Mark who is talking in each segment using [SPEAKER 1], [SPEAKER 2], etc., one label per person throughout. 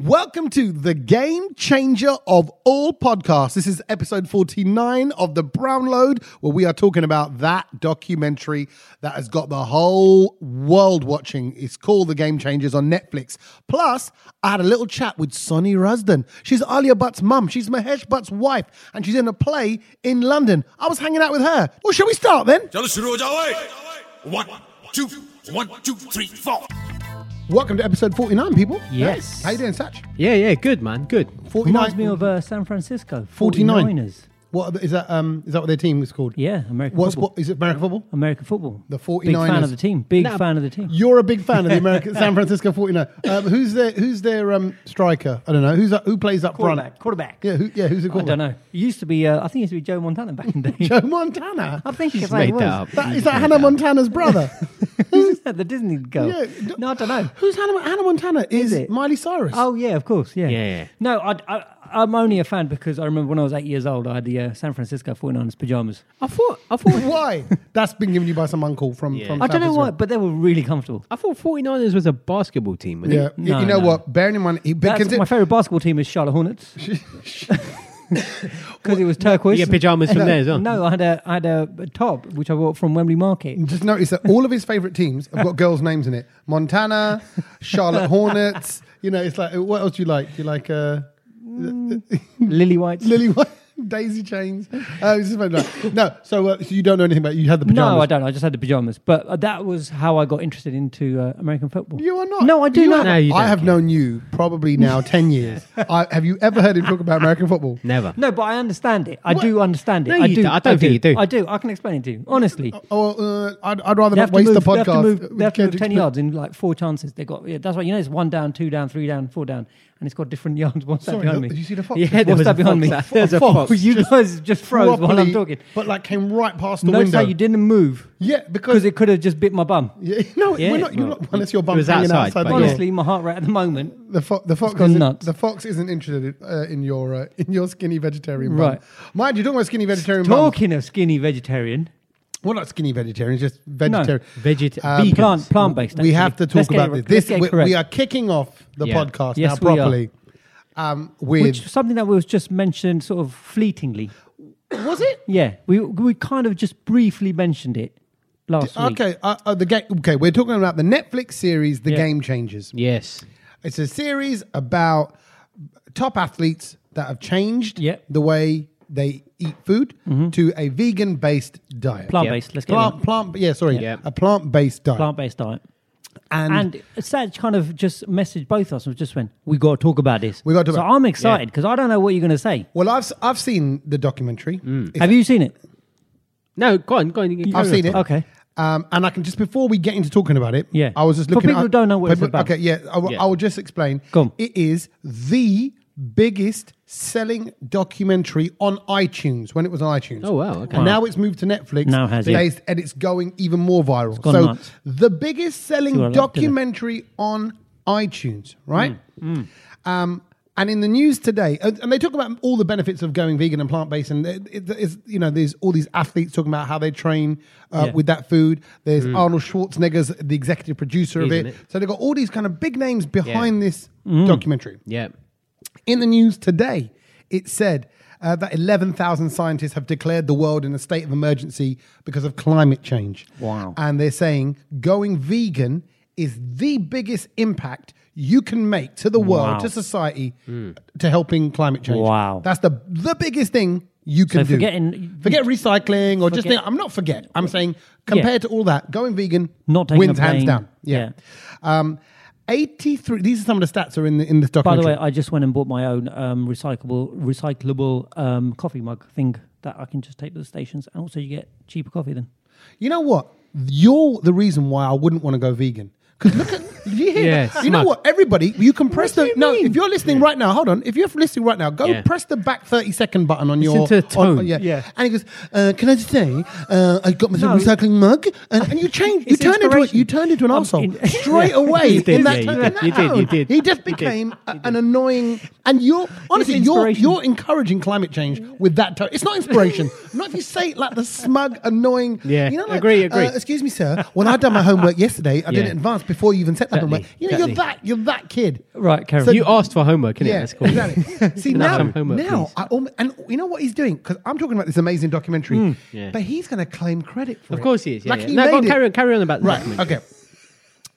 [SPEAKER 1] Welcome to the game changer of all podcasts. This is episode 49 of The Brown Load, where we are talking about that documentary that has got the whole world watching. It's called The Game Changers on Netflix. Plus, I had a little chat with Sonny Rusden. She's Alia Butt's mum, she's Mahesh Butt's wife, and she's in a play in London. I was hanging out with her. Well, shall we start then?
[SPEAKER 2] चलो शुरू हो जाओ ए! One, two, one, two, three, four.
[SPEAKER 1] Welcome to episode 49, people.
[SPEAKER 3] Yes.
[SPEAKER 1] Hey, how you doing, Satch?
[SPEAKER 3] Yeah, yeah, good man, good.
[SPEAKER 1] 49.
[SPEAKER 3] Reminds me of uh, San Francisco
[SPEAKER 1] 49.
[SPEAKER 3] 49ers.
[SPEAKER 1] What is that? Um, is that what their team is called?
[SPEAKER 3] Yeah, American
[SPEAKER 1] What's
[SPEAKER 3] football.
[SPEAKER 1] what is it? American football.
[SPEAKER 3] American football.
[SPEAKER 1] The
[SPEAKER 3] Big fan
[SPEAKER 1] 49ers.
[SPEAKER 3] of the team. Big fan of the team.
[SPEAKER 1] You're a big fan of the American San Francisco 49ers. Um, who's their Who's their um, striker? I don't know. Who's who plays up front?
[SPEAKER 3] Quarterback. Quarterback.
[SPEAKER 1] Yeah, who, yeah. Who's the
[SPEAKER 3] I don't
[SPEAKER 1] quarterback?
[SPEAKER 3] know. It used to be. Uh, I think it used to be Joe Montana back in the day.
[SPEAKER 1] Joe Montana.
[SPEAKER 3] I think he's
[SPEAKER 4] made that up.
[SPEAKER 1] That, is that Hannah Montana's brother?
[SPEAKER 3] the Disney girl.
[SPEAKER 1] Yeah.
[SPEAKER 3] No, I don't know.
[SPEAKER 1] Who's Hannah? Hannah Montana is,
[SPEAKER 3] it?
[SPEAKER 1] Miley Cyrus.
[SPEAKER 3] Oh yeah, of course. Yeah.
[SPEAKER 4] Yeah.
[SPEAKER 3] No, I, I, I'm only a fan because I remember when I was eight years old, I had the uh, San Francisco 49ers pajamas.
[SPEAKER 4] I thought I thought
[SPEAKER 1] why? That's been given to you by some uncle from.
[SPEAKER 4] Yeah.
[SPEAKER 1] from
[SPEAKER 3] I don't
[SPEAKER 1] San
[SPEAKER 3] know why,
[SPEAKER 1] Francisco.
[SPEAKER 3] but they were really comfortable.
[SPEAKER 4] I thought 49ers was a basketball team. wasn't
[SPEAKER 1] Yeah,
[SPEAKER 4] it?
[SPEAKER 1] you-
[SPEAKER 3] No,
[SPEAKER 1] you know
[SPEAKER 3] no.
[SPEAKER 1] what? Bearing in mind, he,
[SPEAKER 3] That's,
[SPEAKER 1] because it-
[SPEAKER 3] my favorite basketball team is Charlotte Hornets because it was turquoise.
[SPEAKER 4] You get pajamas from there as well.
[SPEAKER 3] No, I had a I had a, a top which I bought from Wembley Market.
[SPEAKER 1] Just notice that all of his favourite teams have got girls' names in it. Montana, Charlotte Hornets. You know, it's like what else do you like? Do you like uh,
[SPEAKER 3] Lily White's.
[SPEAKER 1] Lily White, Daisy Chains? Uh, it's just about like- no, so, uh, so you don't know anything about you had the pajamas.
[SPEAKER 3] No, I don't. I just had the pajamas, but uh, that was how I got interested into uh, American football.
[SPEAKER 1] You are not.
[SPEAKER 3] No, I do
[SPEAKER 1] You
[SPEAKER 3] not.
[SPEAKER 1] are
[SPEAKER 4] No, you
[SPEAKER 1] I
[SPEAKER 4] don't.
[SPEAKER 1] have known you probably now ten years. I, have you ever heard him talk about American football?
[SPEAKER 4] Never.
[SPEAKER 3] No, but I understand it. I
[SPEAKER 1] What?
[SPEAKER 3] do understand it.
[SPEAKER 4] No,
[SPEAKER 3] I
[SPEAKER 4] you
[SPEAKER 3] do.
[SPEAKER 4] don't. I don't think you do.
[SPEAKER 3] I do. I can explain it to you honestly.
[SPEAKER 1] Oh, uh, I'd, I'd rather
[SPEAKER 3] They
[SPEAKER 1] not
[SPEAKER 3] have, to
[SPEAKER 1] waste
[SPEAKER 3] move,
[SPEAKER 1] the
[SPEAKER 3] they have to
[SPEAKER 1] podcast.
[SPEAKER 3] move.
[SPEAKER 1] with
[SPEAKER 3] They have to move
[SPEAKER 1] Kendrick
[SPEAKER 3] ten
[SPEAKER 1] Smith.
[SPEAKER 3] yards in like four chances. They got. Yeah, that's why you know it's one down, two down, three down, four down, and it's got different yards. What's that
[SPEAKER 1] Sorry,
[SPEAKER 3] behind
[SPEAKER 1] look,
[SPEAKER 3] me?
[SPEAKER 1] did you see the fox?
[SPEAKER 3] Yeah,
[SPEAKER 1] There
[SPEAKER 4] was
[SPEAKER 3] what's that
[SPEAKER 4] a
[SPEAKER 3] behind
[SPEAKER 4] fox.
[SPEAKER 3] me?
[SPEAKER 4] There's a fox.
[SPEAKER 3] You guys just froze while I'm
[SPEAKER 1] Properly,
[SPEAKER 3] talking.
[SPEAKER 1] but like came right past the
[SPEAKER 3] Notice
[SPEAKER 1] window.
[SPEAKER 3] how you didn't move
[SPEAKER 1] Yeah,
[SPEAKER 3] because
[SPEAKER 1] because
[SPEAKER 3] it could have just bit my bum.
[SPEAKER 1] Yeah, no,
[SPEAKER 4] Yeah,
[SPEAKER 1] we're not, you're
[SPEAKER 4] well,
[SPEAKER 1] not, unless your bum's
[SPEAKER 4] was
[SPEAKER 1] hanging outside,
[SPEAKER 4] outside,
[SPEAKER 1] the
[SPEAKER 4] but
[SPEAKER 1] door.
[SPEAKER 4] yeah.
[SPEAKER 3] Honestly, my heart rate at the moment.
[SPEAKER 1] The, fo- the fox
[SPEAKER 3] gone
[SPEAKER 1] isn't,
[SPEAKER 3] nuts.
[SPEAKER 1] the fox isn't interested uh, in your uh, in your skinny vegetarian bum.
[SPEAKER 3] Right.
[SPEAKER 1] Mind you, talking about skinny vegetarian bums.
[SPEAKER 3] Talking of skinny vegetarian,
[SPEAKER 1] Well, not skinny vegetarians, just vegetarian.
[SPEAKER 4] Veget-
[SPEAKER 1] Um,
[SPEAKER 4] vegans.
[SPEAKER 3] plant plant based.
[SPEAKER 1] We have to talk about this. This we, we are kicking off the
[SPEAKER 4] Yeah.
[SPEAKER 1] podcast
[SPEAKER 3] Yes,
[SPEAKER 1] now
[SPEAKER 3] we are.
[SPEAKER 1] properly. Um, with
[SPEAKER 3] which something that was just mentioned sort of fleetingly.
[SPEAKER 1] was it?
[SPEAKER 3] Yeah, we we kind of just briefly mentioned it last week.
[SPEAKER 1] Okay, uh, uh, the ga- okay, we're talking about the Netflix series, The
[SPEAKER 3] Yeah.
[SPEAKER 1] Game Changers.
[SPEAKER 4] Yes.
[SPEAKER 1] It's a series about top athletes that have changed
[SPEAKER 3] Yeah. Mm-hmm.
[SPEAKER 1] the way they eat food to a vegan based diet.
[SPEAKER 3] Plant based. Let's get
[SPEAKER 1] Plant, plant, yeah, sorry,
[SPEAKER 4] Yeah.
[SPEAKER 1] a plant based diet.
[SPEAKER 3] plant based diet.
[SPEAKER 1] and,
[SPEAKER 3] And Saj kind of just messaged both of us and just went, "We got to talk about this."
[SPEAKER 1] We gotta talk
[SPEAKER 3] so
[SPEAKER 1] about-
[SPEAKER 3] I'm excited because I don't know what you're going to say.
[SPEAKER 1] well, I've s- I've seen the documentary. It's-
[SPEAKER 3] Have you seen it?
[SPEAKER 4] No, go on, go on. you-
[SPEAKER 1] I've seen it.
[SPEAKER 3] Okay.
[SPEAKER 1] Um, and I can just before we get into talking about it,
[SPEAKER 3] Yeah.
[SPEAKER 1] I was just
[SPEAKER 3] For
[SPEAKER 1] looking.
[SPEAKER 3] people
[SPEAKER 1] at,
[SPEAKER 3] who don't know what it's
[SPEAKER 1] people-
[SPEAKER 3] about.
[SPEAKER 1] Okay, yeah, I will-
[SPEAKER 4] Yeah.
[SPEAKER 1] I will just explain.
[SPEAKER 3] Go on.
[SPEAKER 1] It is the biggest selling documentary on iTunes when it was on iTunes.
[SPEAKER 4] Oh, wow, okay.
[SPEAKER 1] And now it's moved to Netflix.
[SPEAKER 3] Now has it.
[SPEAKER 1] They- and it's going even more viral.
[SPEAKER 3] gone
[SPEAKER 1] so
[SPEAKER 3] nuts.
[SPEAKER 1] the biggest selling
[SPEAKER 3] People are locked in it.
[SPEAKER 1] documentary on iTunes, right? Um, and in the news today, and and they talk about all the benefits of going vegan and plant based, and it, it, it's, you know, there's all these athletes talking about how they train uh,
[SPEAKER 3] Yeah.
[SPEAKER 1] with that food. There's Arnold Schwarzenegger's the executive producer of
[SPEAKER 4] He's
[SPEAKER 1] it.
[SPEAKER 4] in it.
[SPEAKER 1] So they've got all these kind of big names behind this documentary.
[SPEAKER 4] Yeah.
[SPEAKER 1] In the news today, it said uh, that 11,000 scientists have declared the world in a state of emergency because of climate change.
[SPEAKER 3] Wow.
[SPEAKER 1] And they're saying going vegan is the biggest impact you can make to the world,
[SPEAKER 3] Wow. Hmm.
[SPEAKER 1] to society, to helping climate change.
[SPEAKER 3] Wow.
[SPEAKER 1] That's the, the biggest thing you can do.
[SPEAKER 3] forgetting-
[SPEAKER 1] forget recycling or just
[SPEAKER 3] Forget-
[SPEAKER 1] think, I'm not forget. I'm saying compared to all that, going vegan
[SPEAKER 3] Not taking
[SPEAKER 1] wins
[SPEAKER 3] a
[SPEAKER 1] hands
[SPEAKER 3] plane.
[SPEAKER 1] down. Yeah. Um, 83 these are some of the stats that are in the in this
[SPEAKER 3] By
[SPEAKER 1] documentary
[SPEAKER 3] the way, I just went and bought my own um, recyclable recyclable um, coffee mug thing that I can just take to the stations, and also you get cheaper coffee then.
[SPEAKER 1] You know what? You're the reason why I wouldn't want to go vegan. Because look at you hear
[SPEAKER 4] Yeah,
[SPEAKER 1] that? You know
[SPEAKER 4] smug.
[SPEAKER 1] what? Everybody, you can press
[SPEAKER 3] do
[SPEAKER 1] the
[SPEAKER 3] you
[SPEAKER 1] no.
[SPEAKER 3] mean?
[SPEAKER 1] If you're listening right now, hold on. If you're listening right now, go
[SPEAKER 4] Yeah.
[SPEAKER 1] press the back thirty second button on
[SPEAKER 4] Listen
[SPEAKER 1] your
[SPEAKER 4] to the
[SPEAKER 1] on-
[SPEAKER 4] tone.
[SPEAKER 1] yeah.
[SPEAKER 3] Yeah.
[SPEAKER 1] and he goes, uh, "Can I just say, uh, I got myself
[SPEAKER 3] No.
[SPEAKER 1] a recycling mug?" And, and you change. You
[SPEAKER 3] It's
[SPEAKER 1] turned into a,
[SPEAKER 3] inspiration.
[SPEAKER 1] you turned into an
[SPEAKER 3] I'm
[SPEAKER 1] asshole
[SPEAKER 3] in-
[SPEAKER 1] straight
[SPEAKER 3] Yeah.
[SPEAKER 1] away.
[SPEAKER 4] You did,
[SPEAKER 1] in that
[SPEAKER 4] yeah, you
[SPEAKER 1] tone- in
[SPEAKER 4] did, you
[SPEAKER 1] that
[SPEAKER 4] did, you
[SPEAKER 1] tone.
[SPEAKER 4] did.
[SPEAKER 1] He just
[SPEAKER 4] You did.
[SPEAKER 1] became a- an annoying. And you're honestly you're
[SPEAKER 3] inspiration.
[SPEAKER 1] you're encouraging climate change with that tone. It's not inspiration. not if you say it like the smug, annoying.
[SPEAKER 4] Yeah,
[SPEAKER 1] you know, like,
[SPEAKER 4] agree, agree.
[SPEAKER 1] Uh, excuse me, sir. When I done my homework yesterday, I did
[SPEAKER 4] Yeah.
[SPEAKER 1] it in advance before you even said. I'm like, you know, you're
[SPEAKER 4] Exactly.
[SPEAKER 1] that you're that kid.
[SPEAKER 3] Right, Karen.
[SPEAKER 1] So-
[SPEAKER 4] You asked for homework, innit?
[SPEAKER 1] Yeah,
[SPEAKER 4] That's cool.
[SPEAKER 1] exactly. See
[SPEAKER 4] Can I
[SPEAKER 1] now,
[SPEAKER 4] have some homework,
[SPEAKER 1] now
[SPEAKER 4] please?
[SPEAKER 1] I almost, and you know what he's doing because I'm talking about this amazing documentary,
[SPEAKER 4] Yeah.
[SPEAKER 1] but he's going to claim credit for it.
[SPEAKER 4] Mm. Of course he is. Yeah,
[SPEAKER 1] like
[SPEAKER 4] yeah.
[SPEAKER 1] he
[SPEAKER 4] No,
[SPEAKER 1] made
[SPEAKER 4] go on,
[SPEAKER 1] it.
[SPEAKER 4] carry on, carry on about the
[SPEAKER 1] Right.
[SPEAKER 4] documentary.
[SPEAKER 1] Okay.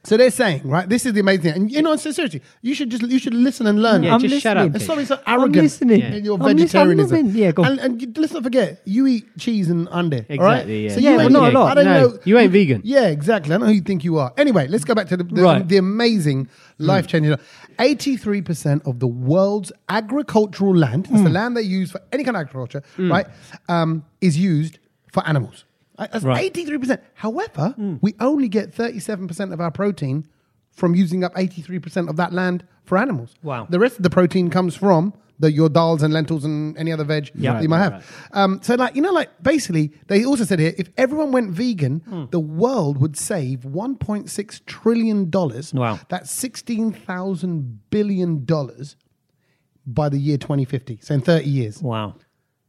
[SPEAKER 1] So they're saying, right, this is the amazing thing, and you know, so seriously, you should just you should listen and learn.
[SPEAKER 4] Yeah,
[SPEAKER 3] I'm
[SPEAKER 4] just shut up.
[SPEAKER 3] listening.
[SPEAKER 1] There's
[SPEAKER 4] bitch.
[SPEAKER 1] something so
[SPEAKER 3] I'm
[SPEAKER 1] arrogant
[SPEAKER 3] listening.
[SPEAKER 1] in your
[SPEAKER 3] I'm listening.
[SPEAKER 1] vegetarianism.
[SPEAKER 3] I'm not in- yeah, go on.
[SPEAKER 1] and, and you- let's not forget, you eat cheese and under. all right?
[SPEAKER 4] Exactly, yeah.
[SPEAKER 1] So you
[SPEAKER 3] Yeah,
[SPEAKER 1] ain't-
[SPEAKER 3] well, not a lot.
[SPEAKER 1] I don't
[SPEAKER 4] No,
[SPEAKER 1] know.
[SPEAKER 4] you ain't vegan.
[SPEAKER 1] Yeah, exactly. I don't know who you think you are. Anyway, let's go back to the, the,
[SPEAKER 3] Right.
[SPEAKER 1] the amazing
[SPEAKER 3] Hmm.
[SPEAKER 1] life changing. Eighty-three percent of the world's agricultural land, that's the
[SPEAKER 3] Hmm.
[SPEAKER 1] land they use for any kind of agriculture, right, um, is used for animals. Right, That's
[SPEAKER 3] Right. Hmm.
[SPEAKER 1] eighty-three percent. However, we only get thirty-seven percent of our protein from using up eighty-three percent of that land for animals.
[SPEAKER 3] Wow.
[SPEAKER 1] The rest of the protein comes from the your dals and lentils and any other veg that you might have. Um, so, like you know, like basically, they also said here, if everyone went vegan,
[SPEAKER 3] Hmm.
[SPEAKER 1] the world would save one point six trillion dollars.
[SPEAKER 3] Wow.
[SPEAKER 1] that's sixteen thousand billion dollars by the year twenty fifty. So in thirty years,
[SPEAKER 3] Wow,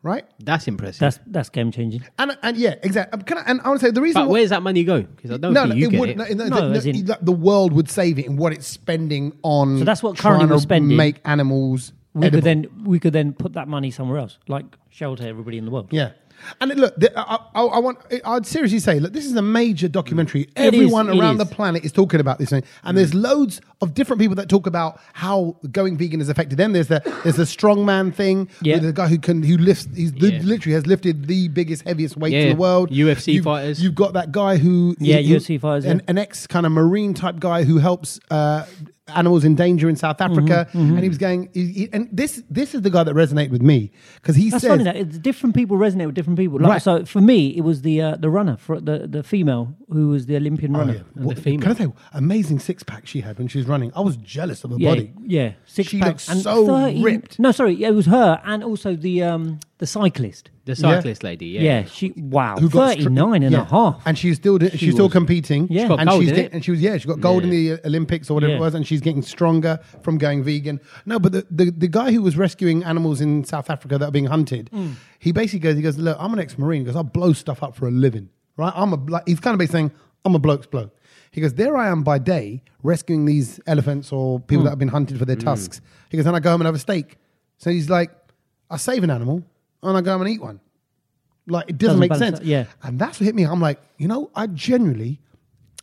[SPEAKER 1] right?
[SPEAKER 4] That's impressive.
[SPEAKER 3] that's that's game changing.
[SPEAKER 1] And and yeah, exactly. Can I, and I would say the reason.
[SPEAKER 4] but
[SPEAKER 1] why-
[SPEAKER 4] where's that money go? Because I don't
[SPEAKER 1] no,
[SPEAKER 4] think
[SPEAKER 1] no,
[SPEAKER 4] you
[SPEAKER 1] it
[SPEAKER 4] get
[SPEAKER 1] would,
[SPEAKER 4] it.
[SPEAKER 1] no, no,
[SPEAKER 3] No,
[SPEAKER 1] the,
[SPEAKER 3] as in-
[SPEAKER 1] the- the world would save it in what it's spending on.
[SPEAKER 3] So that's what
[SPEAKER 1] trying
[SPEAKER 3] currently
[SPEAKER 1] to
[SPEAKER 3] we're spending.
[SPEAKER 1] Make animals.
[SPEAKER 3] We
[SPEAKER 1] edible.
[SPEAKER 3] could then we could then put that money somewhere else, like shelter everybody in the world.
[SPEAKER 1] Yeah. And it- look, the, I, I, I want. I'd seriously say, look, this is a major documentary.
[SPEAKER 3] is,
[SPEAKER 1] Everyone
[SPEAKER 3] Mm. it
[SPEAKER 1] around
[SPEAKER 3] is. Mm.
[SPEAKER 1] the planet is talking about this thing, and there's loads of different people that talk about how going vegan has affected them. There's the there's the strongman thing.
[SPEAKER 3] Yeah.
[SPEAKER 1] with the guy who can who lifts. He's
[SPEAKER 4] Yeah.
[SPEAKER 1] literally has lifted the biggest, heaviest weights in
[SPEAKER 4] Yeah,
[SPEAKER 1] the world.
[SPEAKER 4] UFC
[SPEAKER 1] You've-
[SPEAKER 4] fighters.
[SPEAKER 1] You've got that guy who
[SPEAKER 3] Yeah,
[SPEAKER 1] who-
[SPEAKER 3] UFC fighters,
[SPEAKER 1] an,
[SPEAKER 3] yeah.
[SPEAKER 1] an ex kind of marine type guy who helps. Uh, Animals in danger in
[SPEAKER 3] Mm-hmm.
[SPEAKER 1] South Africa, and he was going. He, he- and this, this is the guy that resonated with me because he
[SPEAKER 3] That's
[SPEAKER 1] says,
[SPEAKER 3] funny that it's different people resonate with different people. Like,
[SPEAKER 1] Right.
[SPEAKER 3] So for me, it was the uh, the runner for the the female who was the Olympian runner.
[SPEAKER 1] Oh, What-
[SPEAKER 4] the female.
[SPEAKER 1] Can I tell you, amazing six pack she had when she was running. I was jealous of her
[SPEAKER 3] Yeah,
[SPEAKER 1] body.
[SPEAKER 3] yeah, six
[SPEAKER 1] She
[SPEAKER 3] pack
[SPEAKER 1] looked so ripped.
[SPEAKER 3] No, sorry, yeah, it was her and also the um the cyclist.
[SPEAKER 4] The cyclist lady, yeah.
[SPEAKER 3] Yeah, she wow,
[SPEAKER 1] Who got stri-
[SPEAKER 3] 39 and
[SPEAKER 1] yeah.
[SPEAKER 3] a half.
[SPEAKER 1] and she's still doing- she's still
[SPEAKER 4] was-
[SPEAKER 1] competing.
[SPEAKER 3] Yeah. She got
[SPEAKER 1] and
[SPEAKER 4] gold,
[SPEAKER 1] she's
[SPEAKER 4] didn't
[SPEAKER 1] getting,
[SPEAKER 4] it?
[SPEAKER 1] and she was yeah she got gold in the uh, Olympics or whatever
[SPEAKER 3] Yeah.
[SPEAKER 1] it was, and she's getting stronger from going vegan. No, but the, the, the guy who was rescuing animals in South Africa that are being hunted,
[SPEAKER 3] Mm.
[SPEAKER 1] he basically goes he goes look I'm an ex marine because I blow stuff up for a living right I'm a like, he's kind of basically saying I'm a bloke's bloke. He goes, there I am by day rescuing these elephants or people
[SPEAKER 3] Mm.
[SPEAKER 1] that have been hunted for their tusks. He goes, and I go home and have a steak. So he's like, I save an animal and I go home and eat one. Like it
[SPEAKER 3] Doesn't
[SPEAKER 1] doesn't, make
[SPEAKER 3] balance
[SPEAKER 1] sense.
[SPEAKER 3] out, yeah.
[SPEAKER 1] And that's what hit me. I'm like, you know, I genuinely,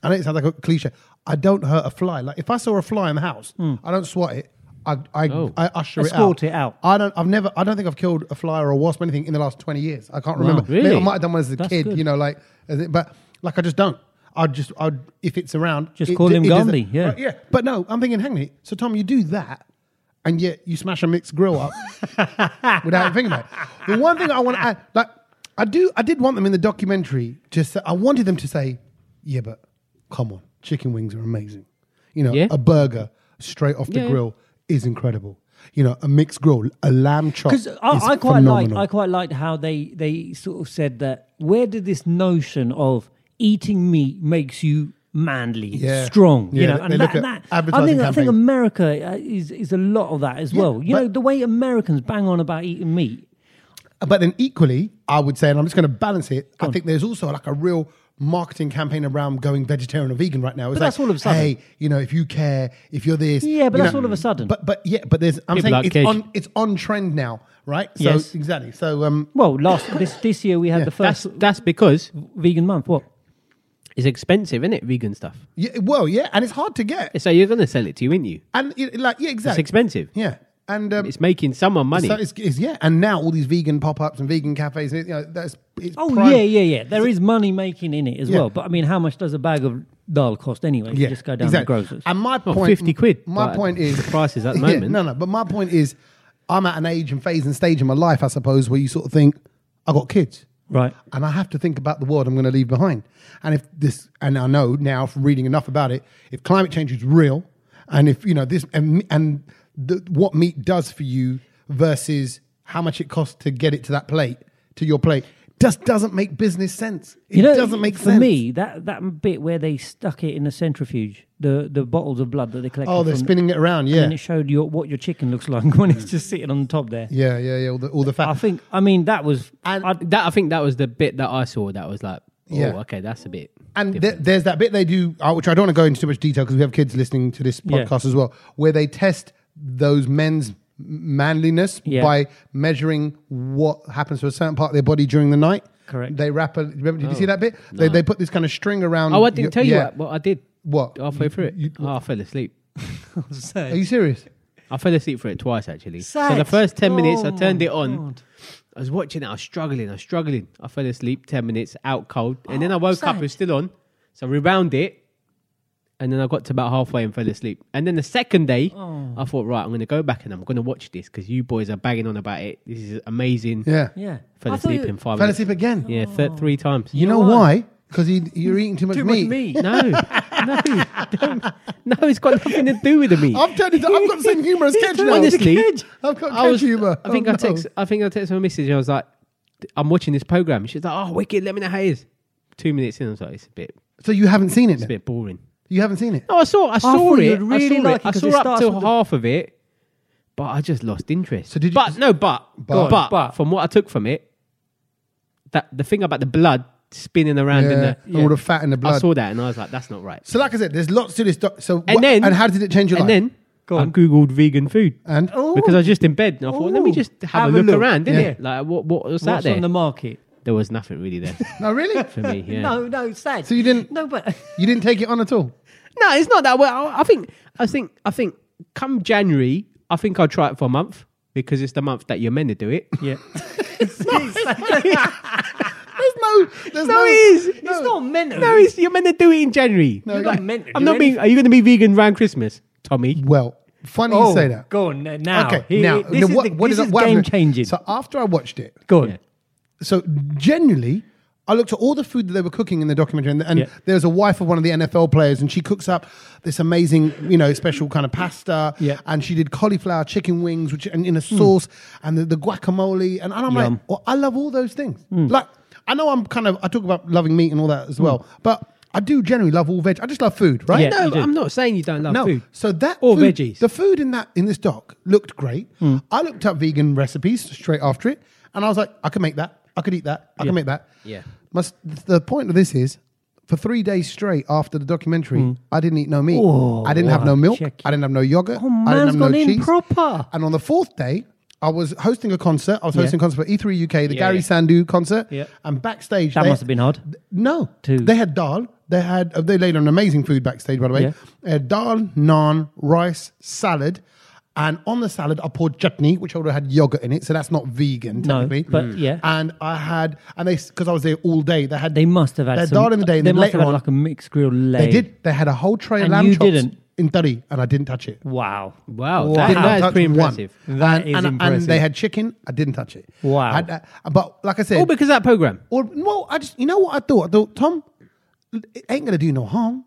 [SPEAKER 1] I know it sounds like a cliche. I don't hurt a fly. Like if I saw a fly in the house, I don't swat it. I I,
[SPEAKER 4] Oh.
[SPEAKER 1] I usher it
[SPEAKER 3] Hmm. Escort
[SPEAKER 1] out.
[SPEAKER 3] it out.
[SPEAKER 1] I don't. I've never. I don't think I've killed a fly or a wasp or anything in the last twenty years. I can't remember. Maybe I
[SPEAKER 4] Really?
[SPEAKER 1] might have done one as a
[SPEAKER 3] That's
[SPEAKER 1] kid.
[SPEAKER 3] good.
[SPEAKER 1] You know, like, as it- but like I just don't. I would just. I would if it's around,
[SPEAKER 3] Just call him
[SPEAKER 1] doesn't-
[SPEAKER 3] Gandhi, yeah.
[SPEAKER 1] Right, yeah. But no, I'm thinking, hang on. a minute. So Tom, you do that, and yet you smash a mixed grill up without thinking about it. The one thing I want to add, like, I do, I did want them in the documentary. Just, I wanted them to say, "Yeah, but come on, chicken wings are amazing. You know,
[SPEAKER 4] Yeah.
[SPEAKER 1] a burger straight off the
[SPEAKER 4] Yeah.
[SPEAKER 1] grill is incredible. You know, a mixed grill, a lamb chop.
[SPEAKER 3] because I,
[SPEAKER 1] is
[SPEAKER 3] I quite like
[SPEAKER 1] phenomenal.
[SPEAKER 3] I quite liked how they they sort of said that where did this notion of eating meat makes you manly,
[SPEAKER 1] Yeah.
[SPEAKER 3] strong, you
[SPEAKER 1] Yeah,
[SPEAKER 3] know,
[SPEAKER 1] they- they
[SPEAKER 3] and that,
[SPEAKER 1] look at
[SPEAKER 3] that I
[SPEAKER 1] advertising
[SPEAKER 3] think I think
[SPEAKER 1] campaigns.
[SPEAKER 3] America uh, is is a lot of that as
[SPEAKER 1] Yeah,
[SPEAKER 3] well. You know,
[SPEAKER 1] but-
[SPEAKER 3] the way Americans bang on about eating meat.
[SPEAKER 1] But then equally, I would say, and I'm just going to balance it. I think there's also like a real marketing campaign around going vegetarian or vegan right now. It's
[SPEAKER 3] But that's
[SPEAKER 1] like,
[SPEAKER 3] all of a sudden.
[SPEAKER 1] Hey, you know, if you care, if you're this,
[SPEAKER 3] Yeah, but
[SPEAKER 1] you
[SPEAKER 3] that's
[SPEAKER 1] know.
[SPEAKER 3] all of a sudden.
[SPEAKER 1] But but yeah, but there's I'm
[SPEAKER 4] People
[SPEAKER 1] saying
[SPEAKER 4] like
[SPEAKER 1] it's
[SPEAKER 4] cake.
[SPEAKER 1] on it's on trend now, right? So
[SPEAKER 3] Yes.
[SPEAKER 1] exactly. So um,
[SPEAKER 3] Well, last this this year we had the
[SPEAKER 4] That's
[SPEAKER 3] first
[SPEAKER 4] that's because
[SPEAKER 3] vegan month. What?
[SPEAKER 4] it's expensive, isn't it? Vegan stuff.
[SPEAKER 1] yeah, well, yeah, and it's hard to get,
[SPEAKER 4] So you're going to sell it to you, aren't you?
[SPEAKER 1] and it, like yeah,
[SPEAKER 4] It's
[SPEAKER 1] exactly.
[SPEAKER 4] expensive.
[SPEAKER 1] Yeah, and um,
[SPEAKER 4] It's making someone money.
[SPEAKER 1] So it's, it's yeah, and now all these vegan pop ups and vegan cafes, and it, you know, that's it's
[SPEAKER 3] Oh
[SPEAKER 1] prime-
[SPEAKER 3] yeah, yeah, yeah. There is money making in it as
[SPEAKER 1] Yeah.
[SPEAKER 3] well. But I mean, how much does a bag of dal cost anyway? if You just go down to the grocers.
[SPEAKER 1] And my
[SPEAKER 4] Well,
[SPEAKER 1] point,
[SPEAKER 4] 50 quid,
[SPEAKER 1] My
[SPEAKER 4] but
[SPEAKER 1] point is
[SPEAKER 4] the prices at the
[SPEAKER 1] Yeah,
[SPEAKER 4] moment.
[SPEAKER 1] no, no. But my point is, I'm at an age and phase and stage in my life, I suppose, where you sort of think, I got kids,
[SPEAKER 3] Right.
[SPEAKER 1] and I have to think about the world I'm going to leave behind. And if this, and I know now from reading enough about it, if climate change is real, and if you know this, and and the, what meat does for you versus how much it costs to get it to that plate, to your plate, just doesn't make business sense. It doesn't make
[SPEAKER 3] for
[SPEAKER 1] sense
[SPEAKER 3] me that that bit where they stuck it in a centrifuge, the the bottles of blood that they collected.
[SPEAKER 1] Oh, they're
[SPEAKER 3] from-
[SPEAKER 1] spinning it around.
[SPEAKER 3] and
[SPEAKER 1] Yeah,
[SPEAKER 3] then it showed your what your chicken looks like when it's just sitting on the top there.
[SPEAKER 1] Yeah, yeah, yeah. All the, all the fat.
[SPEAKER 3] I think. I mean, that was.
[SPEAKER 1] and
[SPEAKER 4] I, that I think that was the bit that I saw that was like
[SPEAKER 1] Yeah.
[SPEAKER 4] Oh, okay, that's a bit.
[SPEAKER 1] And th- there's that bit they do, uh, which I don't want to go into too much detail because we have kids listening to this
[SPEAKER 3] Yeah.
[SPEAKER 1] podcast as well, where they test those men's manliness
[SPEAKER 3] Yeah.
[SPEAKER 1] by measuring what happens to a certain part of their body during the night.
[SPEAKER 3] Correct.
[SPEAKER 1] They wrap a. Remember, did you see that bit? They, they put this kind of string around.
[SPEAKER 4] Oh, I didn't
[SPEAKER 1] your-
[SPEAKER 4] tell you
[SPEAKER 1] yeah.
[SPEAKER 4] what, what I did.
[SPEAKER 1] What?
[SPEAKER 4] Halfway through it, oh, I fell asleep.
[SPEAKER 1] Are you serious?
[SPEAKER 4] I fell asleep for it twice actually. So the
[SPEAKER 3] Sags.
[SPEAKER 4] first ten minutes, I
[SPEAKER 3] Oh
[SPEAKER 4] turned
[SPEAKER 3] my
[SPEAKER 4] it on.
[SPEAKER 3] God.
[SPEAKER 4] I was watching it. I was struggling. I was struggling. I fell asleep. Ten minutes out cold, and then I woke up. It was still on. So I rewound it, and then I got to about halfway and fell asleep. And then the second day,
[SPEAKER 3] Oh.
[SPEAKER 4] I thought, right, I'm going to go back and I'm going to watch this because you boys are banging on about it. This is amazing.
[SPEAKER 1] Yeah.
[SPEAKER 3] Yeah.
[SPEAKER 4] Fell
[SPEAKER 3] I thought
[SPEAKER 4] asleep
[SPEAKER 3] you- Oh.
[SPEAKER 4] in five
[SPEAKER 1] Fell
[SPEAKER 4] minutes.
[SPEAKER 1] asleep again.
[SPEAKER 4] Yeah, th- three times.
[SPEAKER 1] You know why? Because you're eating too much
[SPEAKER 3] Too
[SPEAKER 1] meat.
[SPEAKER 3] much meat.
[SPEAKER 4] No, no, don't- no. It's got nothing to do with the meat.
[SPEAKER 1] I've turned into. I've got the same humour as Kedge now.
[SPEAKER 4] Honestly,
[SPEAKER 1] I've got
[SPEAKER 4] I
[SPEAKER 1] Kedge
[SPEAKER 4] was.
[SPEAKER 1] humour.
[SPEAKER 4] I think
[SPEAKER 1] Oh,
[SPEAKER 4] I
[SPEAKER 1] no.
[SPEAKER 4] text. I think I text my message. I was like, I'm watching this program. She's like, oh, wicked. Let me know how it is. Two minutes in, I was like, it's a bit,
[SPEAKER 1] So you haven't seen it.
[SPEAKER 4] it's a
[SPEAKER 1] then?
[SPEAKER 4] bit boring.
[SPEAKER 1] You haven't seen it.
[SPEAKER 4] No, I saw, I saw
[SPEAKER 3] thought
[SPEAKER 4] it.
[SPEAKER 3] you'd really
[SPEAKER 4] I saw
[SPEAKER 3] like
[SPEAKER 4] it.
[SPEAKER 3] it
[SPEAKER 4] I
[SPEAKER 3] 'cause
[SPEAKER 4] saw
[SPEAKER 3] it
[SPEAKER 4] up
[SPEAKER 3] starts
[SPEAKER 4] to
[SPEAKER 3] with the-
[SPEAKER 4] half of it, but I just lost interest.
[SPEAKER 1] So did you-
[SPEAKER 4] But no, but
[SPEAKER 1] But-
[SPEAKER 4] but,
[SPEAKER 3] But-
[SPEAKER 4] from what I took from it, that the thing about the blood spinning around in
[SPEAKER 1] Yeah.
[SPEAKER 4] the,
[SPEAKER 1] All the fat and the
[SPEAKER 4] I
[SPEAKER 1] blood.
[SPEAKER 4] saw that and I was like, that's not right.
[SPEAKER 1] So, like I said, there's lots to this. doc- so,
[SPEAKER 4] And
[SPEAKER 1] what-
[SPEAKER 4] then
[SPEAKER 1] and how did it change your
[SPEAKER 4] and
[SPEAKER 1] life?
[SPEAKER 4] then
[SPEAKER 3] Go
[SPEAKER 4] I
[SPEAKER 3] on.
[SPEAKER 4] googled vegan food
[SPEAKER 1] and oh,
[SPEAKER 4] because I was just in bed and I thought, let me
[SPEAKER 3] Ooh.
[SPEAKER 4] just have, a look, around, didn't it? Like, what, what was that
[SPEAKER 3] What's
[SPEAKER 4] there?
[SPEAKER 3] on the market?
[SPEAKER 4] There was nothing really there
[SPEAKER 1] no, oh, really,
[SPEAKER 4] for me. Yeah.
[SPEAKER 3] No, no, sad.
[SPEAKER 1] So you didn't-
[SPEAKER 3] No, but
[SPEAKER 1] you didn't take it on at all.
[SPEAKER 4] No, it's not that well. I think, I think, I think, come January, I think I'll try it for a month because it's the month that you're meant to do it.
[SPEAKER 3] yeah.
[SPEAKER 1] There's no, there's no,
[SPEAKER 4] No, it is.
[SPEAKER 3] It's not meant to.
[SPEAKER 4] No, it's, you're meant to do it in January.
[SPEAKER 1] No,
[SPEAKER 4] You're
[SPEAKER 1] not
[SPEAKER 3] meant to
[SPEAKER 4] I'm
[SPEAKER 3] do
[SPEAKER 4] not being. Are you going to be vegan around Christmas, Tommy?
[SPEAKER 1] Well, funny
[SPEAKER 3] oh,
[SPEAKER 1] you say that.
[SPEAKER 3] Go on uh, now.
[SPEAKER 1] Okay,
[SPEAKER 3] Here-
[SPEAKER 1] now
[SPEAKER 3] this
[SPEAKER 1] now
[SPEAKER 3] is,
[SPEAKER 1] what,
[SPEAKER 3] the,
[SPEAKER 1] what
[SPEAKER 3] this
[SPEAKER 1] is
[SPEAKER 3] is,
[SPEAKER 1] it- what
[SPEAKER 3] game
[SPEAKER 1] happened-
[SPEAKER 3] changing.
[SPEAKER 1] So after I watched it,
[SPEAKER 3] go on.
[SPEAKER 4] Yeah.
[SPEAKER 1] so generally I looked at all the food that they were cooking in the documentary, and, and
[SPEAKER 3] Yeah.
[SPEAKER 1] there's a wife of one of the NFL players, and she cooks up this amazing, you know, special kind of pasta.
[SPEAKER 3] Yeah. Hmm.
[SPEAKER 1] And she did cauliflower chicken wings, which and in a sauce, and the, the guacamole, and, and I'm like,
[SPEAKER 3] Yum. Hmm.
[SPEAKER 1] well, I love all those things. Like, I know I'm kind of I talk about loving meat and all that as well, but I do generally love all veg. I just love food, right?
[SPEAKER 3] Yeah,
[SPEAKER 4] No,
[SPEAKER 3] you do.
[SPEAKER 4] I'm not saying you don't love
[SPEAKER 1] No,
[SPEAKER 4] food.
[SPEAKER 1] so that
[SPEAKER 4] Or
[SPEAKER 1] food-
[SPEAKER 4] veggies.
[SPEAKER 1] The food in that in this doc looked great.
[SPEAKER 3] Hmm.
[SPEAKER 1] I looked up vegan recipes straight after it, and I was like, I could make that. I could eat that. I can make that.
[SPEAKER 4] Yeah.
[SPEAKER 1] Must, the point of this is, for three days straight after the documentary, I didn't eat no meat. I didn't have no milk.
[SPEAKER 3] Hmm. check it.
[SPEAKER 1] I didn't have no yogurt. I didn't
[SPEAKER 3] man's
[SPEAKER 1] have no
[SPEAKER 3] gone in
[SPEAKER 1] cheese.
[SPEAKER 3] proper.
[SPEAKER 1] And on the fourth day. I was hosting a concert. I was hosting a concert for E E3 UK, the
[SPEAKER 4] Yeah,
[SPEAKER 1] Gary
[SPEAKER 4] yeah.
[SPEAKER 1] Sandu concert.
[SPEAKER 3] Yeah.
[SPEAKER 1] And backstage,
[SPEAKER 3] That
[SPEAKER 1] they-
[SPEAKER 3] must have been hard.
[SPEAKER 1] no,
[SPEAKER 3] To-
[SPEAKER 1] they had dal. They had uh, they laid on amazing food backstage. By the way,
[SPEAKER 3] Yeah.
[SPEAKER 1] They had dal, naan, rice, salad, and on the salad I poured chutney, which already had yogurt in it, so that's not vegan
[SPEAKER 3] No,
[SPEAKER 1] technically.
[SPEAKER 3] but Mm. yeah.
[SPEAKER 1] and I had and they because I was there all day. They had
[SPEAKER 3] They must have had.
[SPEAKER 1] They had
[SPEAKER 3] some,
[SPEAKER 1] dal in the day, and
[SPEAKER 3] they
[SPEAKER 1] then
[SPEAKER 3] must
[SPEAKER 1] later
[SPEAKER 3] have had
[SPEAKER 1] on
[SPEAKER 3] like a mixed grilled leg.
[SPEAKER 1] they did. They had a whole tray of
[SPEAKER 3] And
[SPEAKER 1] lamb
[SPEAKER 3] you
[SPEAKER 1] chops
[SPEAKER 3] didn't.
[SPEAKER 1] in curry, and I didn't touch it.
[SPEAKER 3] Wow.
[SPEAKER 4] Wow,
[SPEAKER 1] Oh, I
[SPEAKER 4] that,
[SPEAKER 1] did not
[SPEAKER 4] that is
[SPEAKER 1] touch
[SPEAKER 4] pretty
[SPEAKER 1] one.
[SPEAKER 4] impressive.
[SPEAKER 3] That
[SPEAKER 1] and,
[SPEAKER 3] is
[SPEAKER 1] and,
[SPEAKER 3] impressive.
[SPEAKER 1] And they had chicken. I didn't touch it.
[SPEAKER 3] Wow.
[SPEAKER 1] I had that- but like I said,
[SPEAKER 4] All because of that program.
[SPEAKER 1] Or well, I just you know what I thought? I thought Tom, it ain't gonna do no harm.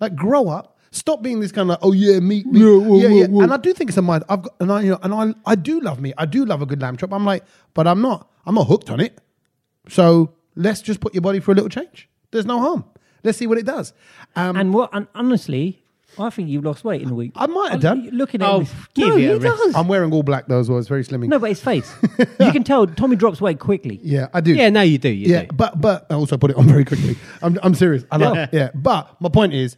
[SPEAKER 1] Like grow up, stop being this kind of oh yeah meat, meat.
[SPEAKER 4] Yeah, whoa, whoa, whoa.
[SPEAKER 1] And I do think it's a mind. I've got and I you know and I I do love meat. I do love a good lamb chop. I'm like, but I'm not I'm not hooked on it. So let's just put your body for a little change. There's no harm. Let's see what it does. Um,
[SPEAKER 3] And what? And honestly, I think you've lost weight in a week.
[SPEAKER 1] I might have
[SPEAKER 3] Oh,
[SPEAKER 1] done.
[SPEAKER 3] you- Looking at
[SPEAKER 4] Oh,
[SPEAKER 3] him,
[SPEAKER 4] give
[SPEAKER 3] no,
[SPEAKER 4] it
[SPEAKER 3] he
[SPEAKER 4] a rest.
[SPEAKER 3] does.
[SPEAKER 1] I'm wearing all black though as well. It's very slimming.
[SPEAKER 3] No, but his face. you can tell Tommy drops weight quickly.
[SPEAKER 1] Yeah, I do.
[SPEAKER 4] Yeah, no, you do. You
[SPEAKER 1] yeah,
[SPEAKER 4] do.
[SPEAKER 1] but but I also put it on very quickly. I'm I'm serious. I love yeah. But my point is,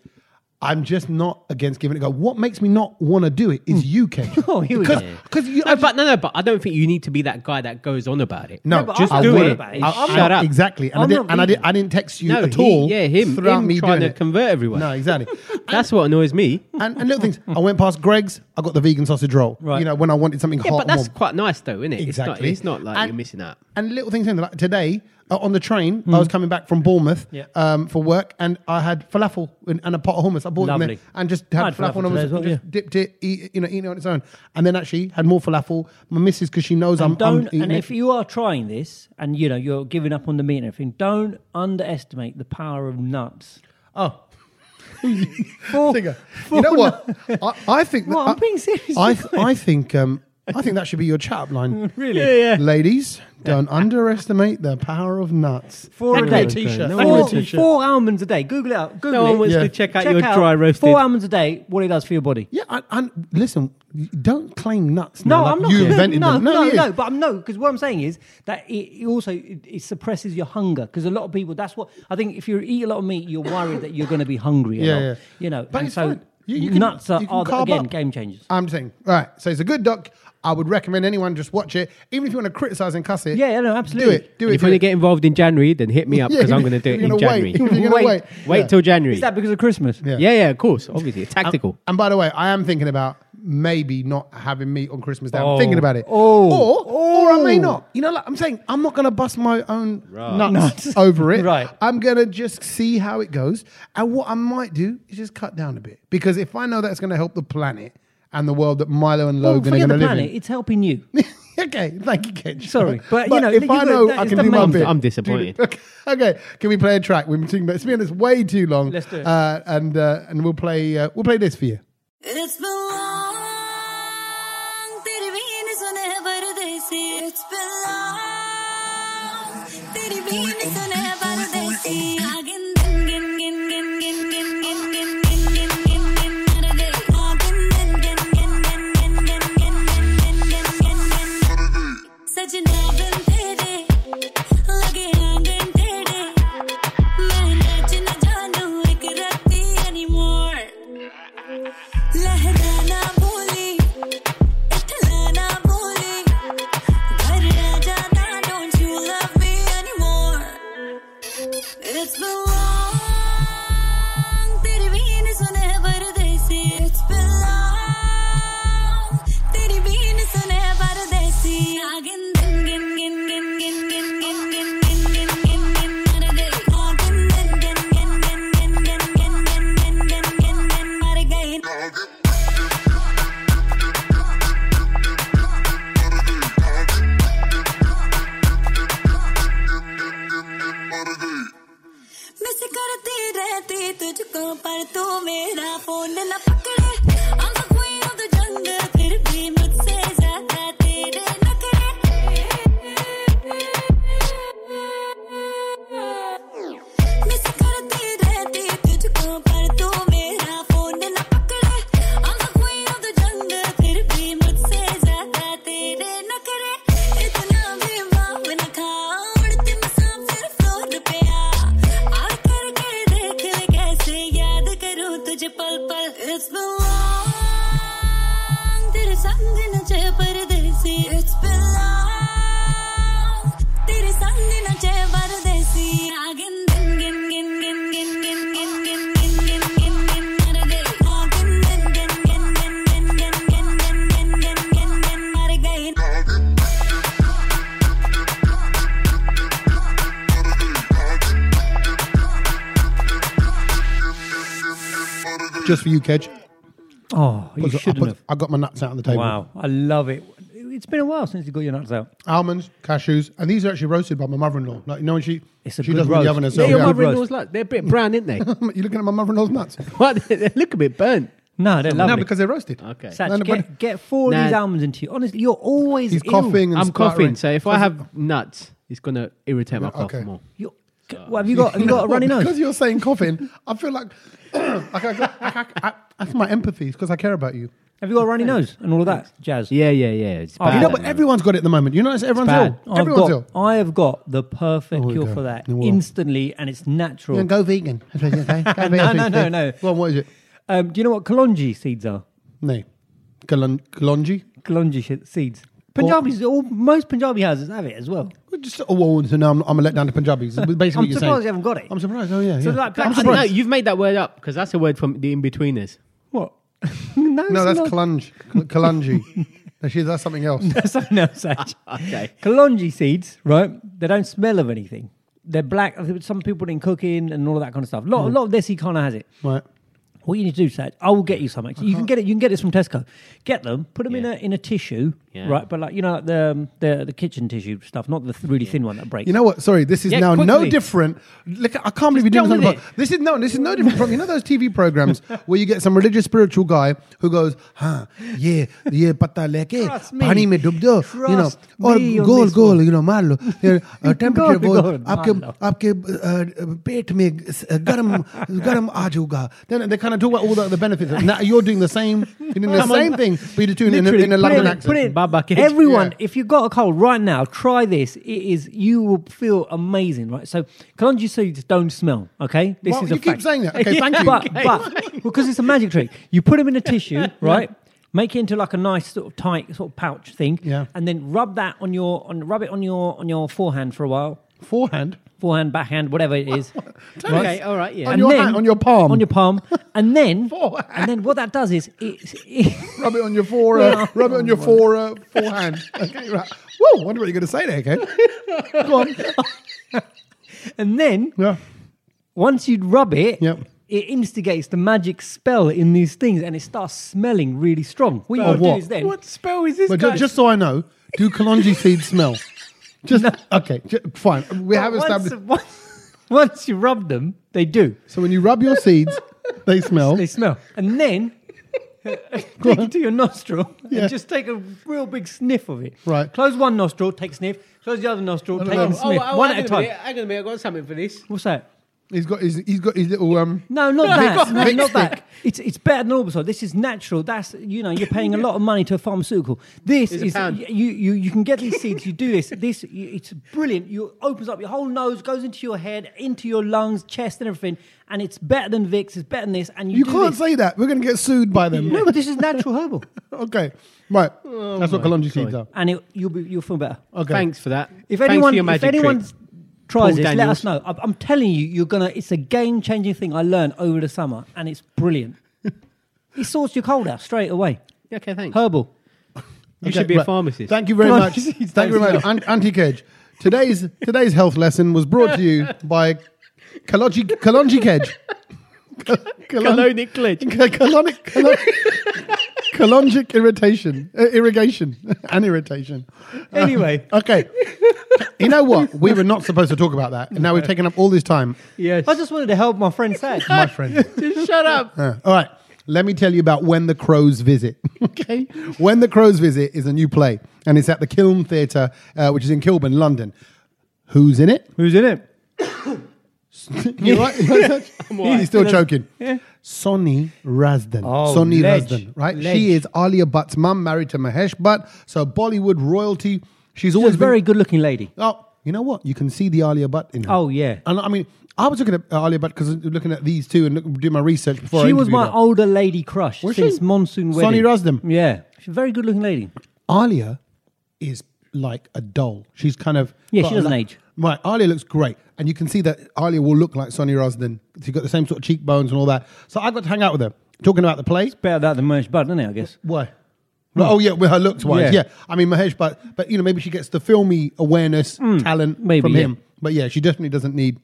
[SPEAKER 1] I'm just not against giving it a go. What makes me not want to do it is you, Ken.
[SPEAKER 3] Oh, here we go.
[SPEAKER 1] because because you.
[SPEAKER 4] No, but no, no, but I don't think you need to be that guy that goes on about it.
[SPEAKER 1] no,
[SPEAKER 3] Yeah, but
[SPEAKER 1] just
[SPEAKER 3] I'm
[SPEAKER 1] do
[SPEAKER 3] not
[SPEAKER 1] it.
[SPEAKER 3] about it.
[SPEAKER 1] I-
[SPEAKER 4] Shut
[SPEAKER 1] I'm-
[SPEAKER 4] up.
[SPEAKER 1] Exactly, and I
[SPEAKER 3] I'm
[SPEAKER 1] didn't
[SPEAKER 3] not
[SPEAKER 1] and I didn't
[SPEAKER 3] vegan.
[SPEAKER 1] I didn't text you
[SPEAKER 4] No,
[SPEAKER 1] at
[SPEAKER 4] he-
[SPEAKER 1] all.
[SPEAKER 4] yeah, him-
[SPEAKER 1] throughout
[SPEAKER 4] him
[SPEAKER 1] me
[SPEAKER 4] trying
[SPEAKER 1] doing
[SPEAKER 4] to
[SPEAKER 1] it.
[SPEAKER 4] convert everyone.
[SPEAKER 1] No, exactly.
[SPEAKER 4] That's what annoys me.
[SPEAKER 1] and, and little things. I went past Greg's. I got the vegan sausage roll.
[SPEAKER 3] Right.
[SPEAKER 1] You know, when I wanted something
[SPEAKER 4] Yeah,
[SPEAKER 1] hot.
[SPEAKER 4] but
[SPEAKER 1] and
[SPEAKER 4] that's
[SPEAKER 1] warm.
[SPEAKER 4] quite nice though, isn't it?
[SPEAKER 1] Exactly.
[SPEAKER 4] It's not, it's not like
[SPEAKER 1] And-
[SPEAKER 4] you're missing out.
[SPEAKER 1] and little things like today uh, on the train i was coming back from bournemouth
[SPEAKER 3] Hmm. Yeah.
[SPEAKER 1] um, for work and i had falafel and, and a pot of hummus i bought them there
[SPEAKER 3] Lovely.
[SPEAKER 1] and just had,
[SPEAKER 3] I had
[SPEAKER 1] falafel,
[SPEAKER 3] falafel
[SPEAKER 1] and hummus
[SPEAKER 3] today as well,
[SPEAKER 1] and just dipped it eat, you know eating it on its own and then actually had more falafel my missus because she knows i'm, I'm
[SPEAKER 3] don't
[SPEAKER 1] eating
[SPEAKER 3] and
[SPEAKER 1] it.
[SPEAKER 3] if you are trying this and you know you're giving up on the meat and everything, don't underestimate the power of nuts.
[SPEAKER 1] oh
[SPEAKER 3] For,
[SPEAKER 1] Singer. you know what I, I think that
[SPEAKER 3] What, I'm
[SPEAKER 1] I-
[SPEAKER 3] being serious.
[SPEAKER 1] I, I think um, I think that should be your chat up line.
[SPEAKER 4] Really? Yeah, yeah.
[SPEAKER 1] Ladies, don't underestimate the power of nuts.
[SPEAKER 3] Four a
[SPEAKER 1] That could be
[SPEAKER 3] day.
[SPEAKER 1] a t-shirt.
[SPEAKER 4] No
[SPEAKER 1] That could be a
[SPEAKER 4] one-
[SPEAKER 3] Four,
[SPEAKER 1] t-shirt.
[SPEAKER 3] four almonds a day. Google it out. Google
[SPEAKER 4] No one wants
[SPEAKER 1] Yeah.
[SPEAKER 4] to check out your dry roasted.
[SPEAKER 3] Four almonds a day, what it does for your body.
[SPEAKER 1] Yeah, and, and listen, don't claim nuts.
[SPEAKER 3] No,
[SPEAKER 1] now, like
[SPEAKER 3] I'm not.
[SPEAKER 1] You
[SPEAKER 3] gonna-
[SPEAKER 1] invented
[SPEAKER 3] no,
[SPEAKER 1] them.
[SPEAKER 3] No,
[SPEAKER 1] it
[SPEAKER 3] no,
[SPEAKER 1] is.
[SPEAKER 3] but I'm no because what I'm saying is that it, it also it, it suppresses your hunger because a lot of people. That's what I think. If you eat a lot of meat, you're worried that you're going to be hungry. a
[SPEAKER 1] Yeah,
[SPEAKER 3] lot,
[SPEAKER 1] yeah.
[SPEAKER 3] You know,
[SPEAKER 1] But
[SPEAKER 3] and
[SPEAKER 1] it's
[SPEAKER 3] so
[SPEAKER 1] fine. You- you can-
[SPEAKER 3] nuts are,
[SPEAKER 1] you can
[SPEAKER 3] are the-
[SPEAKER 1] carb
[SPEAKER 3] again
[SPEAKER 1] up.
[SPEAKER 3] game changers.
[SPEAKER 1] I'm saying, all right. So it's a good doc. I would recommend anyone just watch it, even if you want to criticize and cuss it.
[SPEAKER 3] Yeah, yeah, no,
[SPEAKER 1] do
[SPEAKER 3] absolutely.
[SPEAKER 1] it. Do it.
[SPEAKER 4] if
[SPEAKER 1] do
[SPEAKER 4] you want
[SPEAKER 1] it.
[SPEAKER 4] to get involved in January, then hit me up
[SPEAKER 1] Yeah,
[SPEAKER 4] because I'm going to do it
[SPEAKER 1] you're
[SPEAKER 4] in
[SPEAKER 1] gonna
[SPEAKER 4] January.
[SPEAKER 1] wait. You're gonna wait.
[SPEAKER 3] Wait.
[SPEAKER 4] Wait
[SPEAKER 1] Yeah.
[SPEAKER 4] till January.
[SPEAKER 3] Is that because of Christmas?
[SPEAKER 1] Yeah.
[SPEAKER 4] yeah, yeah, of course, obviously, it's tactical.
[SPEAKER 1] And by the way, I am thinking about maybe not having meat on Christmas Day. I'm
[SPEAKER 3] Oh.
[SPEAKER 1] thinking about it.
[SPEAKER 3] Oh.
[SPEAKER 1] Or, or I may
[SPEAKER 3] Oh.
[SPEAKER 1] not. You know, like I'm saying, I'm not going to bust my own nuts,
[SPEAKER 3] Nuts.
[SPEAKER 1] over it.
[SPEAKER 3] Right.
[SPEAKER 1] I'm going to just see how it goes. And what I might do is just cut down a bit. Because if I know that's going to help the planet and the world that Milo and
[SPEAKER 3] Well,
[SPEAKER 1] Logan are
[SPEAKER 3] forget
[SPEAKER 1] going to
[SPEAKER 3] the
[SPEAKER 1] live
[SPEAKER 3] planet.
[SPEAKER 1] in.
[SPEAKER 3] It's helping you.
[SPEAKER 1] okay, thank you, Kedge.
[SPEAKER 3] Sorry, but, you know,
[SPEAKER 1] if
[SPEAKER 3] you
[SPEAKER 1] I
[SPEAKER 3] got-
[SPEAKER 1] know
[SPEAKER 3] that
[SPEAKER 1] I
[SPEAKER 3] is
[SPEAKER 1] can
[SPEAKER 3] the
[SPEAKER 1] do my
[SPEAKER 3] main-
[SPEAKER 1] bit,
[SPEAKER 4] I'm disappointed.
[SPEAKER 1] Okay, okay, can we play a track? We've been talking about it's been on this way too long.
[SPEAKER 3] Let's do it.
[SPEAKER 1] Uh, and uh, and we'll play uh, we'll play this for you.
[SPEAKER 5] It's been long. तेरी been सुने परदेसी It's been long. तेरी been सुने परदेसी आ गिन गिन गिन गिन गिन गिन गिन गिन गिन गिन गिन गिन गिन मर गए आ गिन गिन गिन गिन गिन गिन गिन गिन गिन गिन गिन गिन गिन मर गए सजना बिन तेरे लगे आंगन तेरे मैं नच न जानू एक रत्ती anymore लहराना बोली इथलाना बोली घर आ जाना don't you love me anymore it's been long तेरी बीन सुने परदेसी इट्स बीन लॉन्ग तेरी बीन सुने परदेसी आ गिन गिन गिन गिन गिन गिन गिन गिन गिन गिन गिन गिन गिन मर गई आ गिन गिन गिन गिन गिन गिन गिन गिन गिन गिन गिन गिन गिन मर गई मिस करती रहती तुझको पर तू मेरा फोन न पकड़े I'm the queen of the jungle, फिर भी मुझसे ज्यादा तेरे नखरे। मिस करती रहती तुझको पर तू मेरा फोन न पकड़े। I'm the queen of the jungle, फिर भी मुझसे ज्यादा तेरे नखरे। इतना भी माफ न खा, उड़ते मुसाफिर floor पे आ। और करके देख ले कैसे याद करूं तुझे पल पल It's been long तेरे संग नचे परदेसी It's been long तेरे संग नचे परदेसी आ गिन गिन गिन गिन गिन गिन गिन गिन गिन गिन गिन गिन गिन मर गई आ गिन गिन गिन गिन गिन गिन गिन गिन गिन गिन गिन गिन गिन मर गई
[SPEAKER 1] Just for you, Kedge.
[SPEAKER 3] Oh, you
[SPEAKER 1] Put- I,
[SPEAKER 3] shouldn't
[SPEAKER 1] put-
[SPEAKER 3] have.
[SPEAKER 1] I got my nuts out on the table.
[SPEAKER 3] Wow, I love it. It's been a while since you got your nuts out.
[SPEAKER 1] Almonds, cashews, and these are actually roasted by my mother-in-law. Like, you know, when she
[SPEAKER 3] It's a
[SPEAKER 1] she
[SPEAKER 3] good
[SPEAKER 1] doesn't
[SPEAKER 3] roast.
[SPEAKER 1] the oven
[SPEAKER 3] Yeah,
[SPEAKER 1] herself.
[SPEAKER 4] They're,
[SPEAKER 3] your
[SPEAKER 1] Yeah.
[SPEAKER 3] mother-in-law's
[SPEAKER 4] they're a bit brown, aren't they?
[SPEAKER 1] You're looking at my mother-in-law's nuts.
[SPEAKER 4] what? They look a bit burnt.
[SPEAKER 3] No, they're lovely.
[SPEAKER 1] No, because they're roasted.
[SPEAKER 4] Okay.
[SPEAKER 3] Satch,
[SPEAKER 1] No, no, but-
[SPEAKER 3] get, get four of
[SPEAKER 4] Nah.
[SPEAKER 3] these almonds into you. Honestly, you're always
[SPEAKER 1] he's
[SPEAKER 3] ill.
[SPEAKER 1] coughing. And
[SPEAKER 4] I'm
[SPEAKER 1] spluttering.
[SPEAKER 4] coughing, so if I have nuts, it's going to irritate my cough
[SPEAKER 1] okay.
[SPEAKER 4] more.
[SPEAKER 3] You're, what have you got? Have you got a runny nose?
[SPEAKER 1] Because you're saying coughing, I feel like, like, I, got- like I, I, that's my empathy. because I care about you.
[SPEAKER 3] Have you got a runny nose and all of that jazz?
[SPEAKER 4] Yeah, yeah, yeah. It's
[SPEAKER 3] Oh,
[SPEAKER 4] bad.
[SPEAKER 1] You know,
[SPEAKER 3] don't
[SPEAKER 1] but everyone's got it at the moment. You notice everyone's
[SPEAKER 4] bad.
[SPEAKER 1] ill.
[SPEAKER 3] I've
[SPEAKER 1] Everyone's
[SPEAKER 3] got,
[SPEAKER 1] ill.
[SPEAKER 3] I have got the perfect
[SPEAKER 1] Oh,
[SPEAKER 3] cure
[SPEAKER 1] okay.
[SPEAKER 3] for that
[SPEAKER 1] Well.
[SPEAKER 3] instantly, and it's natural.
[SPEAKER 1] Yeah, go vegan. Okay, okay. Go vegan.
[SPEAKER 3] No, no, no, no.
[SPEAKER 1] Well, what is it?
[SPEAKER 3] Um, do you know what kalonji seeds are?
[SPEAKER 1] No. Kalon- Kalonji?
[SPEAKER 3] Kalonji sh- seeds. Punjabis, all, most Punjabi houses have it as well.
[SPEAKER 1] Well, Just oh, well, so now I'm, I'm a letdown to Punjabis. Basically, what
[SPEAKER 3] I'm
[SPEAKER 1] you're
[SPEAKER 3] surprised
[SPEAKER 1] saying.
[SPEAKER 3] you haven't got it.
[SPEAKER 1] I'm surprised. Oh yeah.
[SPEAKER 3] So
[SPEAKER 1] yeah.
[SPEAKER 3] like black
[SPEAKER 1] I'm
[SPEAKER 3] seeds-
[SPEAKER 4] No,
[SPEAKER 1] surprised.
[SPEAKER 4] you've made that word up because that's a word from the In-Betweeners.
[SPEAKER 3] What? no,
[SPEAKER 1] No,
[SPEAKER 3] it's
[SPEAKER 1] that's
[SPEAKER 3] not.
[SPEAKER 1] Kalunge. Kalunge. Actually, that's something else.
[SPEAKER 3] That's something else, Saj.
[SPEAKER 4] Okay.
[SPEAKER 3] Kalonji seeds, right? They don't smell of anything. Mm. They're black. Some people in cooking and all of that kind of stuff. lot, a lot of desi kind of has it.
[SPEAKER 1] Right.
[SPEAKER 3] What you need to do, Saj, I will get you something. You
[SPEAKER 1] Uh-huh.
[SPEAKER 3] can get it. You can get this from Tesco. Get them. Put them in
[SPEAKER 4] Yeah.
[SPEAKER 3] a in a tissue,
[SPEAKER 4] Yeah.
[SPEAKER 3] right? But like you know like the um, the the kitchen tissue stuff, not the th- really thin one that breaks.
[SPEAKER 1] You know what? Sorry, this is
[SPEAKER 4] Yeah,
[SPEAKER 1] now no
[SPEAKER 4] quickly.
[SPEAKER 1] different. Look, I can't believe you're doing
[SPEAKER 4] get on
[SPEAKER 1] something.
[SPEAKER 4] with
[SPEAKER 1] about- This is no, this is no different from you know those TV programs where you get some religious spiritual guy who goes, "Huh, yeah, yeah, pata leke,
[SPEAKER 3] Trust me.
[SPEAKER 1] pani me dub do, you know,
[SPEAKER 3] Trust
[SPEAKER 1] or
[SPEAKER 3] me on
[SPEAKER 1] goal,
[SPEAKER 3] this
[SPEAKER 1] goal,
[SPEAKER 3] one.
[SPEAKER 1] you know, marlo, here, uh, temperature
[SPEAKER 3] Goal,
[SPEAKER 1] goal,
[SPEAKER 3] goal,
[SPEAKER 1] आपके
[SPEAKER 3] मार लो."
[SPEAKER 1] आपके uh, पेट में uh, गरम गरम आ जाऊगा. Then they kind of talk about all the, the benefits. Now you're doing the same, you're doing the
[SPEAKER 3] Come on.
[SPEAKER 1] same thing, but you're doing it in, a-
[SPEAKER 3] Literally,
[SPEAKER 1] in a
[SPEAKER 3] put
[SPEAKER 1] London
[SPEAKER 3] it-
[SPEAKER 1] accent.
[SPEAKER 3] put it-
[SPEAKER 4] Baba Cage.
[SPEAKER 3] everyone,
[SPEAKER 1] Yeah.
[SPEAKER 3] if you've got a cold right now, try this. It is you will feel amazing, right? So kalonji seeds don't smell. Okay, this
[SPEAKER 1] Well,
[SPEAKER 3] is a
[SPEAKER 1] you keep
[SPEAKER 3] fact.
[SPEAKER 1] saying that. Okay, thank you.
[SPEAKER 3] But,
[SPEAKER 1] Okay.
[SPEAKER 3] but because it's a magic trick, you put them in a tissue, right? Make it into like a nice sort of tight sort of pouch thing,
[SPEAKER 1] Yeah.
[SPEAKER 3] and then rub that on your on rub it on your on your forehand for a while,
[SPEAKER 1] Forehand
[SPEAKER 3] forehand, backhand, whatever it is.
[SPEAKER 4] Okay, all right, yeah.
[SPEAKER 1] on your hand, on your palm,
[SPEAKER 3] on your palm, and then
[SPEAKER 1] Forehand.
[SPEAKER 3] and then what that does is it, it
[SPEAKER 1] Rub it on your fore, uh, rub it on your
[SPEAKER 3] Oh,
[SPEAKER 1] fore, uh, forehand. Okay, right. Whoa, wonder what you're going to say there, okay? Go on.
[SPEAKER 3] and then
[SPEAKER 1] Yeah.
[SPEAKER 3] once you rub it,
[SPEAKER 1] Yep.
[SPEAKER 3] it instigates the magic spell in these things and it starts smelling really strong. What you
[SPEAKER 1] Of
[SPEAKER 3] want to do
[SPEAKER 1] what?
[SPEAKER 3] is then.
[SPEAKER 4] What spell is this
[SPEAKER 1] But ju-
[SPEAKER 4] guy?
[SPEAKER 1] just, so I know, do kalonji seeds smell? Just, okay, ju- fine. We have
[SPEAKER 3] once-
[SPEAKER 1] established.
[SPEAKER 3] Once, once you rub them, they do.
[SPEAKER 1] So when you rub your seeds, they smell.
[SPEAKER 3] They smell. And then take it to your nostril
[SPEAKER 1] Yeah.
[SPEAKER 3] and just take a real big sniff of it.
[SPEAKER 1] Right.
[SPEAKER 3] Close one nostril, take a sniff. Close the other nostril, take a
[SPEAKER 1] Oh,
[SPEAKER 3] sniff. One at oh, a time.
[SPEAKER 4] Hang on a minute, I've got something for this.
[SPEAKER 3] What's that?
[SPEAKER 1] He's got his, he's got his little, um,
[SPEAKER 3] No, not that. No,
[SPEAKER 1] Vic
[SPEAKER 3] not
[SPEAKER 1] stick.
[SPEAKER 3] that. It's it's better than Orbisol. This is natural. That's you know you're paying a lot of money to a pharmaceutical. This
[SPEAKER 4] It's a
[SPEAKER 3] is
[SPEAKER 4] pound.
[SPEAKER 3] y- you you you can get these seeds. You do this. This you, it's brilliant. You opens up your whole nose, goes into your head, into your lungs, chest, and everything. And it's better than Vicks. It's better than this. And you,
[SPEAKER 1] you
[SPEAKER 3] do
[SPEAKER 1] can't
[SPEAKER 3] this.
[SPEAKER 1] say that. We're going to get sued by them.
[SPEAKER 3] no, but this is natural herbal,
[SPEAKER 1] okay, right.
[SPEAKER 3] Oh
[SPEAKER 1] That's what kalonji seeds are.
[SPEAKER 3] and it, you'll be you'll feel better.
[SPEAKER 1] Okay.
[SPEAKER 4] Thanks for that.
[SPEAKER 3] If
[SPEAKER 4] Thanks
[SPEAKER 3] anyone
[SPEAKER 4] for your
[SPEAKER 3] if
[SPEAKER 4] magic
[SPEAKER 3] anyone
[SPEAKER 4] trick.
[SPEAKER 3] tries
[SPEAKER 4] Paul
[SPEAKER 3] this, let
[SPEAKER 4] Daniels.
[SPEAKER 3] us know. I'm, I'm telling you, you're gonna. It's a game changing thing I learned over the summer, and it's brilliant. it sorts your cold out straight away.
[SPEAKER 4] Yeah, Okay, thanks.
[SPEAKER 3] Herbal.
[SPEAKER 4] you
[SPEAKER 1] Okay,
[SPEAKER 4] should be a
[SPEAKER 1] right.
[SPEAKER 4] pharmacist.
[SPEAKER 1] Thank you very much.
[SPEAKER 3] Pharmacist.
[SPEAKER 1] Thank you very much, An- Auntie Kedge. Today's today's health lesson was brought to you by Kalonji Kalonji Kedge. Kalonji
[SPEAKER 4] Colonic Glitch.
[SPEAKER 1] Kalonic Kalon- Kalonjic irritation, uh, irrigation, and irritation.
[SPEAKER 3] Anyway.
[SPEAKER 1] okay. You know what? We were not supposed to talk about that, and now we've taken up all this time,
[SPEAKER 4] Yes.
[SPEAKER 3] I just wanted to help my friend Saj.
[SPEAKER 1] my friend.
[SPEAKER 4] Just shut up.
[SPEAKER 1] Uh, all right. Let me tell you about When the Crows Visit. okay. When the Crows Visit is a new play, and it's at the Kiln Theatre, uh, which is in Kilburn, London. Who's in it?
[SPEAKER 3] Who's in it?
[SPEAKER 1] You all right? You all right?
[SPEAKER 4] all
[SPEAKER 1] He's still
[SPEAKER 4] right.
[SPEAKER 1] choking. Sonny Razdan.
[SPEAKER 3] Oh,
[SPEAKER 1] Sonny
[SPEAKER 3] ledge.
[SPEAKER 1] Razdan, right? She
[SPEAKER 3] Ledge.
[SPEAKER 1] is Alia Bhatt's mum, married to Mahesh Bhatt. So Bollywood royalty. She's
[SPEAKER 3] She was
[SPEAKER 1] always
[SPEAKER 3] a very
[SPEAKER 1] been,
[SPEAKER 3] good looking lady.
[SPEAKER 1] Oh, you know what? You can see the Alia Bhatt in her.
[SPEAKER 3] Oh, yeah.
[SPEAKER 1] And I mean, I was looking at uh, Alia Bhatt because looking at these two and look, doing my research before. I
[SPEAKER 3] She was my
[SPEAKER 1] interviewed her.
[SPEAKER 3] older lady crush
[SPEAKER 1] Was
[SPEAKER 3] since
[SPEAKER 1] she?
[SPEAKER 3] Monsoon
[SPEAKER 1] Sonny
[SPEAKER 3] Wedding.
[SPEAKER 1] Rossdam.
[SPEAKER 3] Yeah. She's a very good looking lady.
[SPEAKER 1] Alia is like a doll. She's kind of
[SPEAKER 3] Yeah,
[SPEAKER 1] got
[SPEAKER 3] she
[SPEAKER 1] a
[SPEAKER 3] doesn't
[SPEAKER 1] la-
[SPEAKER 3] age.
[SPEAKER 1] Right, Alia looks great, and you can see that Alia will look like Sonia Rosden. She's got the same sort of cheekbones and all that. So I got to hang out with her, talking about the play.
[SPEAKER 3] Better that than Mersh Bud, isn't it, I guess?
[SPEAKER 1] Why? Well, oh yeah, with her looks wise, yeah.
[SPEAKER 3] Hmm. Yeah.
[SPEAKER 1] I mean Mahesh, but but you know maybe she gets the filmy awareness, talent
[SPEAKER 3] Hmm. maybe,
[SPEAKER 1] from
[SPEAKER 3] yeah.
[SPEAKER 1] him. But yeah, she definitely doesn't need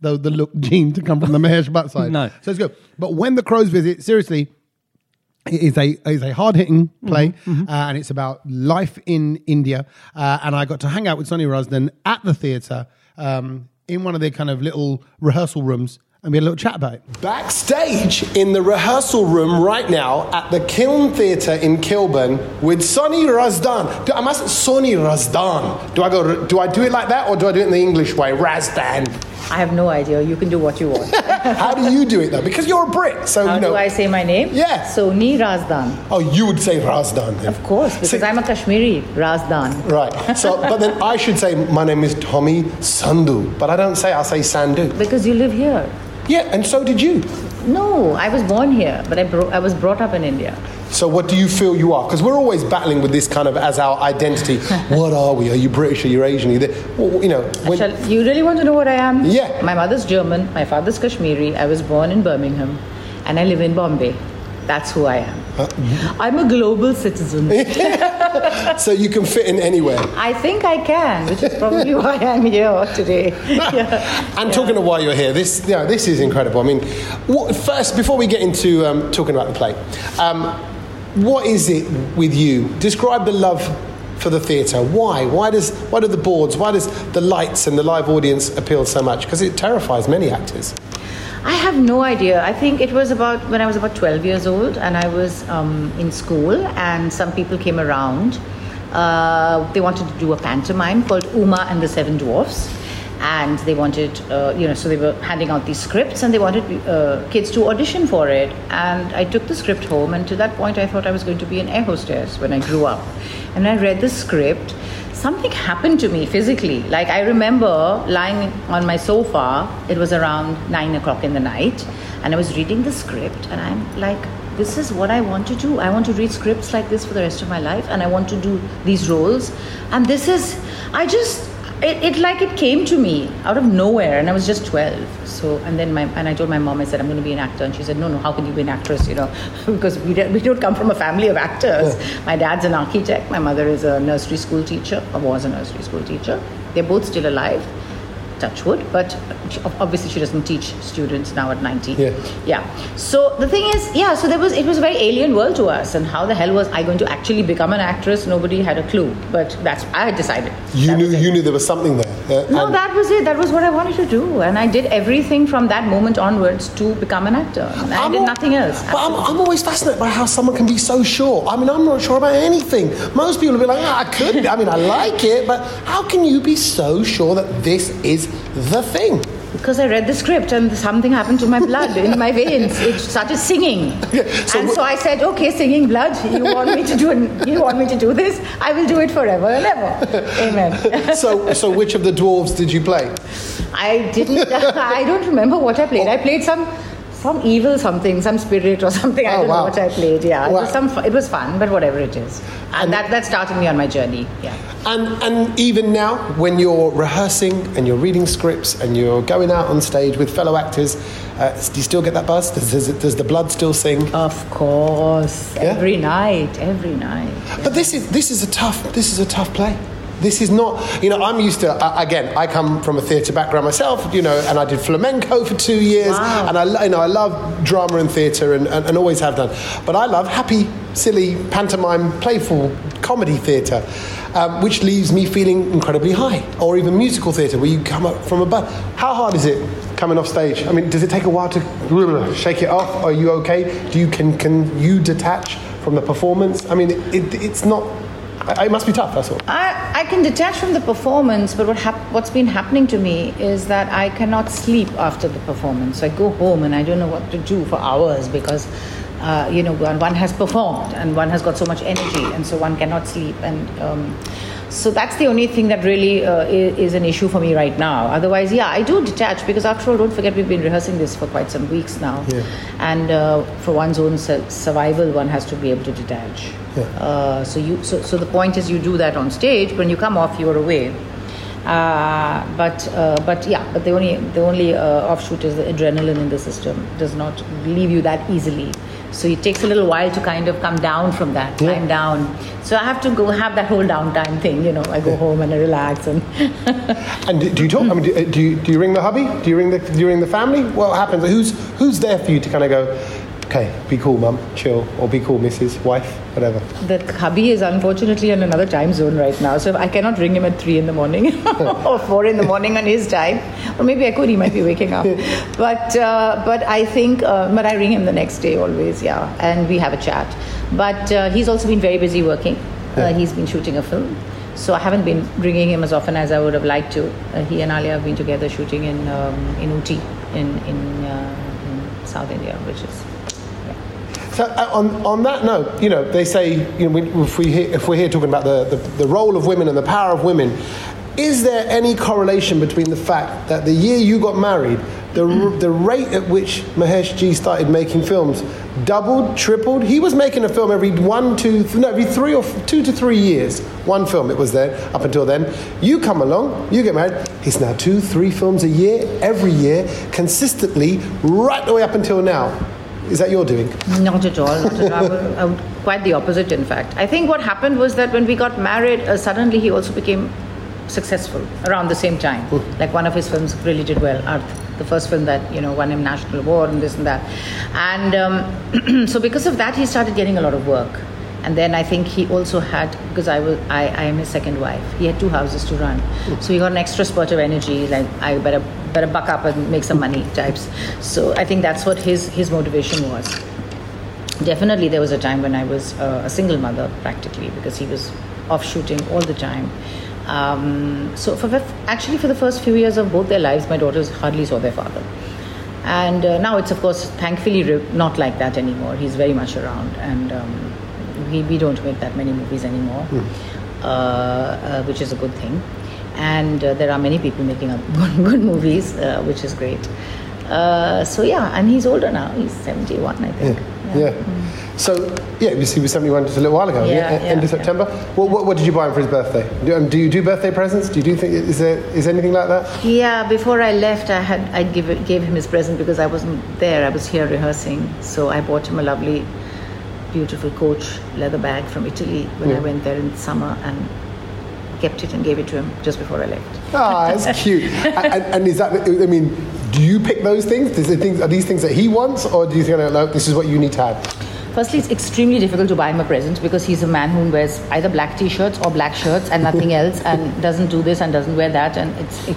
[SPEAKER 1] the the look gene to come from the Mahesh Bhatt side.
[SPEAKER 3] No.
[SPEAKER 1] so it's good. But when the crows visit, seriously, it is a it is a hard hitting play, uh, and it's about life in India. Uh, and I got to hang out with Sonny Rosden at the theatre um, in one of their kind of little rehearsal rooms, and we had a little chat about it.
[SPEAKER 6] Backstage in the rehearsal room right now at the Kiln Theatre in Kilburn with Sonny Razdan. Do, am I Sonny Razdan? Do I go? Do I do it like that, or do I do it in the English way, Razdan?
[SPEAKER 7] I have no idea. You can do what you want.
[SPEAKER 6] How do you do it though? Because you're a Brit, so
[SPEAKER 7] How
[SPEAKER 6] you know.
[SPEAKER 7] do I say my name?
[SPEAKER 6] Yeah.
[SPEAKER 7] Soni Razdan.
[SPEAKER 6] oh, you would say Razdan. Then.
[SPEAKER 7] Of course, because
[SPEAKER 6] See-
[SPEAKER 7] I'm a Kashmiri Razdan.
[SPEAKER 6] Right. So, but then I should say my name is Tommy Sandu, but I don't say I say Sandu.
[SPEAKER 7] Because you live here.
[SPEAKER 6] Yeah, and so did you.
[SPEAKER 7] No, I was born here, but I, bro- I was brought up in India.
[SPEAKER 6] So, what do you feel you are? Because we're always battling with this kind of as our identity. what are we? Are you British? Are you Asian? Are you, thi- well, you know, when,
[SPEAKER 7] Shall, you really want to know what I am?
[SPEAKER 6] Yeah.
[SPEAKER 7] My mother's German, my father's Kashmiri. I was born in Birmingham,
[SPEAKER 6] Uh,
[SPEAKER 7] and I live in Bombay. That's who I am. I'm a global citizen.
[SPEAKER 1] so you can fit in anywhere.
[SPEAKER 7] I think I can, which is probably why I'm here today. Yeah.
[SPEAKER 1] And talking of why you're here, this you know, this is incredible. I mean, what, first before we get into um, talking about the play, um, what is it with you? Describe the love for the theatre. Why? Why does why do the boards? Why does the lights and the live audience appeal so much? Because it terrifies many actors.
[SPEAKER 7] I have no idea. I think it was about when I was about 12 years old and I was um, in school, and some people came around. Uh, they wanted to do a pantomime called Uma and the Seven Dwarfs. And they wanted, uh, you know, so they were handing out these scripts and they wanted uh, kids to audition for it. And I took the script home, and to that point, I thought I was going to be an air hostess when I grew up. And I read the script. Something happened to me physically. Like, I remember lying on my sofa, it was around nine o'clock in the night, and I was reading the script, and I'm like, this is what I want to do. I want to read scripts like this for the rest of my life, and I want to do these roles. And this is, I just, it, it like it came to me out of nowhere, and I was just 12. So, and then my, and I told my mom, I said, I'm going to be an actor. And she said, No, no, how can you be an actress? You know, because we, don't we don't come from a family of actors. My dad's an architect, my mother is a nursery school teacher, or was a nursery school teacher. They're both still alive. Touchwood, but she- obviously she doesn't teach students now at 90
[SPEAKER 1] Yeah.
[SPEAKER 7] yeah so the thing is yeah so there was it was a very alien world to us and how the hell was i going to actually become an actress nobody had a clue but that's i had decided
[SPEAKER 1] You
[SPEAKER 7] That
[SPEAKER 1] knew
[SPEAKER 7] was it.
[SPEAKER 1] you knew there was something there. Uh,
[SPEAKER 7] no
[SPEAKER 1] and-
[SPEAKER 7] that was it that was what i wanted to do and i did everything from that moment onwards to become an actor and i
[SPEAKER 1] I'm
[SPEAKER 7] did
[SPEAKER 1] al-
[SPEAKER 7] nothing else
[SPEAKER 1] But I'm, I'm always fascinated by how someone can be so sure. I mean, I'm not sure about anything. Most people will be like, "Ah, I could. I mean, I like it, but how can you be so sure that this is the thing?
[SPEAKER 7] because i read the script and something happened to my blood in my veins it started singing
[SPEAKER 1] so
[SPEAKER 7] and
[SPEAKER 1] what-
[SPEAKER 7] so i said okay singing blood you want me to do an- you want me to do this i will do it forever and ever amen
[SPEAKER 1] So, so which of the dwarves did you play?
[SPEAKER 7] I didn't. I don't remember what I played. I played some some evil something, some spirit or something. I
[SPEAKER 1] Oh,
[SPEAKER 7] don't
[SPEAKER 1] wow.
[SPEAKER 7] know what I played. Yeah, it
[SPEAKER 1] Wow.
[SPEAKER 7] was some. fu- It was fun, but whatever it is, and, that that started me on my journey. Yeah.
[SPEAKER 1] And, and even now, when you're rehearsing and you're reading scripts and you're going out on stage with fellow actors, uh, do you still get that buzz? Does, does, it- does the blood still sing?
[SPEAKER 7] Of course,
[SPEAKER 1] Yeah?
[SPEAKER 7] every night, every night.
[SPEAKER 1] But this is this is a tough this is a tough play. This is not, you know, I'm used to, uh, again, I come from a theatre background myself, you know, and I did flamenco for two years,
[SPEAKER 7] Wow.
[SPEAKER 1] and I, lo- you know, I love drama and theatre and, and, and always have done. But I love happy, silly, pantomime, playful comedy theatre, um, which leaves me feeling incredibly high, or even musical theatre, where you come up from above. How hard is it coming off stage? I mean, does it take a while to shake it off? Are you okay? Do you, can, can you detach from the performance? I mean, it, it's not, I- it must be tough, that's all.
[SPEAKER 7] I, I can detach from the performance, but what hap- what's been happening to me is that I cannot sleep after the performance. I go home and I don't know what to do for hours because, uh, you know, one, one has performed and one has got so much energy, and so one cannot sleep. And um, so that's the only thing that really uh, i- is an issue for me right now. Otherwise, yeah, I do detach because after all, don't forget we've been rehearsing this for quite some weeks now, and uh, for one's own su- survival, one has to be able to detach. Uh, so you, so, so the point is, you do that on stage. When you come off, you are away. Uh, but uh, but yeah, but the only the only uh, offshoot is the adrenaline in the system does not leave you that easily. So it takes a little while to kind of come down from that. Climb down. So I have to go have that whole downtime thing. You know, I go home and I relax and
[SPEAKER 1] And do, do you talk? I mean, do, uh, do, you, do you ring the hubby? Do you ring the, do you ring the family? What happens? Who's, who's there for you to kind of go, okay, be cool, mum, chill, or be cool, missus, wife, whatever?
[SPEAKER 7] The hubby is unfortunately in another time zone right now, so I cannot ring him at three in the morning or four in the morning on his time, or maybe I could. He might be waking up, but uh, but I think uh, but I ring him the next day always, yeah, and we have a chat. But uh, he's also been very busy working. Uh, he's been shooting a film, so I haven't been ringing him as often as I would have liked to. Uh, he and Ali have been together shooting in um, in Uti in in, uh, in South India, which is
[SPEAKER 1] So uh, on, on that note, you know, they say, you know, we, if, we hear, if we're here talking about the, the, the role of women and the power of women, is there any correlation between the fact that the year you got married, the, r the rate at which Mahesh G started making films doubled, tripled? He was making a film every one, two, th- no, every three or f- two to three years. One film it was there up until then. You come along, you get married. It's now two, three films a year, every year, consistently, right the way up until now.
[SPEAKER 8] Is that your doing?
[SPEAKER 7] Not at all. Not at all. I would- I would- quite the opposite, in fact. I think what happened was that when we got married, uh, suddenly he also became successful around the same time. Like one of his films really did well, Arth, the first film that you know won him national award and this and that. And um, so because of that, he started getting a lot of work. And then I think he also had because I was I, I am his second wife. He had two houses to run, so he got an extra spurt of energy. Like I better better buck up and make some money types. So I think that's what his his motivation was definitely there was a time when i was uh, a single mother practically because he was off shooting all the time um, so for the, actually for the first few years of both their lives my daughters hardly saw their father and uh, now it's of course thankfully re- not like that anymore he's very much around and um, we, we don't make that many movies anymore uh, uh, which is a good thing and uh, there are many people making up good, good movies uh, which is great uh, so yeah and he's older now he's 71 i think
[SPEAKER 8] Yeah. So, yeah, you see, we 71 just a little while ago,
[SPEAKER 7] Mm. Yeah,
[SPEAKER 8] yeah, e-
[SPEAKER 7] yeah,
[SPEAKER 8] end of
[SPEAKER 7] yeah.
[SPEAKER 8] September. What, what, what did you buy him for his birthday? Do, um, do you do birthday presents? Do you do things? Is there is anything like that?
[SPEAKER 7] Yeah, before I left, I had I give, gave him his present because I wasn't there. I was here rehearsing, so I bought him a lovely, beautiful Coach leather bag from Italy when I went there in the summer and kept it and gave it to him just before I left.
[SPEAKER 8] Ah, that's cute. and, and- and is that? I mean, do you pick those things? Is it things? Are these things that he wants, or do you think, no, this is what you need to have?
[SPEAKER 7] Firstly, it's extremely difficult to buy him a present because he's a man who wears either black t-shirts or black shirts and nothing else, and doesn't do this and doesn't wear that, and it's. It,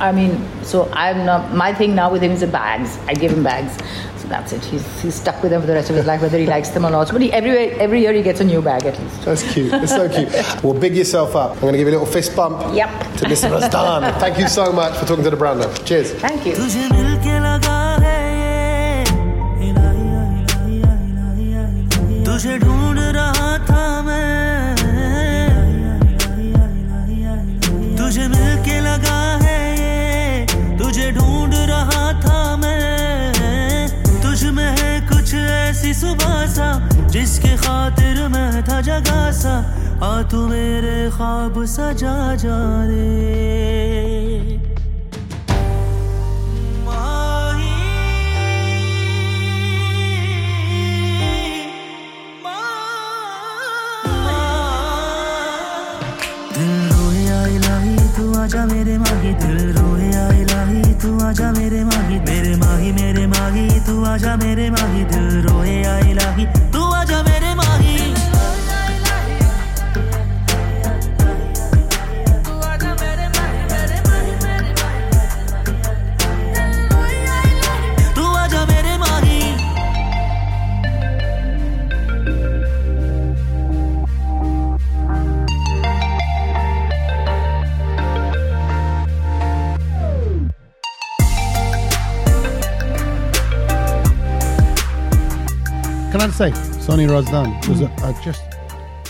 [SPEAKER 7] I mean, so I'm not, my thing now with him is the bags. I give him bags, so that's it. He's, he's stuck with them for the rest of his life, whether he likes them or not. But he, every every year he gets a new bag at least.
[SPEAKER 8] That's cute. That's so cute. Well, big yourself up. I'm going to give you a little fist bump.
[SPEAKER 7] Yep.
[SPEAKER 8] To Mr. Rastan. Thank you so much for talking to the brand. now. Cheers.
[SPEAKER 7] Thank you.
[SPEAKER 6] तुझे मिलके लगा है ये इलाही, इलाही, इलाही, इलाही। तुझे ढूंढ रहा था मैं इलाही, इलाही, इलाही। तुझे मिलके लगा है ये तुझे ढूंढ रहा था मैं तुझ में है कुछ ऐसी सुबह सा जिसके खातिर मैं था जगा सा आ तू मेरे ख्वाब सजा जा रे मेरे माही दिल रोए आई लाही तू आजा मेरे माही मेरे माही मेरे माही तू आजा मेरे माही दिल रोए आई लाही तू आजा मेरे माही तू आजा मेरे माही
[SPEAKER 1] Can I just say, Sonia Razdan was a, a, just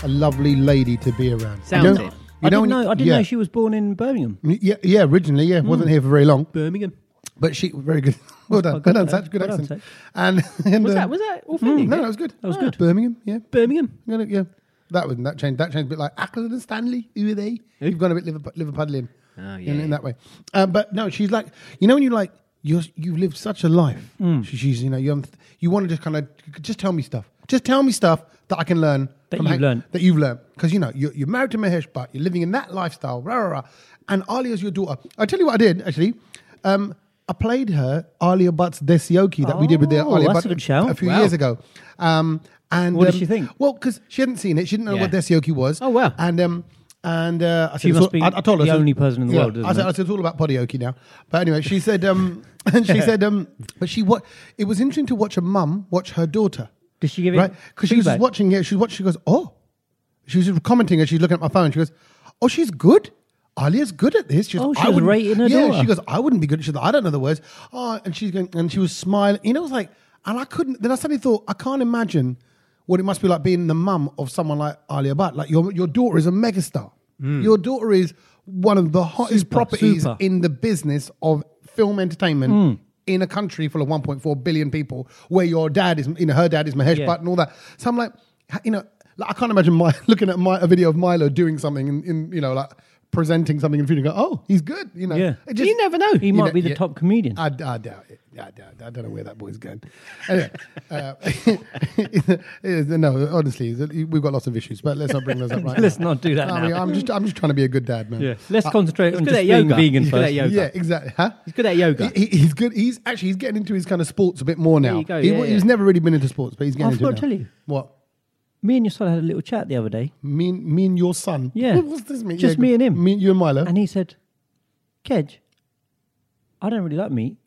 [SPEAKER 1] a lovely lady to be around. You
[SPEAKER 4] Sounds
[SPEAKER 1] don't-
[SPEAKER 4] it.
[SPEAKER 1] you
[SPEAKER 3] I
[SPEAKER 1] don't-
[SPEAKER 3] didn't know. I didn't
[SPEAKER 1] yeah.
[SPEAKER 3] know she was born in Birmingham.
[SPEAKER 1] Yeah, yeah, originally, yeah, wasn't here for very long,
[SPEAKER 4] Birmingham.
[SPEAKER 1] but she very good. Well done,
[SPEAKER 3] good,
[SPEAKER 1] well done,
[SPEAKER 3] eh?
[SPEAKER 1] such good
[SPEAKER 3] Well done,
[SPEAKER 1] accent. And, and
[SPEAKER 4] Was
[SPEAKER 1] uh,
[SPEAKER 4] that was that all
[SPEAKER 6] hmm,
[SPEAKER 4] mm,
[SPEAKER 1] no, that was good. That
[SPEAKER 3] was good.
[SPEAKER 1] Birmingham, yeah,
[SPEAKER 4] Birmingham.
[SPEAKER 1] I'm gonna, yeah. That was that changed. That changed a bit like Ackland and Stanley. Who are they? You've gone a bit Liverpool, Liverpudlian
[SPEAKER 4] Oh,
[SPEAKER 1] in,
[SPEAKER 4] yeah,
[SPEAKER 1] in that way. Um, but no, she's like you know when you like you you've lived such a life. She, she's you know you haven't- you want to just kind of just tell me stuff. Just tell me stuff that I can learn.
[SPEAKER 3] That
[SPEAKER 1] from
[SPEAKER 3] you've
[SPEAKER 1] Hank-
[SPEAKER 3] learned.
[SPEAKER 1] That you've learned because you know you're, you're married to Mahesh, but you're living in that lifestyle. Rah, rah, rah. And Alia's your daughter. I tell you what I did actually. Um, I played her Alia Butts Desioki that we did with the
[SPEAKER 3] Oh,
[SPEAKER 1] Alia
[SPEAKER 3] that's
[SPEAKER 1] Bhatt
[SPEAKER 3] a good show.
[SPEAKER 1] a few
[SPEAKER 3] Wow.
[SPEAKER 1] years ago. Um, and
[SPEAKER 3] What did
[SPEAKER 1] um,
[SPEAKER 3] she think?
[SPEAKER 1] well, because she hadn't seen it, she didn't know
[SPEAKER 4] Yeah.
[SPEAKER 1] what Desioki was.
[SPEAKER 4] Oh, wow.
[SPEAKER 1] And um, and uh, I said,
[SPEAKER 3] She
[SPEAKER 1] it's
[SPEAKER 3] must
[SPEAKER 1] all-
[SPEAKER 3] be
[SPEAKER 1] I, I told her
[SPEAKER 3] the
[SPEAKER 1] I said-
[SPEAKER 3] only person in the
[SPEAKER 1] Yeah.
[SPEAKER 3] world, doesn't
[SPEAKER 1] I said,
[SPEAKER 3] it?
[SPEAKER 1] I said, it's all about podioki now. But anyway, she said, um, and she said, um, but she what? It was interesting to watch a mum watch her daughter.
[SPEAKER 3] Did she give it
[SPEAKER 1] Right? Because she was just
[SPEAKER 3] feedback?
[SPEAKER 1] watching it. She was watching. She goes, oh, she was just commenting as she's looking at my phone. She goes, oh, she's good. Alia's good at this. She goes,
[SPEAKER 3] Oh, she
[SPEAKER 1] I
[SPEAKER 3] was
[SPEAKER 1] wouldn't-
[SPEAKER 3] rating her
[SPEAKER 1] Yeah,
[SPEAKER 3] daughter.
[SPEAKER 1] she goes, I wouldn't be good. She goes, I don't know the words. Oh, and she's going, and she was smiling. You know, it was like, and I couldn't. Then I suddenly thought, I can't imagine what it must be like being the mum of someone like Alia Bhatt. Like your your daughter is a megastar.
[SPEAKER 3] Hmm.
[SPEAKER 1] Your daughter is one of the hottest
[SPEAKER 3] Super,
[SPEAKER 1] properties
[SPEAKER 3] super.
[SPEAKER 1] in the business of film entertainment.
[SPEAKER 3] Hmm.
[SPEAKER 1] In a country full of 1.4 billion people, where your dad is, you know, her dad is Mahesh
[SPEAKER 3] Yeah.
[SPEAKER 1] Bhatt and all that. So I'm like, you know, like I can't imagine my looking at my, a video of Milo doing something in, in you know, like presenting something in the future and go, oh, he's good. You know,
[SPEAKER 3] Yeah.
[SPEAKER 1] It just-
[SPEAKER 4] You never know.
[SPEAKER 3] He might
[SPEAKER 1] know,
[SPEAKER 3] be the
[SPEAKER 1] yeah.
[SPEAKER 3] top comedian.
[SPEAKER 1] I, I doubt it. I doubt it. I don't know where that boy's going. Anyway, uh, no, honestly, we've got lots of issues, but let's not bring those up right
[SPEAKER 3] Let's
[SPEAKER 1] now.
[SPEAKER 3] not do that
[SPEAKER 1] I
[SPEAKER 3] now.
[SPEAKER 1] mean, I'm just, I'm just trying to be a good dad, man.
[SPEAKER 3] Yeah. Let's concentrate on
[SPEAKER 4] good
[SPEAKER 3] just
[SPEAKER 4] at
[SPEAKER 3] being
[SPEAKER 4] yoga.
[SPEAKER 3] vegan
[SPEAKER 4] He's good
[SPEAKER 3] first.
[SPEAKER 4] at yoga.
[SPEAKER 1] Yeah, exactly. Huh?
[SPEAKER 4] He's good at yoga.
[SPEAKER 1] He, he- he's good. He's actually he's getting into his kind of sports a bit more now.
[SPEAKER 4] you go,
[SPEAKER 1] He-
[SPEAKER 4] yeah,
[SPEAKER 1] he's
[SPEAKER 4] yeah.
[SPEAKER 1] never really been into sports, but he's getting
[SPEAKER 3] I
[SPEAKER 1] into
[SPEAKER 3] forgot
[SPEAKER 1] it
[SPEAKER 3] to
[SPEAKER 1] now.
[SPEAKER 3] tell you.
[SPEAKER 1] What?
[SPEAKER 3] Me and your son had a little chat the other day,
[SPEAKER 1] Me, and- me and your son.
[SPEAKER 3] Yeah.
[SPEAKER 1] What's this mean?
[SPEAKER 3] Just me and him.
[SPEAKER 1] Me, you and Milo.
[SPEAKER 3] and he said, "Kedge, I don't really like meat.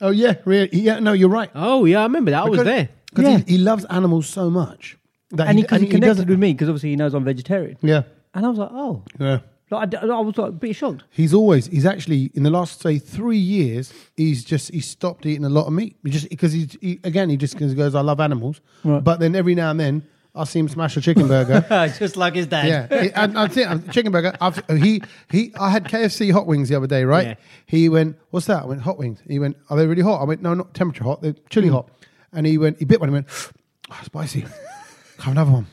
[SPEAKER 1] oh yeah, really? Yeah. No, you're right.
[SPEAKER 4] Oh yeah, I remember that. I was there.
[SPEAKER 1] because
[SPEAKER 3] Yeah.
[SPEAKER 1] he, he loves animals so much that
[SPEAKER 3] And he, 'cause he connected
[SPEAKER 1] doesn't-
[SPEAKER 3] with me because obviously he knows I'm vegetarian.
[SPEAKER 1] Yeah.
[SPEAKER 3] And I was like, oh,
[SPEAKER 1] Yeah.
[SPEAKER 3] like, I d- I, was like a bit shocked.
[SPEAKER 1] He's always he's actually in the last say three years he's just he stopped eating a lot of meat He just because he's he, again he just goes I love animals
[SPEAKER 3] Right.
[SPEAKER 1] but then every now and then I see him smash a chicken burger
[SPEAKER 3] Just like his dad.
[SPEAKER 1] Yeah, He- and I think chicken burger. I've, he he. I had KFC hot wings the other day, right?
[SPEAKER 4] Yeah.
[SPEAKER 1] He went, "What's that?" I went, "Hot wings." He went, "Are they really hot?" I went, "No, not temperature hot. They're
[SPEAKER 4] Mm.
[SPEAKER 1] chili hot." And he went, he bit one. and went, oh, "Spicy." Have another one.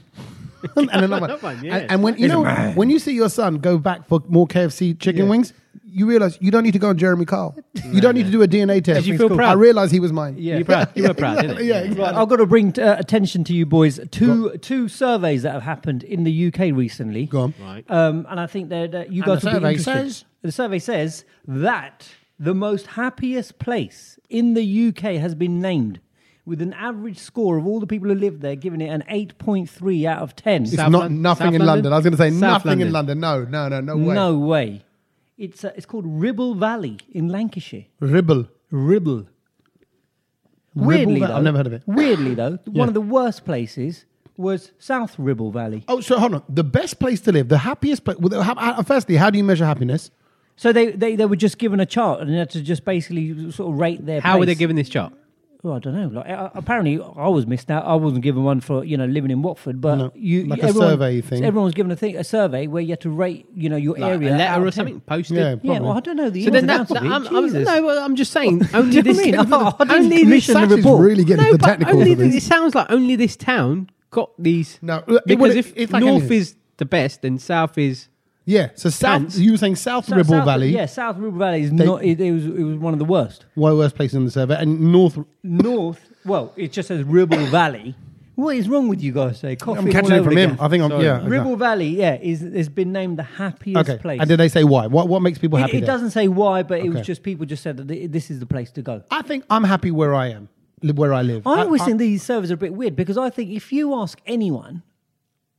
[SPEAKER 1] and another one.
[SPEAKER 4] one, yeah.
[SPEAKER 1] and, and when you know when you see your son go back for more KFC chicken
[SPEAKER 4] Yeah.
[SPEAKER 1] wings, you realize you don't need to go on Jeremy Kyle. You don't need to do a DNA test.
[SPEAKER 4] Did you feel proud?
[SPEAKER 1] I realized he was mine.
[SPEAKER 4] You were proud. You were proud.
[SPEAKER 1] yeah,
[SPEAKER 4] didn't you?
[SPEAKER 1] yeah, exactly.
[SPEAKER 3] I've got to bring uh, attention to you boys. Two two surveys that have happened in the UK recently.
[SPEAKER 1] Go on.
[SPEAKER 4] Right.
[SPEAKER 3] Um, and I think that that you
[SPEAKER 1] And
[SPEAKER 3] guys
[SPEAKER 1] the
[SPEAKER 3] will be
[SPEAKER 1] survey
[SPEAKER 3] interested.
[SPEAKER 1] says?
[SPEAKER 3] the survey says that the most happiest place in the UK has been named, with an average score of all the people who live there giving it an eight point three out of ten.
[SPEAKER 1] It's
[SPEAKER 4] South
[SPEAKER 1] not
[SPEAKER 4] Lon-
[SPEAKER 1] nothing
[SPEAKER 4] South
[SPEAKER 1] in London.
[SPEAKER 4] London?
[SPEAKER 1] I was going to say
[SPEAKER 4] South
[SPEAKER 1] nothing in London.
[SPEAKER 4] London.
[SPEAKER 1] No, no, no, no way.
[SPEAKER 3] No way. It's uh, it's called Ribble Valley in Lancashire.
[SPEAKER 1] Ribble.
[SPEAKER 3] Ribble. Weirdly,
[SPEAKER 1] Ribble Va-
[SPEAKER 3] though,
[SPEAKER 1] I've never heard of it.
[SPEAKER 3] Weirdly, though, one of the worst places was South Ribble Valley.
[SPEAKER 1] Oh, so hold on. The best place to live, the happiest place. Well, how, how- firstly, how do you measure happiness?
[SPEAKER 3] So they, they, they were just given a chart and they had to just basically sort of rate their.
[SPEAKER 4] How were they
[SPEAKER 3] place.
[SPEAKER 4] giving this chart?
[SPEAKER 3] Well, I don't know. Like, uh, apparently, I was missed out. I wasn't given one for you know living in Watford, but
[SPEAKER 1] No,
[SPEAKER 3] you
[SPEAKER 1] like a
[SPEAKER 3] everyone,
[SPEAKER 1] survey thing.
[SPEAKER 3] Everyone was given a thing, a survey where you had to rate you know your
[SPEAKER 4] Like
[SPEAKER 3] area,
[SPEAKER 4] a
[SPEAKER 3] out
[SPEAKER 4] letter
[SPEAKER 3] of
[SPEAKER 4] or
[SPEAKER 3] 10.
[SPEAKER 4] something posted.
[SPEAKER 1] Yeah.
[SPEAKER 3] Yeah, well,
[SPEAKER 1] Probably.
[SPEAKER 3] I don't know the
[SPEAKER 4] So
[SPEAKER 3] ins
[SPEAKER 4] then
[SPEAKER 3] and
[SPEAKER 4] that,
[SPEAKER 3] outs of it.
[SPEAKER 4] I'm, I'm,
[SPEAKER 3] Jesus.
[SPEAKER 4] no, I'm just saying.
[SPEAKER 3] you
[SPEAKER 4] Only this.
[SPEAKER 3] mean? Oh, I didn't
[SPEAKER 4] only
[SPEAKER 3] commission
[SPEAKER 4] this-
[SPEAKER 3] the
[SPEAKER 1] Satch is
[SPEAKER 3] report.
[SPEAKER 1] really getting
[SPEAKER 4] no,
[SPEAKER 1] into the
[SPEAKER 4] but
[SPEAKER 1] technical.
[SPEAKER 4] only
[SPEAKER 1] of
[SPEAKER 4] this-
[SPEAKER 1] this.
[SPEAKER 4] It sounds like only this town got these.
[SPEAKER 1] No, well, Uh, it-
[SPEAKER 4] because
[SPEAKER 1] well,
[SPEAKER 4] if
[SPEAKER 1] it's like
[SPEAKER 4] north
[SPEAKER 1] anything.
[SPEAKER 4] is the best, then south is.
[SPEAKER 1] Yeah. So South,
[SPEAKER 4] Pants.
[SPEAKER 1] you were saying South
[SPEAKER 3] So-
[SPEAKER 1] Ribble
[SPEAKER 3] South-
[SPEAKER 1] Valley,
[SPEAKER 3] Yeah, South Ribble Valley is not. It, it was it was one of the worst.
[SPEAKER 1] one of the worst places in the survey, and North.
[SPEAKER 3] North. Well, it just says Ribble Valley. What is wrong with you guys? Say coffee.
[SPEAKER 1] I'm catching
[SPEAKER 3] all
[SPEAKER 1] it from
[SPEAKER 3] over
[SPEAKER 1] him.
[SPEAKER 3] again.
[SPEAKER 1] I think I'm. Yeah. okay.
[SPEAKER 3] Ribble Valley, yeah, is has been named the happiest
[SPEAKER 1] Okay.
[SPEAKER 3] place.
[SPEAKER 1] And did they say why? What What makes people
[SPEAKER 3] it,
[SPEAKER 1] happy?
[SPEAKER 3] it
[SPEAKER 1] there?
[SPEAKER 3] doesn't say why, but it
[SPEAKER 1] Okay.
[SPEAKER 3] was just people just said that th- this is the place to go.
[SPEAKER 1] I think I'm happy where I am, li- where I live.
[SPEAKER 3] I always think these surveys are a bit weird because I think if you ask anyone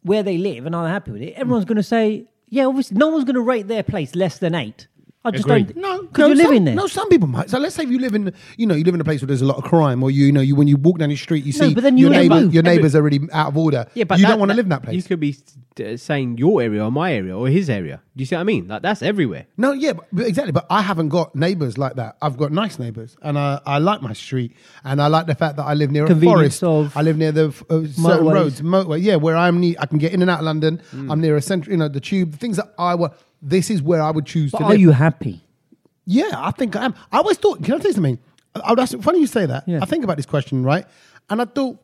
[SPEAKER 3] where they live and are they happy with it, everyone's going to say, yeah, obviously, no one's going to rate their place less than eight. I just
[SPEAKER 4] Agreed.
[SPEAKER 3] don't.
[SPEAKER 1] No,
[SPEAKER 3] because
[SPEAKER 1] no,
[SPEAKER 3] you live
[SPEAKER 1] some-
[SPEAKER 3] in there.
[SPEAKER 1] No, some people might. So let's say if you live in, you know, you live in a place where there's a lot of crime, or you, you know, you when you walk down the street, you
[SPEAKER 3] No,
[SPEAKER 1] see
[SPEAKER 3] but then
[SPEAKER 1] your
[SPEAKER 3] you live
[SPEAKER 1] neighbor,
[SPEAKER 3] both.
[SPEAKER 1] your neighbors are already out of order.
[SPEAKER 4] Yeah, but
[SPEAKER 1] you
[SPEAKER 4] that-
[SPEAKER 1] don't want to
[SPEAKER 4] that-
[SPEAKER 1] live in that place.
[SPEAKER 4] You could be uh, saying your area or my area or his area. Do you see what I mean? Like that's everywhere.
[SPEAKER 1] No, yeah, but, but exactly. But I haven't got neighbours like that. I've got nice neighbours, and I, I like my street, and I like the fact that I live near a
[SPEAKER 3] Convenience
[SPEAKER 1] forest.
[SPEAKER 3] of
[SPEAKER 1] I live near the f- uh, certain
[SPEAKER 3] motorways.
[SPEAKER 1] roads, motorway. Yeah, where I'm, ne- I can get in and out of London. I'm near a central, you know, the tube. The things that I want. This is where I would choose
[SPEAKER 3] But
[SPEAKER 1] to
[SPEAKER 3] are
[SPEAKER 1] live.
[SPEAKER 3] you happy?
[SPEAKER 1] Yeah, I think I am. I always thought, can I tell you something? I, I, that's funny you say that.
[SPEAKER 3] Yeah.
[SPEAKER 1] I think about this question, right? And I thought,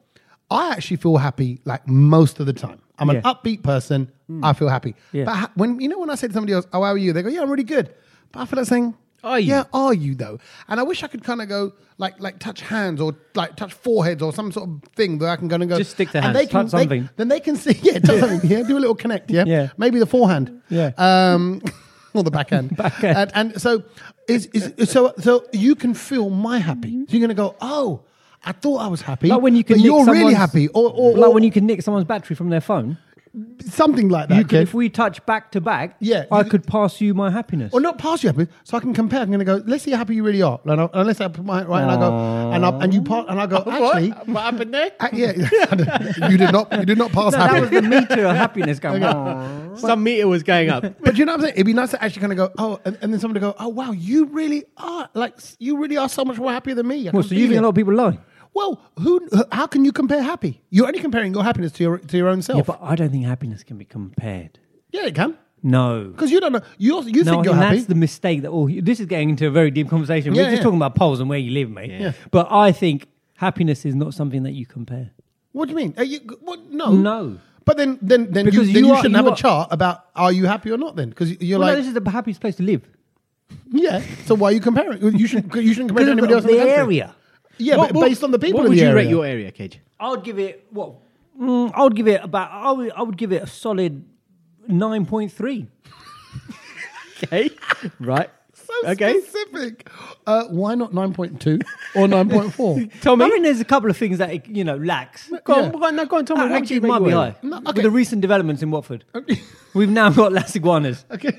[SPEAKER 1] I actually feel happy like most of the time. I'm an
[SPEAKER 3] Yeah.
[SPEAKER 1] upbeat person. I feel happy.
[SPEAKER 3] Yeah.
[SPEAKER 1] But ha- when, you know, when I say to somebody else, oh, how are you? They go, yeah, I'm really good. But I feel like saying,
[SPEAKER 4] Are you?
[SPEAKER 1] Yeah, are you though? And I wish I could kind of go like like touch hands or like touch foreheads or some sort of thing that I can go and go.
[SPEAKER 4] Just stick to
[SPEAKER 1] and
[SPEAKER 4] hands.
[SPEAKER 1] They can,
[SPEAKER 3] Touch
[SPEAKER 1] they-
[SPEAKER 3] something.
[SPEAKER 1] then they can see. Yeah, touch something. Yeah, do a little connect. Yeah,
[SPEAKER 3] Yeah.
[SPEAKER 1] Maybe the forehand.
[SPEAKER 3] Yeah.
[SPEAKER 1] Um, or the backhand.
[SPEAKER 3] Backhand.
[SPEAKER 1] And- and so is, is so so you can feel my happy. So you're gonna go, oh, I thought I was happy.
[SPEAKER 3] Mm-hmm. Like when you can
[SPEAKER 1] but
[SPEAKER 3] nick
[SPEAKER 1] you're really
[SPEAKER 3] someone's-
[SPEAKER 1] happy, or, or,
[SPEAKER 3] like
[SPEAKER 1] or
[SPEAKER 3] when you can nick someone's battery from their phone.
[SPEAKER 1] something like that.
[SPEAKER 3] You could,
[SPEAKER 1] Kev.
[SPEAKER 3] if we touch back to back,
[SPEAKER 1] Yeah,
[SPEAKER 3] I
[SPEAKER 1] you- Oh,
[SPEAKER 3] could pass you my happiness.
[SPEAKER 1] or not pass you happy, so I can compare. I'm gonna go. Let's see how happy you really are. And I, unless I put my right, and I go, and I, and you pass, and I go. Actually,
[SPEAKER 4] What happened there?
[SPEAKER 1] uh, yeah, you did not, you did not pass
[SPEAKER 3] no,
[SPEAKER 1] happy.
[SPEAKER 3] that was the meter of happiness going. "Aw."
[SPEAKER 4] Some meter was going up.
[SPEAKER 1] But you know what I'm saying? It'd be nice to actually kind of go, oh, and, and then someone to go, oh, wow, you really are like, you really are so much more happier than me. I
[SPEAKER 3] Well,
[SPEAKER 1] can
[SPEAKER 3] so you
[SPEAKER 1] feel
[SPEAKER 3] think a
[SPEAKER 1] it."
[SPEAKER 3] lot of people lie?
[SPEAKER 1] Well, who? How can you compare happy? You're only comparing your happiness to your to your own
[SPEAKER 3] Yeah,
[SPEAKER 1] self. Yeah,
[SPEAKER 3] but I don't think happiness can be compared.
[SPEAKER 1] it can.
[SPEAKER 3] No.
[SPEAKER 1] Because you don't know. You you
[SPEAKER 3] No,
[SPEAKER 1] think you're
[SPEAKER 3] and
[SPEAKER 1] happy.
[SPEAKER 3] that's the mistake that all. This is getting into a very deep conversation.
[SPEAKER 1] Yeah,
[SPEAKER 3] We're just
[SPEAKER 1] yeah.
[SPEAKER 3] talking about polls and where you live, mate. But I think happiness is not something that you compare.
[SPEAKER 1] what do you mean? Are you, what, no,
[SPEAKER 3] No.
[SPEAKER 1] But then, then, then you,
[SPEAKER 3] Because
[SPEAKER 1] then you,
[SPEAKER 3] you are-
[SPEAKER 1] shouldn't
[SPEAKER 3] you
[SPEAKER 1] have
[SPEAKER 3] are-
[SPEAKER 1] a chart about are you happy or not then? Because you're
[SPEAKER 3] Well, no,
[SPEAKER 1] like,
[SPEAKER 3] this is the happiest place to live.
[SPEAKER 1] yeah. So why are you comparing? You should you shouldn't compare to
[SPEAKER 3] Because
[SPEAKER 1] anybody else
[SPEAKER 3] of
[SPEAKER 1] in the
[SPEAKER 3] the
[SPEAKER 1] country.
[SPEAKER 3] area.
[SPEAKER 1] Yeah, but based on the people
[SPEAKER 4] What
[SPEAKER 1] in
[SPEAKER 4] would
[SPEAKER 1] the
[SPEAKER 4] you
[SPEAKER 1] area.
[SPEAKER 4] rate your area, Cage?
[SPEAKER 3] I would give it what? Mm, I would give it about. I would, I would give it a solid nine point three.
[SPEAKER 4] Okay, right.
[SPEAKER 1] so
[SPEAKER 4] okay,
[SPEAKER 1] specific. Uh, why not nine point two or nine point four?
[SPEAKER 4] Tommy.
[SPEAKER 3] I mean, there's a couple of things that it, you know lacks.
[SPEAKER 4] Go on,
[SPEAKER 1] Yeah.
[SPEAKER 4] go on, no, go on, Tommy.
[SPEAKER 3] That
[SPEAKER 4] what would
[SPEAKER 3] actually
[SPEAKER 4] you rate
[SPEAKER 3] might
[SPEAKER 4] your
[SPEAKER 3] be
[SPEAKER 4] area?
[SPEAKER 3] high. With the recent developments in Watford, we've now got Las Iguanas.
[SPEAKER 1] Okay.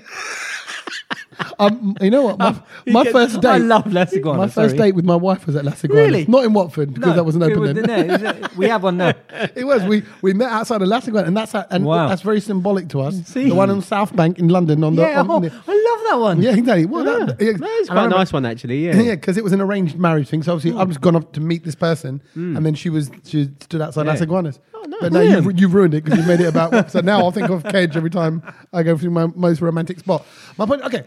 [SPEAKER 1] um, you know what? My,
[SPEAKER 3] You
[SPEAKER 1] my
[SPEAKER 3] get-
[SPEAKER 1] first date.
[SPEAKER 3] I love Las Iguanas.
[SPEAKER 1] my first
[SPEAKER 3] sorry.
[SPEAKER 1] date with my wife was at Las Iguanas.
[SPEAKER 3] Really?
[SPEAKER 1] Not in Watford because that wasn't
[SPEAKER 3] it
[SPEAKER 1] open
[SPEAKER 3] was-
[SPEAKER 1] then.
[SPEAKER 3] no, it was- we have one now.
[SPEAKER 1] It was. We we met outside of Las Iguanas, and that's how, and
[SPEAKER 3] Wow.
[SPEAKER 1] that's very symbolic to us.
[SPEAKER 3] See?
[SPEAKER 1] The one on South Bank in London on the
[SPEAKER 3] yeah,
[SPEAKER 1] on-
[SPEAKER 3] oh,
[SPEAKER 1] on the-
[SPEAKER 3] I love that one.
[SPEAKER 1] Yeah, exactly. Well, that,
[SPEAKER 4] No,
[SPEAKER 1] yeah,
[SPEAKER 4] it's
[SPEAKER 1] and I
[SPEAKER 4] quite a
[SPEAKER 1] remember-
[SPEAKER 4] nice one actually. Yeah.
[SPEAKER 1] Yeah, because it was an arranged marriage thing. So obviously, I was gone up to meet this person, and then she was she stood outside Las
[SPEAKER 4] Yeah.
[SPEAKER 1] Iguanas.
[SPEAKER 4] nice.
[SPEAKER 1] But now you've, you've ruined it because you made it about. so now I'll think of Cage every time I go through my most romantic spot. My point. Okay.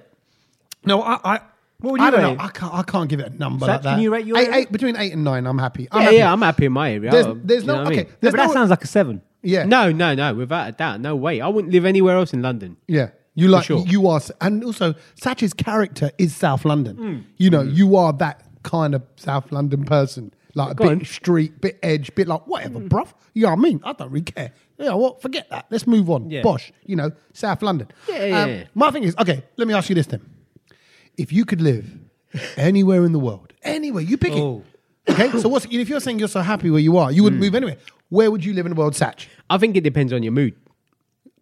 [SPEAKER 1] No, I. I
[SPEAKER 3] What would you
[SPEAKER 1] I don't
[SPEAKER 3] rate
[SPEAKER 1] know.
[SPEAKER 3] it?
[SPEAKER 1] I can't, I can't give it a number
[SPEAKER 3] Sat,
[SPEAKER 1] like that.
[SPEAKER 3] can you rate your
[SPEAKER 1] eight,
[SPEAKER 3] area?
[SPEAKER 1] eight, between eight and nine? I'm happy. I'm
[SPEAKER 4] yeah,
[SPEAKER 1] happy.
[SPEAKER 4] yeah, I'm happy in my area.
[SPEAKER 1] There's,
[SPEAKER 4] I-
[SPEAKER 1] there's
[SPEAKER 4] you
[SPEAKER 1] no
[SPEAKER 4] know what I
[SPEAKER 1] okay.
[SPEAKER 4] mean?
[SPEAKER 3] Yeah,
[SPEAKER 1] There's
[SPEAKER 3] but that
[SPEAKER 1] no,
[SPEAKER 3] sounds like a seven.
[SPEAKER 1] yeah.
[SPEAKER 4] No, no, no. Without a doubt, no way. I wouldn't live anywhere else in London.
[SPEAKER 1] Yeah. You like
[SPEAKER 4] sure.
[SPEAKER 1] you are and also Satch's character is South London.
[SPEAKER 4] Mm.
[SPEAKER 1] You know, you are that kind of South London person. Like a
[SPEAKER 4] Go
[SPEAKER 1] bit
[SPEAKER 4] on. Mm.
[SPEAKER 1] street, bit edge, bit like whatever, bruv. You know what I mean? I don't really care. Yeah, well, forget that. Let's move on.
[SPEAKER 3] Yeah.
[SPEAKER 1] Bosh, you know, South London. Um,
[SPEAKER 4] Yeah, yeah, yeah.
[SPEAKER 1] My thing is, okay, let me ask you this then. If you could live anywhere in the world, anywhere, you pick
[SPEAKER 3] Oh.
[SPEAKER 1] it. Okay, so what's if you're saying you're so happy where you are, you
[SPEAKER 4] Mm.
[SPEAKER 1] wouldn't move anywhere. Where would you live in the world, Satch?
[SPEAKER 4] I think it depends on your mood.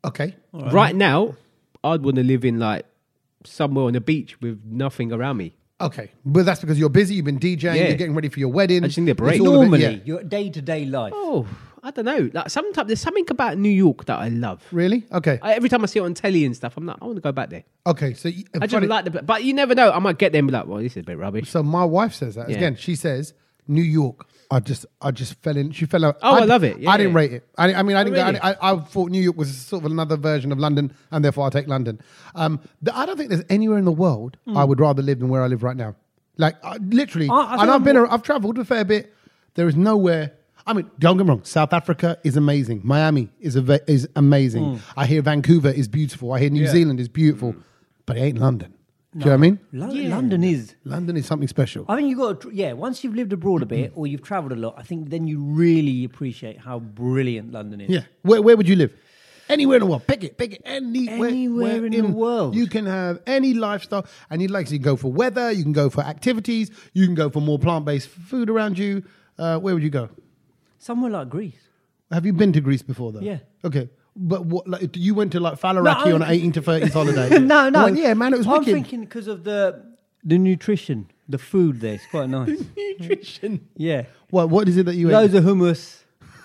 [SPEAKER 1] Okay.
[SPEAKER 4] Right, now, I'd want to live in like somewhere on a beach with nothing around me.
[SPEAKER 1] Okay, but that's because you're busy. You've been DJing.
[SPEAKER 4] Yeah.
[SPEAKER 1] You're getting ready for your wedding.
[SPEAKER 4] I just need a break.
[SPEAKER 1] It's all a bit-
[SPEAKER 3] Normally,
[SPEAKER 1] yeah.
[SPEAKER 3] your day to day life.
[SPEAKER 4] Oh, I don't know. Like sometimes there's something about New York that I love.
[SPEAKER 1] Really? Okay.
[SPEAKER 4] I, every time I see it on telly and stuff, I'm like, I want to go back there.
[SPEAKER 1] Okay. So you-
[SPEAKER 4] I just
[SPEAKER 1] funny-
[SPEAKER 4] like the, but you never know. I might get there and be like, well, this is a bit rubbish.
[SPEAKER 1] So my wife says that
[SPEAKER 4] Yeah.
[SPEAKER 1] again. She says New York. I just, I just fell in. She fell out.
[SPEAKER 4] Oh, I love it. Yeah,
[SPEAKER 1] I
[SPEAKER 4] yeah.
[SPEAKER 1] didn't
[SPEAKER 4] Oh,
[SPEAKER 1] rate it. I, I mean, I didn't. go-
[SPEAKER 4] really?
[SPEAKER 1] I, I, I thought New York was sort of another version of London, and therefore I take London. Um, th- I don't think there's anywhere in the world I
[SPEAKER 4] Hmm.
[SPEAKER 1] would rather live than where I live right now. Like I, literally,
[SPEAKER 3] I- I think
[SPEAKER 1] and I've
[SPEAKER 3] I'm
[SPEAKER 1] been,
[SPEAKER 3] more-
[SPEAKER 1] ar- I've travelled a fair bit. There is nowhere. I mean, don't get me wrong. South Africa is amazing. Miami is a, ve- is amazing.
[SPEAKER 4] Hmm.
[SPEAKER 1] I hear Vancouver is beautiful. I hear New Zealand is beautiful, but it ain't London. Do you know what I mean?
[SPEAKER 3] Lo- London is.
[SPEAKER 1] London is something special.
[SPEAKER 3] I think you've got to, tr- yeah, once you've lived abroad a
[SPEAKER 1] Mm-hmm.
[SPEAKER 3] bit or you've travelled a lot, I think then you really appreciate how brilliant London is.
[SPEAKER 1] Yeah. Where, where would you live? Anywhere in the world. Pick it. Pick it. Anywhere,
[SPEAKER 3] Anywhere
[SPEAKER 1] where
[SPEAKER 3] in the world.
[SPEAKER 1] You can have any lifestyle. And you'd like, so you can go for weather, you can go for activities, you can go for more plant based food around you. Uh, where would you go?
[SPEAKER 3] Somewhere like Greece.
[SPEAKER 1] Have you been to Greece before, though?
[SPEAKER 3] Yeah.
[SPEAKER 1] Okay. But what, like, you went to like Falaraki
[SPEAKER 3] No,
[SPEAKER 1] on an
[SPEAKER 3] I-
[SPEAKER 1] 18 to 30s holiday.
[SPEAKER 3] No, no.
[SPEAKER 1] Well, yeah, man, it was
[SPEAKER 3] I'm
[SPEAKER 1] wicked.
[SPEAKER 3] thinking because of the the nutrition, the food there. It's quite nice.
[SPEAKER 4] Nutrition.
[SPEAKER 3] yeah.
[SPEAKER 1] Well, what is it that you ate?
[SPEAKER 3] Loads of hummus.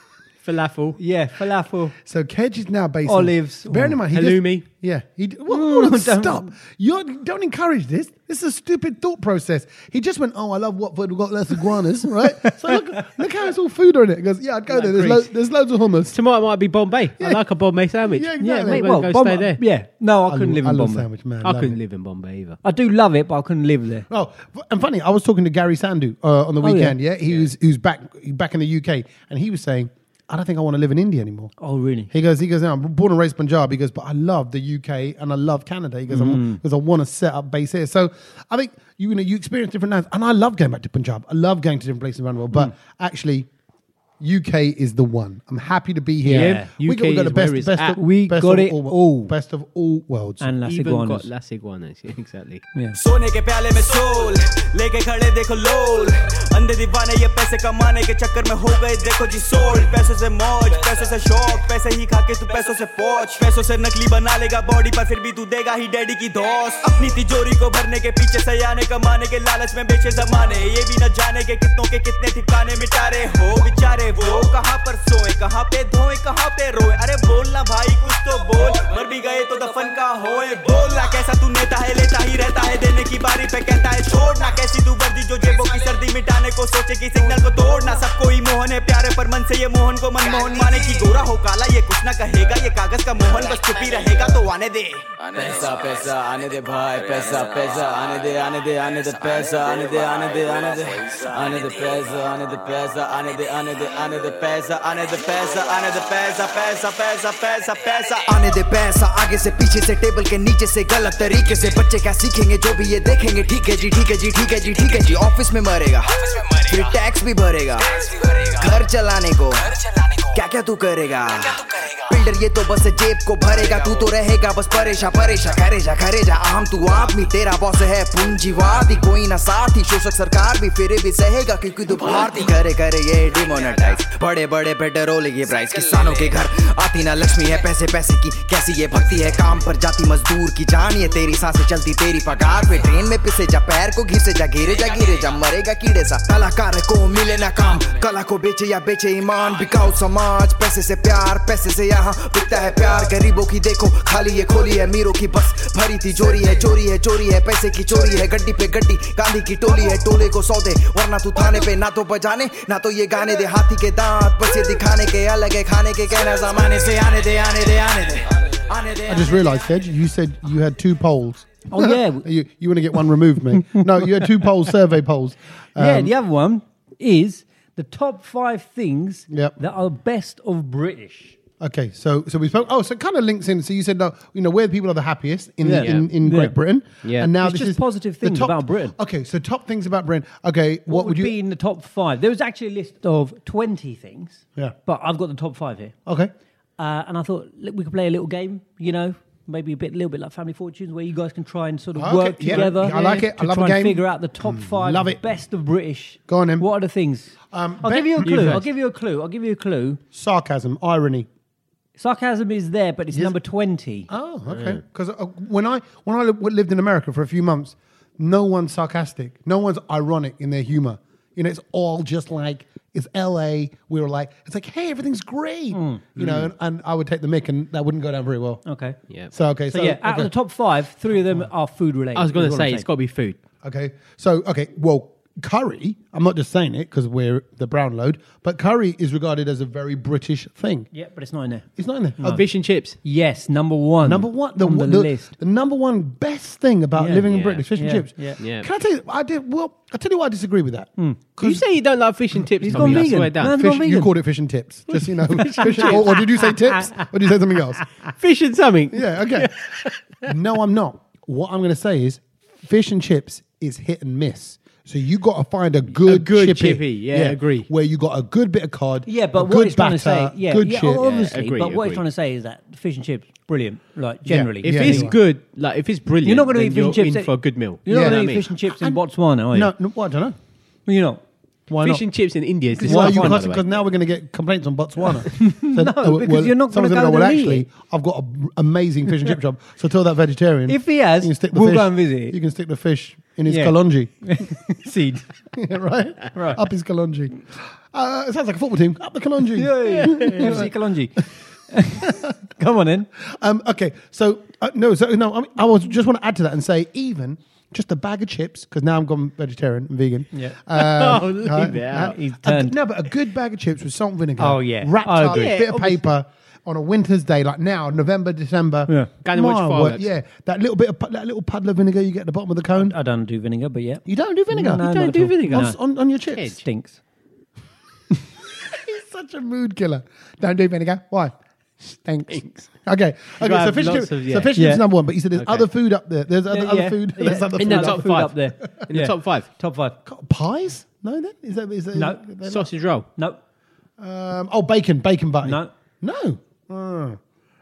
[SPEAKER 4] Falafel.
[SPEAKER 3] Yeah, falafel.
[SPEAKER 1] So Kedge is now based
[SPEAKER 3] Olives. Mm,
[SPEAKER 1] On, bearing in mind, he
[SPEAKER 4] Halloumi.
[SPEAKER 1] Just, yeah, he. d- What, hold on,
[SPEAKER 3] don't-
[SPEAKER 1] stop! You don't encourage this. This is a stupid thought process. He just went, "Oh, I love Watford. We've got less iguanas, right?" So look, look how it's all food on it. He goes, "Yeah, I'd go there. There's, lo-
[SPEAKER 4] Greece.
[SPEAKER 1] there's loads of hummus."
[SPEAKER 4] Tomorrow might be Bombay. I like a Bombay sandwich.
[SPEAKER 1] Yeah,
[SPEAKER 3] Yeah,
[SPEAKER 1] Exactly.
[SPEAKER 3] mate,
[SPEAKER 4] Well,
[SPEAKER 3] well,
[SPEAKER 4] go
[SPEAKER 3] Bombay-
[SPEAKER 4] stay there.
[SPEAKER 3] Yeah. No, I,
[SPEAKER 1] I
[SPEAKER 3] couldn't
[SPEAKER 1] lo-
[SPEAKER 3] live
[SPEAKER 1] I
[SPEAKER 3] in
[SPEAKER 1] love
[SPEAKER 3] Bombay.
[SPEAKER 1] sandwich, man.
[SPEAKER 4] I
[SPEAKER 1] Love
[SPEAKER 4] couldn't
[SPEAKER 1] it.
[SPEAKER 4] live in Bombay either.
[SPEAKER 3] I do love it, but I couldn't live there.
[SPEAKER 1] Oh, f- and funny, I was talking to Gary Sandu uh, on the
[SPEAKER 3] Oh, yeah.
[SPEAKER 1] weekend. yeah? he was who's back back in the UK, and he was saying, "I don't think I want to live in India anymore."
[SPEAKER 3] Oh, really?
[SPEAKER 1] He goes, he goes, no, I'm born and raised Punjab. He goes, but I love the UK and I love Canada. He goes,
[SPEAKER 3] Mm.
[SPEAKER 1] I'm, because I want to set up base here. So I think you, know you experience different lands, and I love going back to Punjab. I love going to different places around the world,
[SPEAKER 3] Mm.
[SPEAKER 1] but actually. UK is the one. I'm happy to be
[SPEAKER 4] Yeah,
[SPEAKER 1] here. we got,
[SPEAKER 4] UK
[SPEAKER 1] we got the
[SPEAKER 4] is
[SPEAKER 1] best,
[SPEAKER 4] where it's
[SPEAKER 1] best
[SPEAKER 4] at.
[SPEAKER 1] of,
[SPEAKER 3] We
[SPEAKER 1] best
[SPEAKER 3] got
[SPEAKER 1] of
[SPEAKER 3] it
[SPEAKER 1] all,
[SPEAKER 3] all.
[SPEAKER 1] best of all worlds.
[SPEAKER 3] And Las
[SPEAKER 4] Even got
[SPEAKER 3] Iguanas.
[SPEAKER 4] Las Iguanas. Yeah, exactly.
[SPEAKER 3] yeah.
[SPEAKER 9] सोने के प्याले में soul लेके खड़े देखो लोल अंधे दीवाने ये पैसे कमाने के चक्कर में हो गए देखो जी सोल पैसों से मौज पैसों से शौक पैसे ही खा के तू पैसों से पहुंच पैसों से नकली बना लेगा बॉडी पर फिर भी तू देगा ही डैडी की धौस अपनी तिजोरी को भरने के पीछे सयाने कमाने के लालच में बेचे जमाने ये भी न जाने के कितनों के कितने ठिकाने मिटा रहे हो बेचारे वो कहाँ पर सोए कहाँ पे धोए कहाँ पे रोए अरे बोल ना भाई कुछ तो बोल मर भी गए तो दफन का होए बोल ना कैसा तू नेता है लेता ही रहता है देने की बारी पे कहता है छोड़ ना कैसी तू वर्दी जो जेबों की सर्दी मिटाने को सोचे कि सिग्नल को तोड़ ना सबको ही मोहन है प्यारे पर मन से ये मोहन को मनमोहन माने की गोरा हो काला ये कुछ ना कहेगा ये कागज का मोहन बस चुपी रहेगा तो आने दे
[SPEAKER 10] पैसा पैसा आने दे भाई पैसा पैसा आने दे आने दे आने दे पैसा आने दे आने दे आने दे आने दे पैसा आने दे पैसा आने दे आने दे आने दे पैसा आने दे पैसा आने दे पैसा पैसा पैसा पैसा पैसा
[SPEAKER 9] आने दे पैसा आगे से पीछे से टेबल के नीचे से गलत तरीके से बच्चे क्या सीखेंगे जो भी ये देखेंगे ठीक है जी ठीक है जी ठीक है जी ठीक है जी ऑफिस में मरेगा फिर टैक्स भी भरेगा घर चलाने को क्या क्या तू करेगा बिल्डर ये तो बस जेब को भरेगा तू तो रहेगा बस परेशा परेशा करेजा करेजा हम तू आदमी तेरा बॉस है पूंजीवादी कोई ना साथी शोषक सरकार भी फिर भी सहेगा क्योंकि तू भारती करे करे ये डिमोनेटाइज बड़े बड़े पेट्रोल ये प्राइस किसानों के घर आती ना लक्ष्मी है पैसे पैसे की कैसी ये भक्ति है काम पर जाती मजदूर की जान ये तेरी सांसें चलती तेरी पगार पे ट्रेन में पिसे जा पैर को घिसे जा घेरे जा गिरे जा मरेगा कीड़े सा कलाकार को मिले ना काम कला को बेचे या बेचे ईमान बिकाऊ समाज पैसे से प्यार पैसे से यहाँ बिकता है प्यार गरीबों की देखो खाली है खोली है मीरों की बस भरी थी चोरी है चोरी है चोरी है पैसे की चोरी है गड्डी पे गड्डी गांधी की टोली है टोले को सौदे वरना तू थाने पे ना तो बजाने ना तो ये गाने दे हाथी के दांत पैसे दिखाने के अलग है खाने के कहना जमाने से आने दे आने दे आने दे आने दे
[SPEAKER 1] I just realised, Fed, you said you had two polls.
[SPEAKER 3] Oh, yeah.
[SPEAKER 1] you you want to get one removed, me? No, you had two polls, survey polls. Um,
[SPEAKER 3] yeah, the other one is the top five things
[SPEAKER 1] Yep.
[SPEAKER 3] that are best of British.
[SPEAKER 1] Okay, so so we spoke. Oh, so it kind of links in. So you said, no, you know, where the people are the happiest in
[SPEAKER 3] Yeah.
[SPEAKER 1] the, in, in
[SPEAKER 3] Yeah.
[SPEAKER 1] Great Britain.
[SPEAKER 4] Yeah.
[SPEAKER 1] and now
[SPEAKER 3] It's
[SPEAKER 1] this
[SPEAKER 3] just
[SPEAKER 1] is
[SPEAKER 3] positive
[SPEAKER 1] the
[SPEAKER 3] things
[SPEAKER 1] top-
[SPEAKER 3] about Britain.
[SPEAKER 1] Okay, so top things about Britain. Okay, what,
[SPEAKER 3] What,
[SPEAKER 1] would you?
[SPEAKER 3] be in the top five? There was actually a list of 20 things.
[SPEAKER 1] Yeah.
[SPEAKER 3] But I've got the top five here.
[SPEAKER 1] okay,
[SPEAKER 3] Uh, and I thought look, we could play a little game, you know, maybe a bit, little bit like Family Fortunes, where you guys can try and sort of
[SPEAKER 1] Okay,
[SPEAKER 3] work
[SPEAKER 1] yeah,
[SPEAKER 3] together.
[SPEAKER 1] I like it.
[SPEAKER 3] To
[SPEAKER 1] I love a
[SPEAKER 3] try
[SPEAKER 1] game. Mm,
[SPEAKER 3] And figure out the top five
[SPEAKER 1] love it.
[SPEAKER 3] best of British.
[SPEAKER 1] Go on then.
[SPEAKER 3] What are the things?
[SPEAKER 1] Um,
[SPEAKER 3] I'll
[SPEAKER 1] bet-
[SPEAKER 3] give you a
[SPEAKER 1] You
[SPEAKER 3] clue. I'll
[SPEAKER 4] first.
[SPEAKER 3] give you a clue. I'll give you a clue.
[SPEAKER 1] sarcasm, irony.
[SPEAKER 3] Sarcasm is there, but it's number 20.
[SPEAKER 1] Oh, okay. Because uh, when I when I li- lived in America for a few months, no one's sarcastic, no one's ironic in their humor. You know, it's all just like it's L.A. We were like, it's like, hey, everything's great. You know, and, and I would take the mic, and that wouldn't go down very well.
[SPEAKER 3] Hmm. Okay.
[SPEAKER 4] Yeah.
[SPEAKER 1] So okay,
[SPEAKER 3] So,
[SPEAKER 1] so,
[SPEAKER 3] yeah, out
[SPEAKER 1] okay.
[SPEAKER 3] of the top five, three of them are food related.
[SPEAKER 4] I was going
[SPEAKER 3] is
[SPEAKER 4] to
[SPEAKER 3] what I'm
[SPEAKER 4] say it's
[SPEAKER 3] saying.
[SPEAKER 4] got to be food.
[SPEAKER 1] Okay. So, okay. Well, curry, I'm not just saying it because we're the brown load, but curry is regarded as a very British thing.
[SPEAKER 3] Yeah, but it's not in there.
[SPEAKER 1] It's not in there. Uh,
[SPEAKER 4] Fish and chips.
[SPEAKER 3] Yes, number one.
[SPEAKER 1] Number one, the,
[SPEAKER 3] on the,
[SPEAKER 1] the,
[SPEAKER 3] list.
[SPEAKER 1] the number one best thing about
[SPEAKER 3] Yeah.
[SPEAKER 1] living in
[SPEAKER 4] Yeah.
[SPEAKER 1] Britain is fish
[SPEAKER 3] Yeah.
[SPEAKER 1] and chips.
[SPEAKER 3] Yeah.
[SPEAKER 4] Yeah.
[SPEAKER 1] Can I tell you? I did. Well, I tell you why I disagree with that.
[SPEAKER 4] You say you don't like fish and chips,
[SPEAKER 3] He's
[SPEAKER 4] Tommy.
[SPEAKER 3] gone
[SPEAKER 4] I swear
[SPEAKER 3] vegan.
[SPEAKER 4] down.
[SPEAKER 3] Man.
[SPEAKER 1] Fish,
[SPEAKER 3] not
[SPEAKER 1] you
[SPEAKER 3] vegan.
[SPEAKER 1] called it fish and tips. Just you know, fish and- or, or did you say tips? Or did you say something else?
[SPEAKER 4] Fish and something.
[SPEAKER 1] Yeah. Okay. no, I'm not. What I'm going to say is, fish and chips is hit and miss. So you got to find a good,
[SPEAKER 4] good
[SPEAKER 1] chippy.
[SPEAKER 4] chippy. Yeah, agree.
[SPEAKER 1] Where you got a good bit of cod.
[SPEAKER 3] Yeah,
[SPEAKER 1] a
[SPEAKER 3] but
[SPEAKER 1] good
[SPEAKER 3] what it's trying
[SPEAKER 1] batter,
[SPEAKER 3] to say, yeah,
[SPEAKER 1] good
[SPEAKER 3] yeah
[SPEAKER 1] chip.
[SPEAKER 3] obviously.
[SPEAKER 4] agree,
[SPEAKER 3] but what
[SPEAKER 4] agree.
[SPEAKER 3] it's trying to say is that fish and chips, brilliant. Like generally,
[SPEAKER 4] If
[SPEAKER 1] Yeah,
[SPEAKER 4] it's
[SPEAKER 1] anyway.
[SPEAKER 4] good, like if it's brilliant,
[SPEAKER 3] you're not going to
[SPEAKER 4] then
[SPEAKER 3] eat fish and
[SPEAKER 4] you're
[SPEAKER 3] chips
[SPEAKER 4] in for a good meal.
[SPEAKER 3] You're
[SPEAKER 1] Yeah.
[SPEAKER 3] not
[SPEAKER 4] You
[SPEAKER 3] going to
[SPEAKER 4] know
[SPEAKER 3] eat
[SPEAKER 4] what I
[SPEAKER 3] fish and chips in Botswana, are you?
[SPEAKER 1] No, no, well, I don't know.
[SPEAKER 3] you know.
[SPEAKER 1] Why
[SPEAKER 4] mean? Fish
[SPEAKER 1] not?
[SPEAKER 4] and chips in India is
[SPEAKER 1] why are
[SPEAKER 4] disgusting,
[SPEAKER 1] you
[SPEAKER 4] by the
[SPEAKER 1] cussing?
[SPEAKER 4] way.
[SPEAKER 1] Because now we're going to get complaints on Botswana. no,
[SPEAKER 3] because you're not
[SPEAKER 1] someone's
[SPEAKER 3] gonna go
[SPEAKER 1] gonna well,
[SPEAKER 3] there and
[SPEAKER 1] actually,
[SPEAKER 3] eat
[SPEAKER 1] I've got an amazing fish and chip job. So tell that vegetarian.
[SPEAKER 3] If he has,
[SPEAKER 1] you can stick the
[SPEAKER 3] we'll
[SPEAKER 1] fish,
[SPEAKER 3] go and visit.
[SPEAKER 1] You can stick the fish in his
[SPEAKER 3] Yeah.
[SPEAKER 1] kalonji.
[SPEAKER 3] Seed.
[SPEAKER 1] Yeah, right?
[SPEAKER 3] Right.
[SPEAKER 1] Up his kalonji. Uh, it sounds like a football team. Up the kalonji.
[SPEAKER 3] FC Kalonji. Come on in.
[SPEAKER 1] Um, okay, so uh, no, so no, I, mean, I was just want to add to that and say even just a bag of chips because now I'm gone vegetarian and vegan.
[SPEAKER 3] Yeah.
[SPEAKER 1] Um,
[SPEAKER 4] Oh, leave
[SPEAKER 1] uh,
[SPEAKER 4] it
[SPEAKER 1] uh,
[SPEAKER 4] out.
[SPEAKER 3] He's
[SPEAKER 1] a good-
[SPEAKER 3] turned.
[SPEAKER 1] no, but a good bag of chips with salt and vinegar.
[SPEAKER 3] Oh, yeah.
[SPEAKER 1] wrapped
[SPEAKER 3] I
[SPEAKER 1] up,
[SPEAKER 3] agree.
[SPEAKER 1] a bit of paper on a winter's day like now, November, December.
[SPEAKER 3] Yeah.
[SPEAKER 4] Go and watch
[SPEAKER 1] My word,
[SPEAKER 4] fireworks.
[SPEAKER 1] Yeah, that little bit of pu- that little puddle of vinegar you get at the bottom of the cone.
[SPEAKER 3] I don't do vinegar, but yeah,
[SPEAKER 1] You don't do vinegar.
[SPEAKER 3] Uh, No,
[SPEAKER 1] you
[SPEAKER 3] not
[SPEAKER 1] don't
[SPEAKER 3] at
[SPEAKER 1] do
[SPEAKER 3] all.
[SPEAKER 1] vinegar on,
[SPEAKER 3] No.
[SPEAKER 1] on, on your chips.
[SPEAKER 3] stinks.
[SPEAKER 1] He's such a mood killer. Don't do vinegar. Why? Stinks. Okay. Okay. So
[SPEAKER 4] have
[SPEAKER 1] fish,
[SPEAKER 4] lots
[SPEAKER 1] chips,
[SPEAKER 4] of- yeah.
[SPEAKER 1] so fish
[SPEAKER 3] Yeah.
[SPEAKER 1] chips number one, but you said there's other food up there. There's other,
[SPEAKER 3] Yeah,
[SPEAKER 1] other
[SPEAKER 3] yeah,
[SPEAKER 1] food.
[SPEAKER 3] yeah.
[SPEAKER 1] There's other
[SPEAKER 4] In
[SPEAKER 1] food
[SPEAKER 4] the
[SPEAKER 1] up
[SPEAKER 3] Other
[SPEAKER 4] top
[SPEAKER 3] food
[SPEAKER 4] five.
[SPEAKER 3] up there.
[SPEAKER 4] In the
[SPEAKER 3] Yeah.
[SPEAKER 4] top five.
[SPEAKER 3] Top five.
[SPEAKER 1] there. Pies? No, then is that is that
[SPEAKER 3] No.
[SPEAKER 1] they're not-
[SPEAKER 4] Sausage roll.
[SPEAKER 3] No.
[SPEAKER 1] Um, oh, bacon, bacon butty.
[SPEAKER 3] No.
[SPEAKER 1] no. Mm.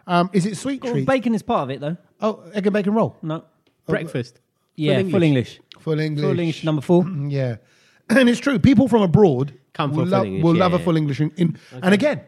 [SPEAKER 1] Um, is it sweet
[SPEAKER 3] Well,
[SPEAKER 1] treat?
[SPEAKER 3] bacon is part of it, though.
[SPEAKER 1] oh, egg and bacon roll.
[SPEAKER 3] No.
[SPEAKER 4] Breakfast.
[SPEAKER 3] Yeah, full English.
[SPEAKER 1] Full English. Mm,
[SPEAKER 3] Full English number four.
[SPEAKER 1] Yeah, and it's true. People from abroad
[SPEAKER 4] Come for
[SPEAKER 1] will,
[SPEAKER 4] full
[SPEAKER 1] lo-
[SPEAKER 4] English,
[SPEAKER 1] will
[SPEAKER 4] yeah,
[SPEAKER 1] love a
[SPEAKER 4] yeah.
[SPEAKER 1] full English. In, in- And again,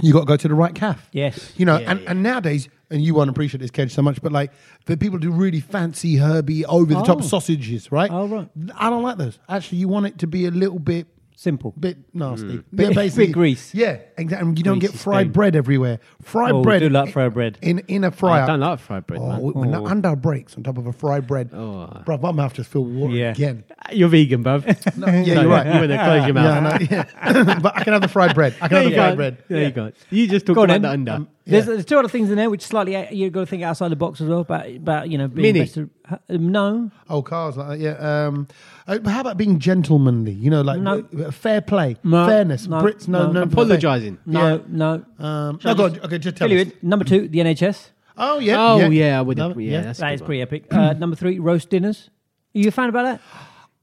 [SPEAKER 1] you got to go to the right calf.
[SPEAKER 3] Yes.
[SPEAKER 1] you know,
[SPEAKER 4] Yeah,
[SPEAKER 1] and,
[SPEAKER 4] yeah.
[SPEAKER 1] and nowadays, and you won't appreciate this, Kedge, so much, but like the people do really fancy herby over the top
[SPEAKER 3] Oh.
[SPEAKER 1] sausages, right?
[SPEAKER 3] Oh, right.
[SPEAKER 1] I don't like those. Actually, you want it to be a little bit
[SPEAKER 3] Simple.
[SPEAKER 1] bit
[SPEAKER 4] Mm.
[SPEAKER 1] nasty.
[SPEAKER 3] Bit- bit grease.
[SPEAKER 1] Yeah, exactly. And You don't
[SPEAKER 4] Greasy
[SPEAKER 1] get fried
[SPEAKER 4] stain.
[SPEAKER 1] bread everywhere. Fried
[SPEAKER 3] Oh,
[SPEAKER 1] bread.
[SPEAKER 3] do like fried bread.
[SPEAKER 1] in in a fryer.
[SPEAKER 4] I don't like fried bread,
[SPEAKER 1] Oh,
[SPEAKER 4] man.
[SPEAKER 1] when the under breaks on top of a fried bread,
[SPEAKER 4] Oh.
[SPEAKER 1] bro, my mouth just feel water
[SPEAKER 3] Yeah.
[SPEAKER 1] again.
[SPEAKER 4] You're vegan, bruv.
[SPEAKER 1] yeah, you're right.
[SPEAKER 4] You want to close your
[SPEAKER 1] Yeah, I
[SPEAKER 4] mouth.
[SPEAKER 1] know, yeah. but I can have the fried bread. I can
[SPEAKER 4] There
[SPEAKER 1] have
[SPEAKER 4] you
[SPEAKER 1] the fried
[SPEAKER 4] go.
[SPEAKER 1] bread.
[SPEAKER 4] There you go. You just talked
[SPEAKER 3] Go on
[SPEAKER 4] about
[SPEAKER 3] then. Um,
[SPEAKER 4] the under.
[SPEAKER 3] There's,
[SPEAKER 1] Yeah.
[SPEAKER 3] there's two other things in there which slightly out- you got to think outside the box as well about about you know being
[SPEAKER 4] Mini.
[SPEAKER 3] better- uh, no,
[SPEAKER 1] Oh, cars like that. Yeah. Um, uh, but how about being gentlemanly? You know, like
[SPEAKER 3] No.
[SPEAKER 1] uh, fair play,
[SPEAKER 3] No.
[SPEAKER 1] fairness.
[SPEAKER 3] No.
[SPEAKER 1] Brits, no,
[SPEAKER 3] No.
[SPEAKER 1] no,
[SPEAKER 4] Apologising.
[SPEAKER 3] no, no.
[SPEAKER 1] Um,
[SPEAKER 3] Shall
[SPEAKER 1] no,
[SPEAKER 3] I
[SPEAKER 1] go
[SPEAKER 3] just-
[SPEAKER 1] on. Okay, just tell
[SPEAKER 3] Fill you
[SPEAKER 1] us.
[SPEAKER 3] in. Number two, the NHS.
[SPEAKER 1] Oh yeah.
[SPEAKER 4] Oh, yeah, I would.
[SPEAKER 1] No,
[SPEAKER 4] yeah, that's a
[SPEAKER 3] That
[SPEAKER 4] good
[SPEAKER 3] is
[SPEAKER 4] one.
[SPEAKER 3] pretty epic. Uh, number three, roast dinners. Are you a fan about that?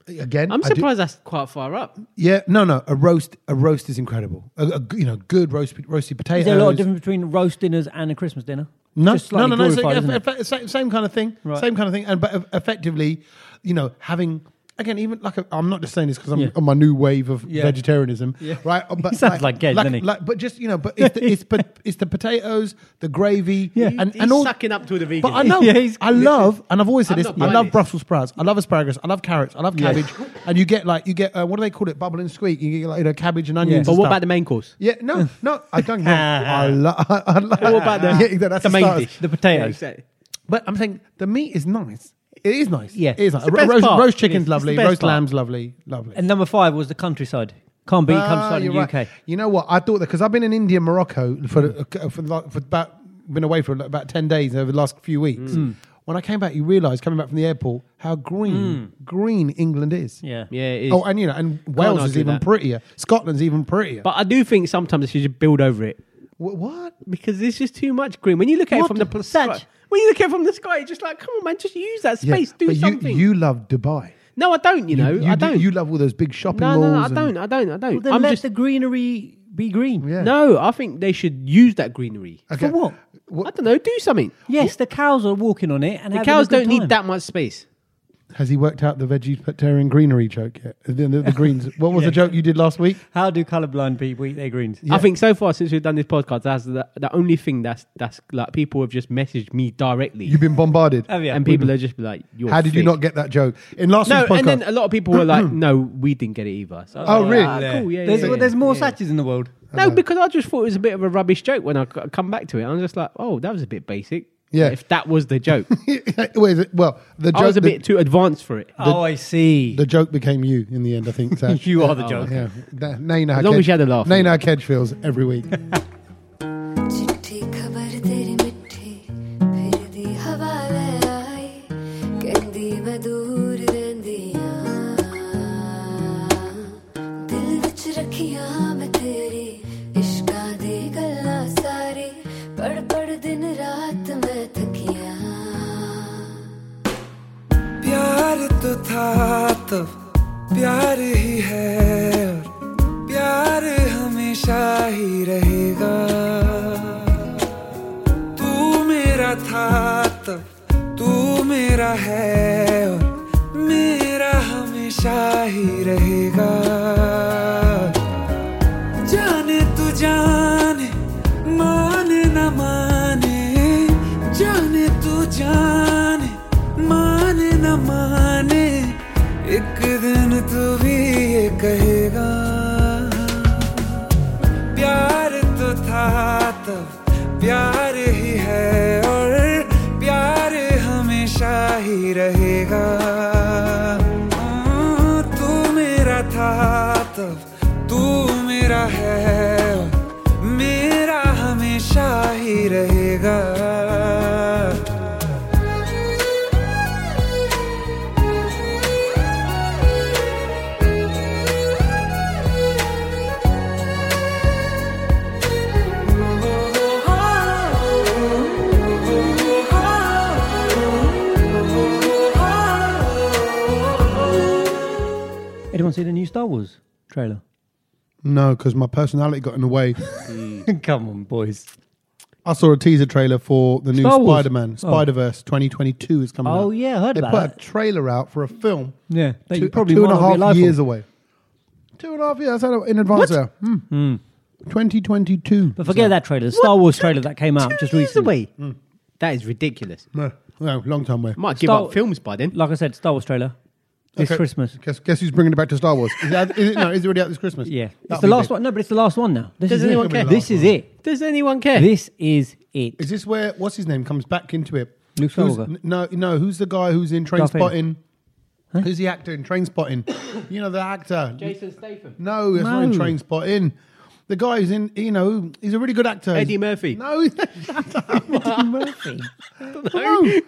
[SPEAKER 1] Again,
[SPEAKER 4] I'm
[SPEAKER 1] I do-
[SPEAKER 4] surprised that's quite far up.
[SPEAKER 1] yeah, no, no. A roast, a roast is incredible. A, a g- you know, good roast, roasted potatoes.
[SPEAKER 3] Is there a lot of difference between roast dinners and a Christmas dinner?
[SPEAKER 1] Uh, No,
[SPEAKER 3] Just slightly
[SPEAKER 1] no, no, no. So,
[SPEAKER 3] glorified, isn't
[SPEAKER 1] yeah,
[SPEAKER 3] it?
[SPEAKER 1] fa- fa- same, same kind of thing.
[SPEAKER 3] Right.
[SPEAKER 1] Same kind of thing. And but eff- effectively, you know, having again, even like a, I'm not just saying this because I'm
[SPEAKER 3] Yeah.
[SPEAKER 1] on my new wave of
[SPEAKER 3] Yeah.
[SPEAKER 1] vegetarianism, right? Uh, But
[SPEAKER 3] He sounds like Ged, doesn't he?
[SPEAKER 1] But just you know, but it's the, it's, but it's the potatoes, the gravy,
[SPEAKER 3] Yeah.
[SPEAKER 1] and
[SPEAKER 4] He's
[SPEAKER 1] and all.
[SPEAKER 4] sucking up to the vegan.
[SPEAKER 1] But I know,
[SPEAKER 3] Yeah, he's-
[SPEAKER 1] I love, and I've always
[SPEAKER 4] I'm
[SPEAKER 1] said this.
[SPEAKER 4] not
[SPEAKER 1] I
[SPEAKER 4] buying
[SPEAKER 1] love
[SPEAKER 4] this.
[SPEAKER 1] Brussels sprouts. I love asparagus. I love carrots. I love cabbage. and you get like you get uh, what do they call it? Bubble and squeak. You get like you know cabbage and onions.
[SPEAKER 4] But
[SPEAKER 1] and
[SPEAKER 4] what
[SPEAKER 1] stuff.
[SPEAKER 4] about the main course?
[SPEAKER 1] Yeah, no, no, I don't know. I, lo- I love. What
[SPEAKER 4] about the-
[SPEAKER 1] yeah, exactly, that's
[SPEAKER 4] the main
[SPEAKER 1] starters.
[SPEAKER 4] dish?
[SPEAKER 3] The potatoes.
[SPEAKER 4] Exactly.
[SPEAKER 1] But I'm saying the meat is nice. It is nice.
[SPEAKER 3] Yeah.
[SPEAKER 1] it is nice.
[SPEAKER 4] It's the
[SPEAKER 1] Ro-
[SPEAKER 4] best
[SPEAKER 1] roast,
[SPEAKER 4] part.
[SPEAKER 1] roast
[SPEAKER 4] It
[SPEAKER 1] chicken's
[SPEAKER 4] is.
[SPEAKER 1] lovely.
[SPEAKER 4] It's the best
[SPEAKER 1] Roast
[SPEAKER 4] part.
[SPEAKER 1] lamb's lovely. Lovely.
[SPEAKER 3] and number five was the countryside. Can't beat
[SPEAKER 1] Ah,
[SPEAKER 3] countryside in
[SPEAKER 1] you're
[SPEAKER 3] the UK.
[SPEAKER 1] right. You know what? I thought that because I've been in India, Morocco for for, like, for about been away for about ten days over the last few weeks.
[SPEAKER 4] Mm.
[SPEAKER 1] When I came back, you realise coming back from the airport how green green England is.
[SPEAKER 3] Yeah.
[SPEAKER 4] Mm. Yeah, it is.
[SPEAKER 1] Oh, and you know, and Wales is
[SPEAKER 4] argue
[SPEAKER 1] even
[SPEAKER 4] that.
[SPEAKER 1] prettier. Scotland's even prettier.
[SPEAKER 4] but I do think sometimes you should build over it
[SPEAKER 1] Wh- what?
[SPEAKER 4] because there's just too much green. When you look at
[SPEAKER 1] What
[SPEAKER 4] it from the
[SPEAKER 1] the
[SPEAKER 4] pl-
[SPEAKER 1] such?
[SPEAKER 4] sky, when you look at it from the sky, you're just like, come on, man, just use that
[SPEAKER 1] Yeah,
[SPEAKER 4] space, do
[SPEAKER 1] but
[SPEAKER 4] something.
[SPEAKER 1] You, you love Dubai.
[SPEAKER 4] no, I don't. You know,
[SPEAKER 1] you,
[SPEAKER 4] I
[SPEAKER 1] do-
[SPEAKER 4] don't.
[SPEAKER 1] You love all those big shopping
[SPEAKER 4] no,
[SPEAKER 1] malls.
[SPEAKER 4] no, no, I
[SPEAKER 1] and-
[SPEAKER 4] don't. I don't. I don't.
[SPEAKER 3] Well, then
[SPEAKER 4] I'm
[SPEAKER 3] let
[SPEAKER 4] just.
[SPEAKER 3] the greenery be green.
[SPEAKER 1] Yeah.
[SPEAKER 4] No, I think they should use that greenery.
[SPEAKER 1] Okay.
[SPEAKER 3] For what?
[SPEAKER 4] I don't know. Do something.
[SPEAKER 3] Yes, the cows are walking on it, and
[SPEAKER 4] The
[SPEAKER 3] having a
[SPEAKER 4] cows
[SPEAKER 3] good
[SPEAKER 4] don't
[SPEAKER 3] time.
[SPEAKER 4] need that much space.
[SPEAKER 1] Has he worked out the vegetarian greenery joke yet? The, the- the greens. What was the joke you did last week?
[SPEAKER 3] How do colourblind people eat their greens?
[SPEAKER 4] I think so far since we've done this podcast, that's the, the only thing that's that's like people have just messaged me directly,
[SPEAKER 1] You've been bombarded.
[SPEAKER 3] Have you?
[SPEAKER 4] and people are just like, You're
[SPEAKER 1] How did you
[SPEAKER 4] thick.
[SPEAKER 1] not get that joke in last
[SPEAKER 4] No,
[SPEAKER 1] week's podcast?
[SPEAKER 4] and then a lot of people were like, "No, we didn't get it either." So I was
[SPEAKER 1] Oh,
[SPEAKER 4] like,
[SPEAKER 1] really?
[SPEAKER 4] "Ah, cool, yeah,
[SPEAKER 3] there's,
[SPEAKER 4] yeah,
[SPEAKER 3] well,
[SPEAKER 4] yeah,
[SPEAKER 3] there's more
[SPEAKER 4] yeah."
[SPEAKER 3] such in the world.
[SPEAKER 4] No, because I just thought it was a bit of a rubbish joke when I c- come back to it. I'm just like, "Oh, that was a bit basic."
[SPEAKER 1] Yeah.
[SPEAKER 4] if that was the joke,
[SPEAKER 1] Wait, is it- well, the joke
[SPEAKER 4] I was a
[SPEAKER 1] the-
[SPEAKER 4] bit too advanced for it.
[SPEAKER 3] oh, I see.
[SPEAKER 1] The joke became you in the Oh, end. I think Zach.
[SPEAKER 3] you are the joke.
[SPEAKER 1] Yeah, That- now you know how.
[SPEAKER 4] As long
[SPEAKER 1] Kedge-
[SPEAKER 4] as you had a laugh.
[SPEAKER 1] Now you know how Kedge feels every week.
[SPEAKER 5] चिट्ठी खबर तेरी मिठी फिर दी हवाले आई कहती मैं दूर रहंदी ਆਂ दिल विच रखियां मैं तेरी इश्का दी गल्ला सारी पढ़ पढ़ दिन रात मैं थकियां
[SPEAKER 2] प्यार तो था तब प्यार ही है और प्यार हमेशा ही रहेगा तू मेरा था तब तू मेरा है और मेरा हमेशा ही रहेगा जाने तू जाने माने न माने जाने तू जाने माने न माने एक दिन तू भी ये कहेगा प्यार तो था तब प्यार ही है और प्यार हमेशा ही रहेगा हम्म, तू मेरा था तब तू मेरा है और मेरा हमेशा ही रहेगा
[SPEAKER 3] Anyone see the new Star Wars trailer?
[SPEAKER 1] no, because my personality got in the way.
[SPEAKER 3] Come on, boys.
[SPEAKER 1] I saw a teaser trailer for the new
[SPEAKER 3] Star Wars.
[SPEAKER 1] Spider-Man,
[SPEAKER 4] Oh.
[SPEAKER 1] Spider-Verse 2022 is coming.
[SPEAKER 3] Oh,
[SPEAKER 1] out.
[SPEAKER 3] yeah, I heard
[SPEAKER 1] they
[SPEAKER 3] about
[SPEAKER 1] put
[SPEAKER 3] that.
[SPEAKER 1] a trailer out for a film.
[SPEAKER 3] Yeah, that
[SPEAKER 1] two,
[SPEAKER 3] you probably
[SPEAKER 1] two
[SPEAKER 3] might
[SPEAKER 1] and
[SPEAKER 3] not
[SPEAKER 1] a
[SPEAKER 3] be
[SPEAKER 1] half
[SPEAKER 3] alive
[SPEAKER 1] years
[SPEAKER 3] for.
[SPEAKER 1] away. Two and a half years I don't- in advance. there. Hmm. 2022.
[SPEAKER 3] But forget that trailer. The Star Wars trailer that came out
[SPEAKER 4] Two
[SPEAKER 3] just
[SPEAKER 4] years
[SPEAKER 3] recently.
[SPEAKER 4] away.
[SPEAKER 1] Hmm.
[SPEAKER 4] That is ridiculous.
[SPEAKER 1] No, no, long time away.
[SPEAKER 4] Might give
[SPEAKER 3] Star-
[SPEAKER 4] up films by then.
[SPEAKER 3] Like I said, Star Wars trailer. this Christmas.
[SPEAKER 1] Guess, guess who's bringing it back to Star Wars? Is, that, is it, no, is it already out this Christmas?
[SPEAKER 3] Yeah, it's
[SPEAKER 1] That'll
[SPEAKER 3] the
[SPEAKER 1] be
[SPEAKER 3] last
[SPEAKER 1] big.
[SPEAKER 3] one. No, but it's the last one now. This
[SPEAKER 4] Does
[SPEAKER 3] is
[SPEAKER 4] anyone
[SPEAKER 3] it.
[SPEAKER 4] care?
[SPEAKER 3] This is it.
[SPEAKER 4] Does anyone care?
[SPEAKER 3] This is it.
[SPEAKER 1] Is this where what's his name comes back into it?
[SPEAKER 3] Luke
[SPEAKER 1] Who's-
[SPEAKER 3] Skywalker.
[SPEAKER 1] n- No, no. Who's the guy who's in Train
[SPEAKER 3] Darth Vader.
[SPEAKER 1] Spotting? Who's the actor in Train Spotting? you know the actor.
[SPEAKER 4] Jason Statham.
[SPEAKER 1] No, that's not in
[SPEAKER 3] No.
[SPEAKER 1] Train Spotting. The guy who's in, you know, he's a really good actor.
[SPEAKER 4] Eddie Murphy.
[SPEAKER 1] No, Eddie Murphy. No.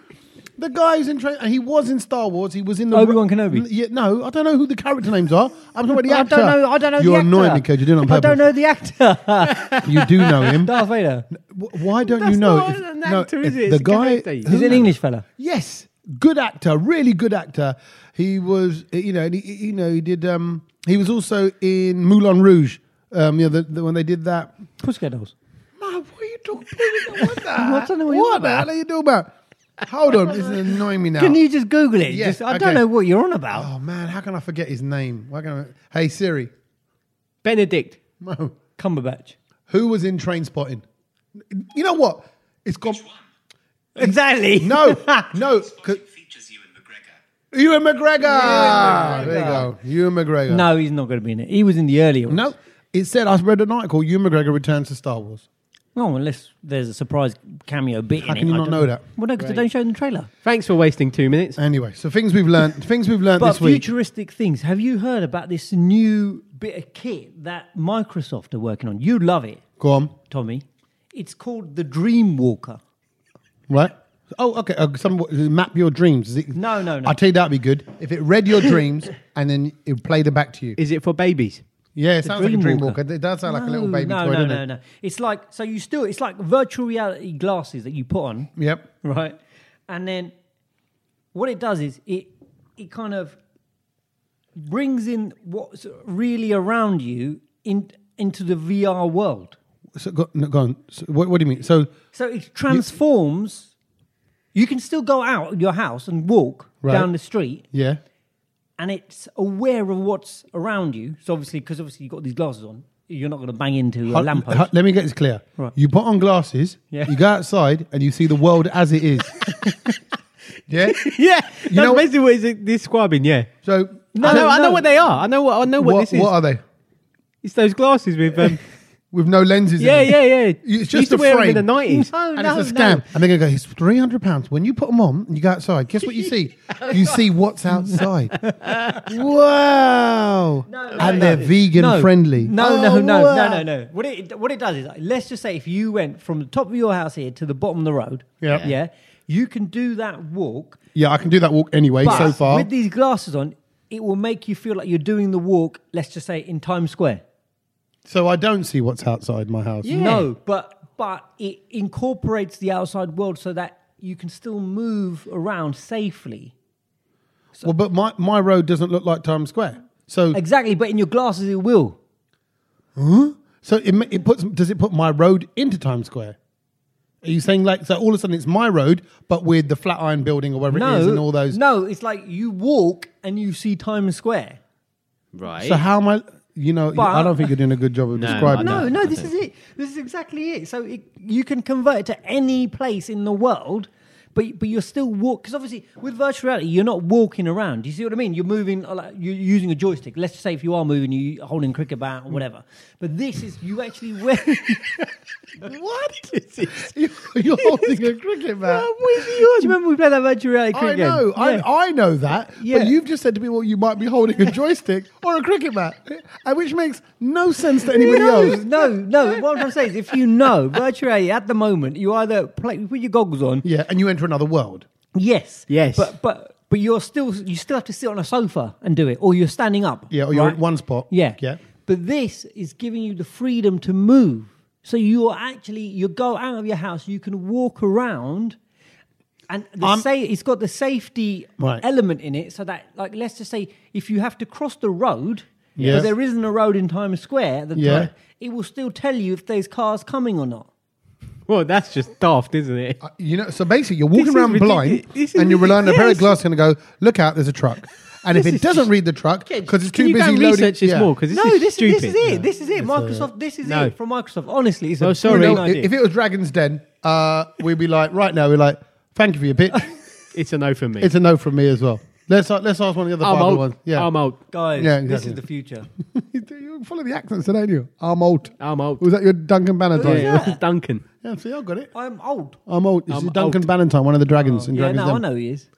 [SPEAKER 1] The guy who's in Train, and he was in Star Wars. He was in the
[SPEAKER 3] Obi-Wan Kenobi.
[SPEAKER 1] N- Yeah, no, I don't know who the character names are. I'm talking about the
[SPEAKER 3] I
[SPEAKER 1] actor.
[SPEAKER 3] don't know. I don't know.
[SPEAKER 1] You're
[SPEAKER 3] the
[SPEAKER 1] annoying me,
[SPEAKER 3] actor.
[SPEAKER 1] Code. You did it on
[SPEAKER 3] I
[SPEAKER 1] purpose.
[SPEAKER 3] don't know the actor.
[SPEAKER 1] You do know him.
[SPEAKER 3] Darth Vader.
[SPEAKER 1] W- Why don't
[SPEAKER 4] That's
[SPEAKER 1] you know?
[SPEAKER 4] not
[SPEAKER 1] if-
[SPEAKER 4] an
[SPEAKER 1] no,
[SPEAKER 4] actor,
[SPEAKER 1] if
[SPEAKER 4] is it?
[SPEAKER 1] The
[SPEAKER 4] It's a
[SPEAKER 1] guy
[SPEAKER 4] character.
[SPEAKER 1] who-
[SPEAKER 4] Is
[SPEAKER 3] He's an English fella.
[SPEAKER 1] Yes, good actor, really good actor. He was, you know, and he, you know, he did. Um, he was also in Moulin Rouge. Um, you know, the, the, when they did that.
[SPEAKER 3] Pussycat Dolls.
[SPEAKER 1] No, what are you talking about? What the
[SPEAKER 3] I don't know what you're
[SPEAKER 1] Uh, What
[SPEAKER 3] on
[SPEAKER 1] the
[SPEAKER 3] about.
[SPEAKER 1] hell are you talking about? Hold on, this is annoying me now.
[SPEAKER 3] Can you just Google it?
[SPEAKER 1] Yeah,
[SPEAKER 3] Just- I
[SPEAKER 1] okay.
[SPEAKER 3] don't know what you're on about.
[SPEAKER 1] oh man, how can I forget his name? Why can I? Hey Siri,
[SPEAKER 4] Benedict.
[SPEAKER 1] no.
[SPEAKER 3] Cumberbatch.
[SPEAKER 1] who was in Train Spotting? You know what? It's gone.
[SPEAKER 3] Exactly.
[SPEAKER 1] No, no. 'cause-
[SPEAKER 11] features you and McGregor.
[SPEAKER 1] Ewan McGregor. There you go. Ewan McGregor.
[SPEAKER 3] No, he's not going to be in it. He was in the earlier one.
[SPEAKER 1] No, it said I read an article. Ewan McGregor returns to Star Wars.
[SPEAKER 3] Oh, unless there's a surprise cameo bit
[SPEAKER 1] How
[SPEAKER 3] in it.
[SPEAKER 1] can you
[SPEAKER 3] I
[SPEAKER 1] not
[SPEAKER 3] don't
[SPEAKER 1] know that?
[SPEAKER 3] Well, no, because they don't show it in the trailer.
[SPEAKER 4] Thanks for wasting two minutes.
[SPEAKER 1] Anyway, so things we've learned. Things we've learned
[SPEAKER 3] But
[SPEAKER 1] this week.
[SPEAKER 3] futuristic things. Have you heard about this new bit of kit that Microsoft are working on? You love it,
[SPEAKER 1] Go on.
[SPEAKER 3] Tommy. It's called the Dreamwalker.
[SPEAKER 1] Right. Oh, okay. Uh, some map your dreams. Is it,
[SPEAKER 3] No, no, no.
[SPEAKER 1] I'll tell you that'd be good if it read your dreams and then it played it back to you.
[SPEAKER 4] Is it for babies?
[SPEAKER 1] yeah, it sounds like a dream
[SPEAKER 3] Dreamwalker.
[SPEAKER 1] walker. It does sound like a little baby
[SPEAKER 3] no, no,
[SPEAKER 1] toy, doesn't
[SPEAKER 3] no,
[SPEAKER 1] it?
[SPEAKER 3] no. It's like so you still. It's like virtual reality glasses that you put on,
[SPEAKER 1] Yep.
[SPEAKER 3] right? And then what it does is it it kind of brings in what's really around you in into the VR world.
[SPEAKER 1] So go, no, go on. So, what, what do you mean? So
[SPEAKER 3] So it transforms. You can still go out of your house and walk
[SPEAKER 1] Right.
[SPEAKER 3] down the street,
[SPEAKER 1] yeah.
[SPEAKER 3] and it's aware of what's around you. So obviously, because obviously you've got these glasses on, you're not going to bang into a
[SPEAKER 1] Hu-
[SPEAKER 3] lamppost.
[SPEAKER 1] hu- Uh, let me get this clear.
[SPEAKER 3] Right.
[SPEAKER 1] You put on glasses.
[SPEAKER 3] Yeah.
[SPEAKER 1] You go outside and you see the world as it is. yeah.
[SPEAKER 4] Yeah, that's
[SPEAKER 1] know-
[SPEAKER 4] basically what he's describing. Yeah,
[SPEAKER 1] So
[SPEAKER 4] I know, I know
[SPEAKER 3] no.
[SPEAKER 4] what they are. I know what I know what,
[SPEAKER 1] what,
[SPEAKER 4] this is.
[SPEAKER 1] what are they?
[SPEAKER 4] It's those glasses with um,
[SPEAKER 1] With no lenses. in
[SPEAKER 4] yeah,
[SPEAKER 1] them.
[SPEAKER 4] yeah, yeah.
[SPEAKER 1] It's
[SPEAKER 4] You
[SPEAKER 1] just
[SPEAKER 4] used to
[SPEAKER 1] a
[SPEAKER 4] wear
[SPEAKER 1] frame.
[SPEAKER 4] them in the nineties.
[SPEAKER 3] No,
[SPEAKER 1] and
[SPEAKER 3] no,
[SPEAKER 1] it's a scam.
[SPEAKER 3] no.
[SPEAKER 1] And they're going to go, it's 300 pounds. When you put them on and you go outside, guess what you see?
[SPEAKER 3] Oh,
[SPEAKER 1] you see what's outside. wow. and they're vegan
[SPEAKER 3] no,
[SPEAKER 1] friendly.
[SPEAKER 3] No,
[SPEAKER 1] Oh,
[SPEAKER 3] no, no,
[SPEAKER 1] wow.
[SPEAKER 3] no, no, no. What it what it does is, like, let's just say, if you went from the top of your house here to the bottom of the road,
[SPEAKER 1] Yeah.
[SPEAKER 3] yeah, you can do that walk.
[SPEAKER 1] Yeah, I can do that walk anyway
[SPEAKER 3] But
[SPEAKER 1] so far.
[SPEAKER 3] with these glasses on, it will make you feel like you're doing the walk. Let's just say in Times Square.
[SPEAKER 1] so I don't see what's outside my house.
[SPEAKER 3] No, but but it incorporates the outside world so that you can still move around safely.
[SPEAKER 1] Well, but my, my road doesn't look like Times Square. So
[SPEAKER 3] Exactly, but in your glasses it will.
[SPEAKER 1] so it, ma- it puts does it put my road into Times Square? Are you saying like so all of a sudden it's my road but with the Flatiron building or wherever
[SPEAKER 3] No,
[SPEAKER 1] it is and all those
[SPEAKER 3] No, it's like you walk and you see Times Square.
[SPEAKER 4] Right.
[SPEAKER 1] So how am I? You know,
[SPEAKER 3] But-
[SPEAKER 1] I don't think you're doing a good job of
[SPEAKER 4] No,
[SPEAKER 1] describing.
[SPEAKER 4] I
[SPEAKER 1] that.
[SPEAKER 3] No,
[SPEAKER 4] don't.
[SPEAKER 3] no, this is it. This is exactly it. So it, you can convert it to any place in the world, but but you're still walk because obviously with virtual reality you're not walking around. Do you see what I mean? You're moving, uh, like, you're using a joystick. Let's just say if you are moving, you're holding a cricket bat or
[SPEAKER 1] Mm.
[SPEAKER 3] whatever. But this is you actually wearing.
[SPEAKER 1] What? You- you're holding a cricket bat.
[SPEAKER 3] Do you remember we played that virtual reality
[SPEAKER 1] I
[SPEAKER 3] cricket game?
[SPEAKER 1] know,
[SPEAKER 3] Yeah.
[SPEAKER 1] I, I know that.
[SPEAKER 3] Yeah.
[SPEAKER 1] But you've just said to me, well, you might be holding a joystick or a cricket bat, and which makes no sense to anybody
[SPEAKER 3] No,
[SPEAKER 1] else.
[SPEAKER 3] no, no. What I'm trying to say is, if you know virtual reality at the moment, you either play, you put your goggles on.
[SPEAKER 1] Yeah, and you enter another world.
[SPEAKER 3] Yes,
[SPEAKER 4] Yes.
[SPEAKER 3] But but but you're still you still have to sit on a sofa and do it, or you're standing up.
[SPEAKER 1] Yeah, or you're
[SPEAKER 3] right?
[SPEAKER 1] at one spot.
[SPEAKER 3] Yeah,
[SPEAKER 1] yeah.
[SPEAKER 3] But this is giving you the freedom to move. So you're actually you go out of your house, you can walk around. And the
[SPEAKER 1] I'm-
[SPEAKER 3] sa- it's got the safety
[SPEAKER 1] Right.
[SPEAKER 3] element in it, so that, like, let's just say, if you have to cross the road,
[SPEAKER 1] Yeah.
[SPEAKER 3] but there isn't a road in Times Square at the
[SPEAKER 1] Yeah.
[SPEAKER 3] time, it will still tell you if there's cars coming or not.
[SPEAKER 4] Well, that's just daft, isn't it?
[SPEAKER 1] Uh, You know, so basically, you're walking
[SPEAKER 4] This is
[SPEAKER 1] around blind,
[SPEAKER 4] ridiculous. This is
[SPEAKER 1] and you're relying on a pair of
[SPEAKER 4] ridiculous.
[SPEAKER 1] glasses and go, look out, there's a truck. And if
[SPEAKER 4] This
[SPEAKER 1] it
[SPEAKER 4] is
[SPEAKER 1] doesn't
[SPEAKER 4] just-
[SPEAKER 1] read the truck because it's too
[SPEAKER 4] Can you
[SPEAKER 1] busy
[SPEAKER 4] go and
[SPEAKER 1] loading,
[SPEAKER 4] research this
[SPEAKER 1] yeah.
[SPEAKER 4] more? Because this
[SPEAKER 3] no,
[SPEAKER 4] is
[SPEAKER 3] this,
[SPEAKER 4] stupid.
[SPEAKER 3] this is it. This is it.
[SPEAKER 1] uh,
[SPEAKER 3] Microsoft. This is
[SPEAKER 4] No.
[SPEAKER 3] it from Microsoft. Honestly, it's
[SPEAKER 4] Oh,
[SPEAKER 3] a
[SPEAKER 4] sorry.
[SPEAKER 3] brilliant
[SPEAKER 4] No,
[SPEAKER 3] idea.
[SPEAKER 1] if, if it was Dragon's Den, uh, we'd be like, right now, we're like, thank you for your pitch.
[SPEAKER 4] It's a no from me.
[SPEAKER 1] It's a no from me as well. Let's uh, let's ask one of the other
[SPEAKER 4] I'm
[SPEAKER 1] Bible
[SPEAKER 4] old.
[SPEAKER 1] ones. Yeah,
[SPEAKER 4] I'm old.
[SPEAKER 3] Guys,
[SPEAKER 1] Yeah,
[SPEAKER 3] this
[SPEAKER 1] exactly.
[SPEAKER 3] is the future.
[SPEAKER 1] You're full of the accents today, aren't you? I'm old.
[SPEAKER 4] I'm old.
[SPEAKER 1] Was that your Duncan Bannatyne?
[SPEAKER 4] Yeah, Duncan.
[SPEAKER 1] Yeah, see, I got it.
[SPEAKER 3] I'm old.
[SPEAKER 1] I'm old. This
[SPEAKER 4] I'm
[SPEAKER 1] is Duncan
[SPEAKER 4] old.
[SPEAKER 1] Bannatyne, one of the dragons
[SPEAKER 3] Oh.
[SPEAKER 1] in
[SPEAKER 3] Yeah,
[SPEAKER 1] Dragons.
[SPEAKER 3] no, I
[SPEAKER 1] Den.
[SPEAKER 3] know he is.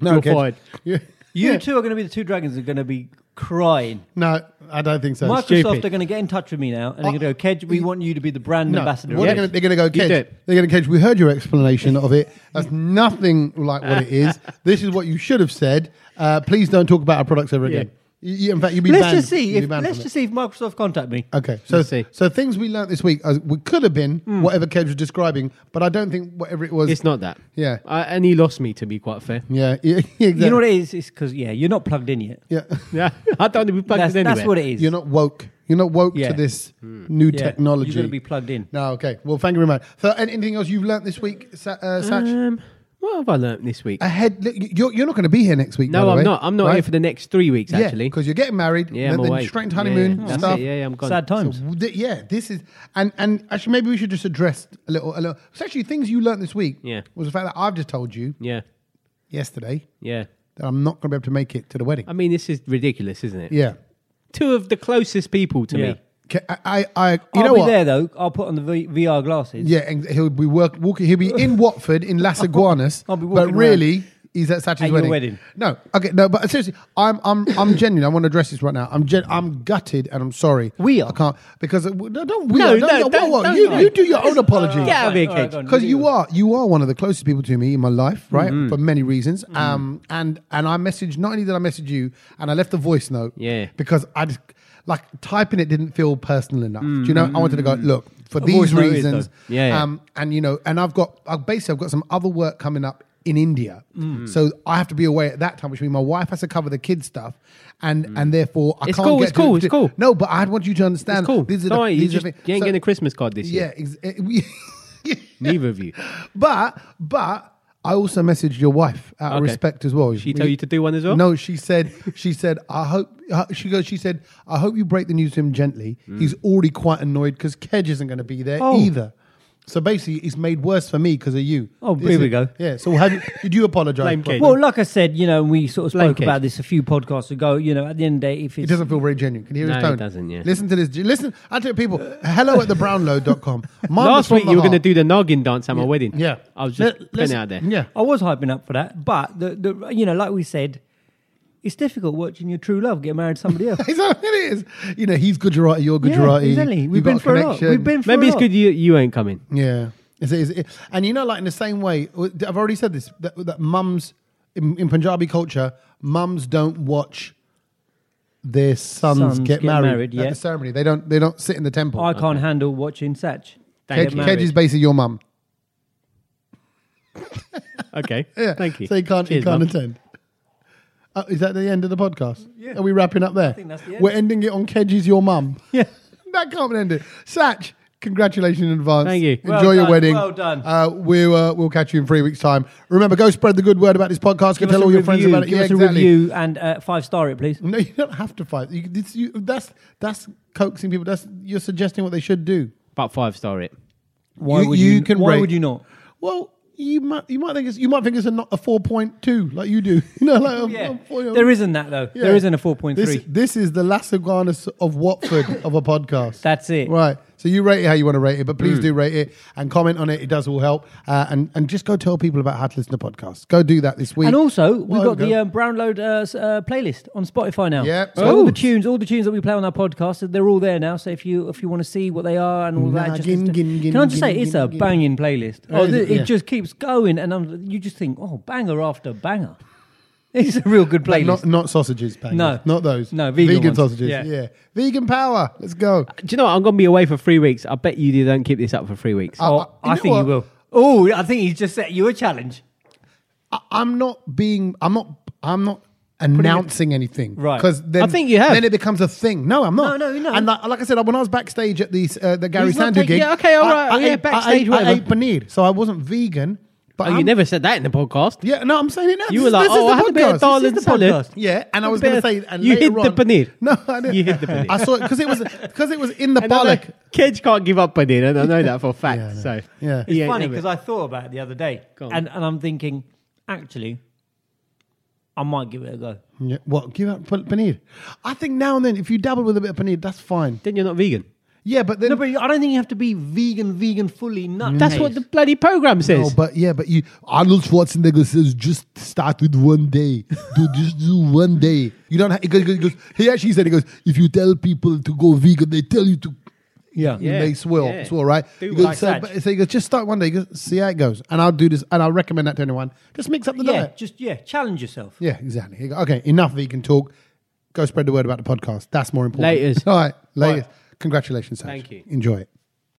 [SPEAKER 1] No,
[SPEAKER 4] You're
[SPEAKER 1] kid.
[SPEAKER 4] fired.
[SPEAKER 1] Yeah.
[SPEAKER 3] You
[SPEAKER 1] Yeah.
[SPEAKER 3] two are going to be the two dragons that are going to be crying.
[SPEAKER 1] No, I don't think so.
[SPEAKER 3] Microsoft
[SPEAKER 4] stupid.
[SPEAKER 3] are going to get in touch with me now and they're going to go, Kedge, we want you to be the brand
[SPEAKER 1] No,
[SPEAKER 3] ambassador.
[SPEAKER 1] what
[SPEAKER 3] of
[SPEAKER 1] they're
[SPEAKER 3] this."
[SPEAKER 1] going to they're gonna go,
[SPEAKER 4] You do
[SPEAKER 1] Kedge.
[SPEAKER 4] it.
[SPEAKER 1] They're going to Kedge. We heard your explanation of it. That's nothing like what it is. This is what you should have said. Uh, please don't talk about our products ever again. You- you- in fact, you'd be
[SPEAKER 3] Let's
[SPEAKER 1] banned.
[SPEAKER 3] just see
[SPEAKER 1] You'd be
[SPEAKER 3] if
[SPEAKER 1] banned
[SPEAKER 3] let's
[SPEAKER 1] from it. Uh,
[SPEAKER 3] just see if Microsoft contact me.
[SPEAKER 1] Okay, so
[SPEAKER 4] Let's see. Hmm.
[SPEAKER 1] so things we learnt this week, uh, we could have been whatever Kedge was describing, but I don't think whatever it was.
[SPEAKER 4] It's not that.
[SPEAKER 1] Yeah.
[SPEAKER 4] I, and he lost me, to be quite fair.
[SPEAKER 1] Yeah, yeah, yeah, exactly.
[SPEAKER 3] You know what it is? It's because yeah, you're not plugged in yet.
[SPEAKER 1] yeah.
[SPEAKER 4] Yeah, I don't want to be plugged
[SPEAKER 3] That's,
[SPEAKER 4] in anyway.
[SPEAKER 3] that's what it is.
[SPEAKER 1] You're not woke. You're not woke
[SPEAKER 3] Yeah.
[SPEAKER 1] to this
[SPEAKER 4] Hmm.
[SPEAKER 1] new
[SPEAKER 3] Yeah,
[SPEAKER 1] technology.
[SPEAKER 3] You're going to be plugged in.
[SPEAKER 1] No, okay. Well, thank you very much. So, an- anything else you've learnt this week, Sa- uh, Satch?
[SPEAKER 4] Um, what have I learnt this week?
[SPEAKER 1] Ahead, look, you're, you're not going to be here next week. Ah, by
[SPEAKER 4] no,
[SPEAKER 1] the
[SPEAKER 4] I'm
[SPEAKER 1] way,
[SPEAKER 4] not. I'm not
[SPEAKER 1] right?
[SPEAKER 4] here for the next three weeks, actually.
[SPEAKER 1] yeah, because you're getting married.
[SPEAKER 4] Yeah,
[SPEAKER 1] then,
[SPEAKER 4] I'm
[SPEAKER 1] then
[SPEAKER 4] away.
[SPEAKER 1] straight into
[SPEAKER 4] Yeah,
[SPEAKER 1] honeymoon
[SPEAKER 4] yeah,
[SPEAKER 1] and
[SPEAKER 4] that's
[SPEAKER 1] stuff.
[SPEAKER 4] it. Yeah, yeah, I'm gone.
[SPEAKER 3] Sad times.
[SPEAKER 1] So, th- yeah, this is and and actually maybe we should just address a little a little. It's actually things you learnt this week.
[SPEAKER 4] Yeah.
[SPEAKER 1] was the fact that I've just told you
[SPEAKER 4] Yeah,
[SPEAKER 1] yesterday
[SPEAKER 4] yeah.
[SPEAKER 1] that I'm not going to be able to make it to the wedding.
[SPEAKER 4] I mean, this is ridiculous, isn't it?
[SPEAKER 1] yeah,
[SPEAKER 4] Two of the closest people to
[SPEAKER 3] Yeah.
[SPEAKER 4] me.
[SPEAKER 1] Ca- I I, I you
[SPEAKER 3] I'll
[SPEAKER 1] know
[SPEAKER 3] be
[SPEAKER 1] what?
[SPEAKER 3] there though. I'll put on the v- VR glasses.
[SPEAKER 1] Yeah, and he'll be work, walking. He'll be in Watford in Las Iguanas,
[SPEAKER 3] I'll be walking
[SPEAKER 1] but really he's at Satch's
[SPEAKER 3] At your
[SPEAKER 1] wedding.
[SPEAKER 3] wedding.
[SPEAKER 1] No, okay, no, but seriously, I'm I'm I'm genuine. I want to address this right now. I'm gen- I'm gutted and I'm sorry.
[SPEAKER 3] We are.
[SPEAKER 1] I can't because uh, no, don't we
[SPEAKER 4] No,
[SPEAKER 1] are. Don't,
[SPEAKER 4] no,
[SPEAKER 1] whoa,
[SPEAKER 4] don't-
[SPEAKER 1] whoa,
[SPEAKER 4] don't-
[SPEAKER 1] you
[SPEAKER 4] no.
[SPEAKER 1] you do your
[SPEAKER 3] uh,
[SPEAKER 1] own apology.
[SPEAKER 4] Get out of here,
[SPEAKER 3] Alright,
[SPEAKER 4] Kedge.
[SPEAKER 3] go on.
[SPEAKER 1] Because you are you are one of the closest people to me in my life, right?
[SPEAKER 4] Mm-hmm.
[SPEAKER 1] For many reasons.
[SPEAKER 4] Mm.
[SPEAKER 1] Um, and and I messaged not only did I message you, and I left a voice note.
[SPEAKER 4] Yeah.
[SPEAKER 1] Because I just like typing it didn't feel personal enough. Do you know? I wanted to
[SPEAKER 4] Mm.
[SPEAKER 1] go look for
[SPEAKER 3] voice
[SPEAKER 1] these
[SPEAKER 3] note is,
[SPEAKER 1] reasons.
[SPEAKER 4] though. Yeah, yeah.
[SPEAKER 1] Um, and you know, and I've got i basically I've got some other work coming up in India,
[SPEAKER 4] Mm.
[SPEAKER 1] so I have to be away at that time, which means my wife has to cover the kids stuff, and and therefore I
[SPEAKER 4] Mm. It's
[SPEAKER 1] can't
[SPEAKER 4] cool,
[SPEAKER 1] get
[SPEAKER 4] it's
[SPEAKER 1] to
[SPEAKER 4] cool,
[SPEAKER 1] it.
[SPEAKER 4] it's cool.
[SPEAKER 1] No, but I want you to understand.
[SPEAKER 4] It's cool.
[SPEAKER 1] These are
[SPEAKER 4] Sorry,
[SPEAKER 1] the,
[SPEAKER 4] you
[SPEAKER 1] these
[SPEAKER 4] just-
[SPEAKER 1] are the things.
[SPEAKER 4] you ain't getting a Christmas card this
[SPEAKER 1] yeah,
[SPEAKER 4] year.
[SPEAKER 1] year. Yeah,
[SPEAKER 4] Neither of you.
[SPEAKER 1] but but I also messaged your wife out of
[SPEAKER 4] Okay.
[SPEAKER 1] respect as well.
[SPEAKER 4] She tell you to do one as well?
[SPEAKER 1] No, she said she said I hope uh, she goes. She said I hope you break the news to him gently.
[SPEAKER 4] Mm.
[SPEAKER 1] He's already quite annoyed because Kedge isn't going to be there
[SPEAKER 3] Oh.
[SPEAKER 1] either. So basically, it's made worse for me because of you.
[SPEAKER 3] Oh,
[SPEAKER 1] Is
[SPEAKER 3] here we
[SPEAKER 1] it?
[SPEAKER 3] go.
[SPEAKER 1] Yeah. So have you, did you apologise?
[SPEAKER 4] Blame
[SPEAKER 1] properly?
[SPEAKER 4] Kedge.
[SPEAKER 3] Well, like I said, you know, we sort of
[SPEAKER 4] Blame
[SPEAKER 3] spoke
[SPEAKER 4] Kedge.
[SPEAKER 3] about this a few podcasts ago. You know, at the end of the day, if
[SPEAKER 1] It
[SPEAKER 3] it's
[SPEAKER 1] doesn't feel very genuine. Can you hear
[SPEAKER 4] No,
[SPEAKER 1] his
[SPEAKER 4] it
[SPEAKER 1] tone?
[SPEAKER 4] doesn't, yeah.
[SPEAKER 1] Listen to this. Listen, I tell people, hello at thebrownlow.com. Mine was
[SPEAKER 4] Last
[SPEAKER 1] from
[SPEAKER 4] week
[SPEAKER 1] the
[SPEAKER 4] you were going to
[SPEAKER 1] heart.
[SPEAKER 4] do the noggin dance at my wedding.
[SPEAKER 1] Yeah.
[SPEAKER 4] I was just
[SPEAKER 1] Let-
[SPEAKER 4] putting
[SPEAKER 1] let's-
[SPEAKER 4] it out there.
[SPEAKER 1] Yeah.
[SPEAKER 3] I was hyping up for that, but the, the you know, like we said, it's difficult watching your true love get married to somebody else.
[SPEAKER 1] Is that what it is? You know, he's Gujarati, you're
[SPEAKER 3] Yeah,
[SPEAKER 1] Gujarati.
[SPEAKER 3] exactly.
[SPEAKER 1] You've
[SPEAKER 3] We've been
[SPEAKER 1] got
[SPEAKER 3] through a lot.
[SPEAKER 1] connection.
[SPEAKER 3] We've been through
[SPEAKER 4] Maybe
[SPEAKER 3] a
[SPEAKER 4] it's
[SPEAKER 3] lot.
[SPEAKER 4] good you, you ain't coming.
[SPEAKER 1] Yeah. Is it, is it, and you know, like in the same way, uh, I've already said this that, that mums in, in Punjabi culture, mums don't watch their sons,
[SPEAKER 3] Sons
[SPEAKER 1] get,
[SPEAKER 3] get
[SPEAKER 1] married,
[SPEAKER 3] married,
[SPEAKER 1] at
[SPEAKER 3] yeah.
[SPEAKER 1] the ceremony. They don't. They don't sit in the temple.
[SPEAKER 3] I can't handle watching Satch.
[SPEAKER 4] Thank
[SPEAKER 1] Kedge
[SPEAKER 4] you.
[SPEAKER 1] Kedge is basically your mum.
[SPEAKER 4] Okay. Thank you.
[SPEAKER 1] So he can't.
[SPEAKER 4] Cheers,
[SPEAKER 1] he can't
[SPEAKER 4] Mum.
[SPEAKER 1] attend. Uh, is that the end of the podcast? Yeah. Are we wrapping up there? I
[SPEAKER 3] think that's the end.
[SPEAKER 1] We're ending it on Kedge's your mum.
[SPEAKER 3] Yeah.
[SPEAKER 1] that can't end it. Satch, congratulations in advance.
[SPEAKER 4] Thank you.
[SPEAKER 1] Enjoy
[SPEAKER 3] Well
[SPEAKER 1] your
[SPEAKER 3] done,
[SPEAKER 1] wedding.
[SPEAKER 3] well done.
[SPEAKER 1] Uh, we'll uh, we'll catch you in three weeks' time. Remember, go spread the good word about this podcast. Go
[SPEAKER 3] Give us
[SPEAKER 1] tell
[SPEAKER 3] a
[SPEAKER 1] all
[SPEAKER 3] review,
[SPEAKER 1] your friends about it.
[SPEAKER 3] Give
[SPEAKER 1] yeah,
[SPEAKER 3] us a
[SPEAKER 1] exactly.
[SPEAKER 3] review and uh, five star it, please.
[SPEAKER 1] No, you don't have to fight. You, this, you, that's that's coaxing people. That's you're suggesting what they should do.
[SPEAKER 4] But five star it.
[SPEAKER 3] Why
[SPEAKER 1] You-
[SPEAKER 3] would
[SPEAKER 1] you
[SPEAKER 3] you?
[SPEAKER 1] can
[SPEAKER 3] why
[SPEAKER 1] rate-
[SPEAKER 3] would you not?
[SPEAKER 1] Well, you might you might think it's you might think it's a not a four point two like you do. You know, like a-
[SPEAKER 3] Yeah,
[SPEAKER 1] a four-
[SPEAKER 3] there isn't that though.
[SPEAKER 1] Yeah.
[SPEAKER 3] There isn't a four point
[SPEAKER 1] This,
[SPEAKER 3] three.
[SPEAKER 1] this is the Las Iguanas of Watford of a podcast.
[SPEAKER 3] That's it.
[SPEAKER 1] Right. So you rate it how you want to rate it, but please do rate it and comment on it. It does all help. Uh, and, and just go tell people about how to listen to podcasts. Go do that this week.
[SPEAKER 3] And also, we've
[SPEAKER 1] Well,
[SPEAKER 3] got
[SPEAKER 1] there we
[SPEAKER 3] the
[SPEAKER 1] go.
[SPEAKER 3] um, Brownload uh, s- uh, playlist on Spotify now.
[SPEAKER 1] Yeah.
[SPEAKER 3] So all
[SPEAKER 1] Oh.
[SPEAKER 3] the tunes, all the tunes that we play on our podcast, they're all there now. So if you if you want to see what they are and all that,
[SPEAKER 1] Nah,
[SPEAKER 3] just
[SPEAKER 1] gin,
[SPEAKER 3] listen-
[SPEAKER 1] gin, gin,
[SPEAKER 3] can I just say
[SPEAKER 1] gin,
[SPEAKER 3] it's
[SPEAKER 1] gin,
[SPEAKER 3] a
[SPEAKER 1] gin.
[SPEAKER 3] banging playlist?
[SPEAKER 1] Oh,
[SPEAKER 3] Oh,
[SPEAKER 1] is
[SPEAKER 3] th-
[SPEAKER 1] it?
[SPEAKER 3] it,
[SPEAKER 1] Yeah.
[SPEAKER 3] just keeps going, and I'm, you just think, oh, banger after banger. It's a real good playlist.
[SPEAKER 1] Not, not sausages, Pang.
[SPEAKER 3] No.
[SPEAKER 1] Not those.
[SPEAKER 3] No, vegan ones.
[SPEAKER 1] sausages. Yeah.
[SPEAKER 3] Yeah.
[SPEAKER 1] Vegan power. Let's go.
[SPEAKER 4] Do you know what? I'm going to be away for three weeks. I bet you don't keep this up for three weeks.
[SPEAKER 3] oh,
[SPEAKER 1] I- you
[SPEAKER 3] I
[SPEAKER 1] know
[SPEAKER 3] think
[SPEAKER 1] what?
[SPEAKER 3] you will. Oh, I think he's just set you a challenge.
[SPEAKER 1] I, I'm not being, I'm not, I'm not announcing anything.
[SPEAKER 3] Right.
[SPEAKER 1] Because then,
[SPEAKER 4] I think you have.
[SPEAKER 1] then it becomes a thing. No, I'm not.
[SPEAKER 3] No, no, no.
[SPEAKER 1] And like, like I said, when I was backstage at the, uh, the Gary
[SPEAKER 4] He's not
[SPEAKER 1] Sandu
[SPEAKER 4] taking-
[SPEAKER 1] gig.
[SPEAKER 4] yeah, okay, all
[SPEAKER 1] I-
[SPEAKER 4] right,
[SPEAKER 1] I
[SPEAKER 4] yeah,
[SPEAKER 1] ate- I
[SPEAKER 4] backstage,
[SPEAKER 1] ate- I
[SPEAKER 4] whatever.
[SPEAKER 1] ate paneer, so I wasn't vegan. But
[SPEAKER 4] oh,
[SPEAKER 1] I'm-
[SPEAKER 4] you never said that in the podcast.
[SPEAKER 1] Yeah, no, I'm saying it now.
[SPEAKER 4] You
[SPEAKER 1] This
[SPEAKER 4] were
[SPEAKER 1] is-
[SPEAKER 4] like,
[SPEAKER 1] this is
[SPEAKER 4] oh,
[SPEAKER 1] the
[SPEAKER 4] I had a bit
[SPEAKER 1] podcast.
[SPEAKER 4] of dal
[SPEAKER 1] This
[SPEAKER 4] and
[SPEAKER 1] is the podcast.
[SPEAKER 4] salad.
[SPEAKER 1] Yeah, and I was
[SPEAKER 4] Bit
[SPEAKER 1] going to
[SPEAKER 4] of-
[SPEAKER 1] say, and
[SPEAKER 4] you
[SPEAKER 1] later
[SPEAKER 4] hid the
[SPEAKER 1] on-
[SPEAKER 4] paneer.
[SPEAKER 1] No, I didn't.
[SPEAKER 4] You hid the paneer.
[SPEAKER 1] I saw it because it was because it was in the
[SPEAKER 4] And I know
[SPEAKER 1] bollock.
[SPEAKER 4] Kids can't give up on it, and I know that for a fact.
[SPEAKER 1] Yeah, I know.
[SPEAKER 4] So
[SPEAKER 1] Yeah.
[SPEAKER 4] He ain't
[SPEAKER 3] Funny
[SPEAKER 1] It's
[SPEAKER 4] having it.
[SPEAKER 3] because I thought about it the other day,
[SPEAKER 4] on.
[SPEAKER 3] and, and I'm thinking, actually, I might give it a go.
[SPEAKER 1] Yeah, what? Give out pan- paneer. I think now and then, if you dabble with a bit of paneer, that's fine.
[SPEAKER 4] Then you're not vegan.
[SPEAKER 1] Yeah, but then.
[SPEAKER 3] No, but I don't think you have to be vegan, vegan, fully nut.
[SPEAKER 4] That's what the bloody program
[SPEAKER 1] No,
[SPEAKER 4] says.
[SPEAKER 1] Oh, but yeah, but you Arnold Schwarzenegger says just start with one day, do just do one day. You don't. Have, he goes, he goes. He actually said he goes. If you tell people to go vegan, they tell you to.
[SPEAKER 3] Yeah.
[SPEAKER 1] and they swear,
[SPEAKER 4] yeah.
[SPEAKER 1] swear, right?
[SPEAKER 4] Do
[SPEAKER 1] He goes,
[SPEAKER 4] like
[SPEAKER 1] so,
[SPEAKER 3] that.
[SPEAKER 1] but- so he goes, just start one day. He goes, see how it goes, and I'll do this, and I'll recommend that to anyone. Just mix up the
[SPEAKER 3] Yeah,
[SPEAKER 1] diet.
[SPEAKER 3] just yeah, challenge yourself.
[SPEAKER 1] Yeah, exactly. He goes, okay, enough vegan talk. Go spread the word about the podcast. That's more important.
[SPEAKER 4] Laters.
[SPEAKER 1] All right, laters.
[SPEAKER 4] Right.
[SPEAKER 1] Congratulations, Saj.
[SPEAKER 4] Thank you.
[SPEAKER 1] Enjoy it.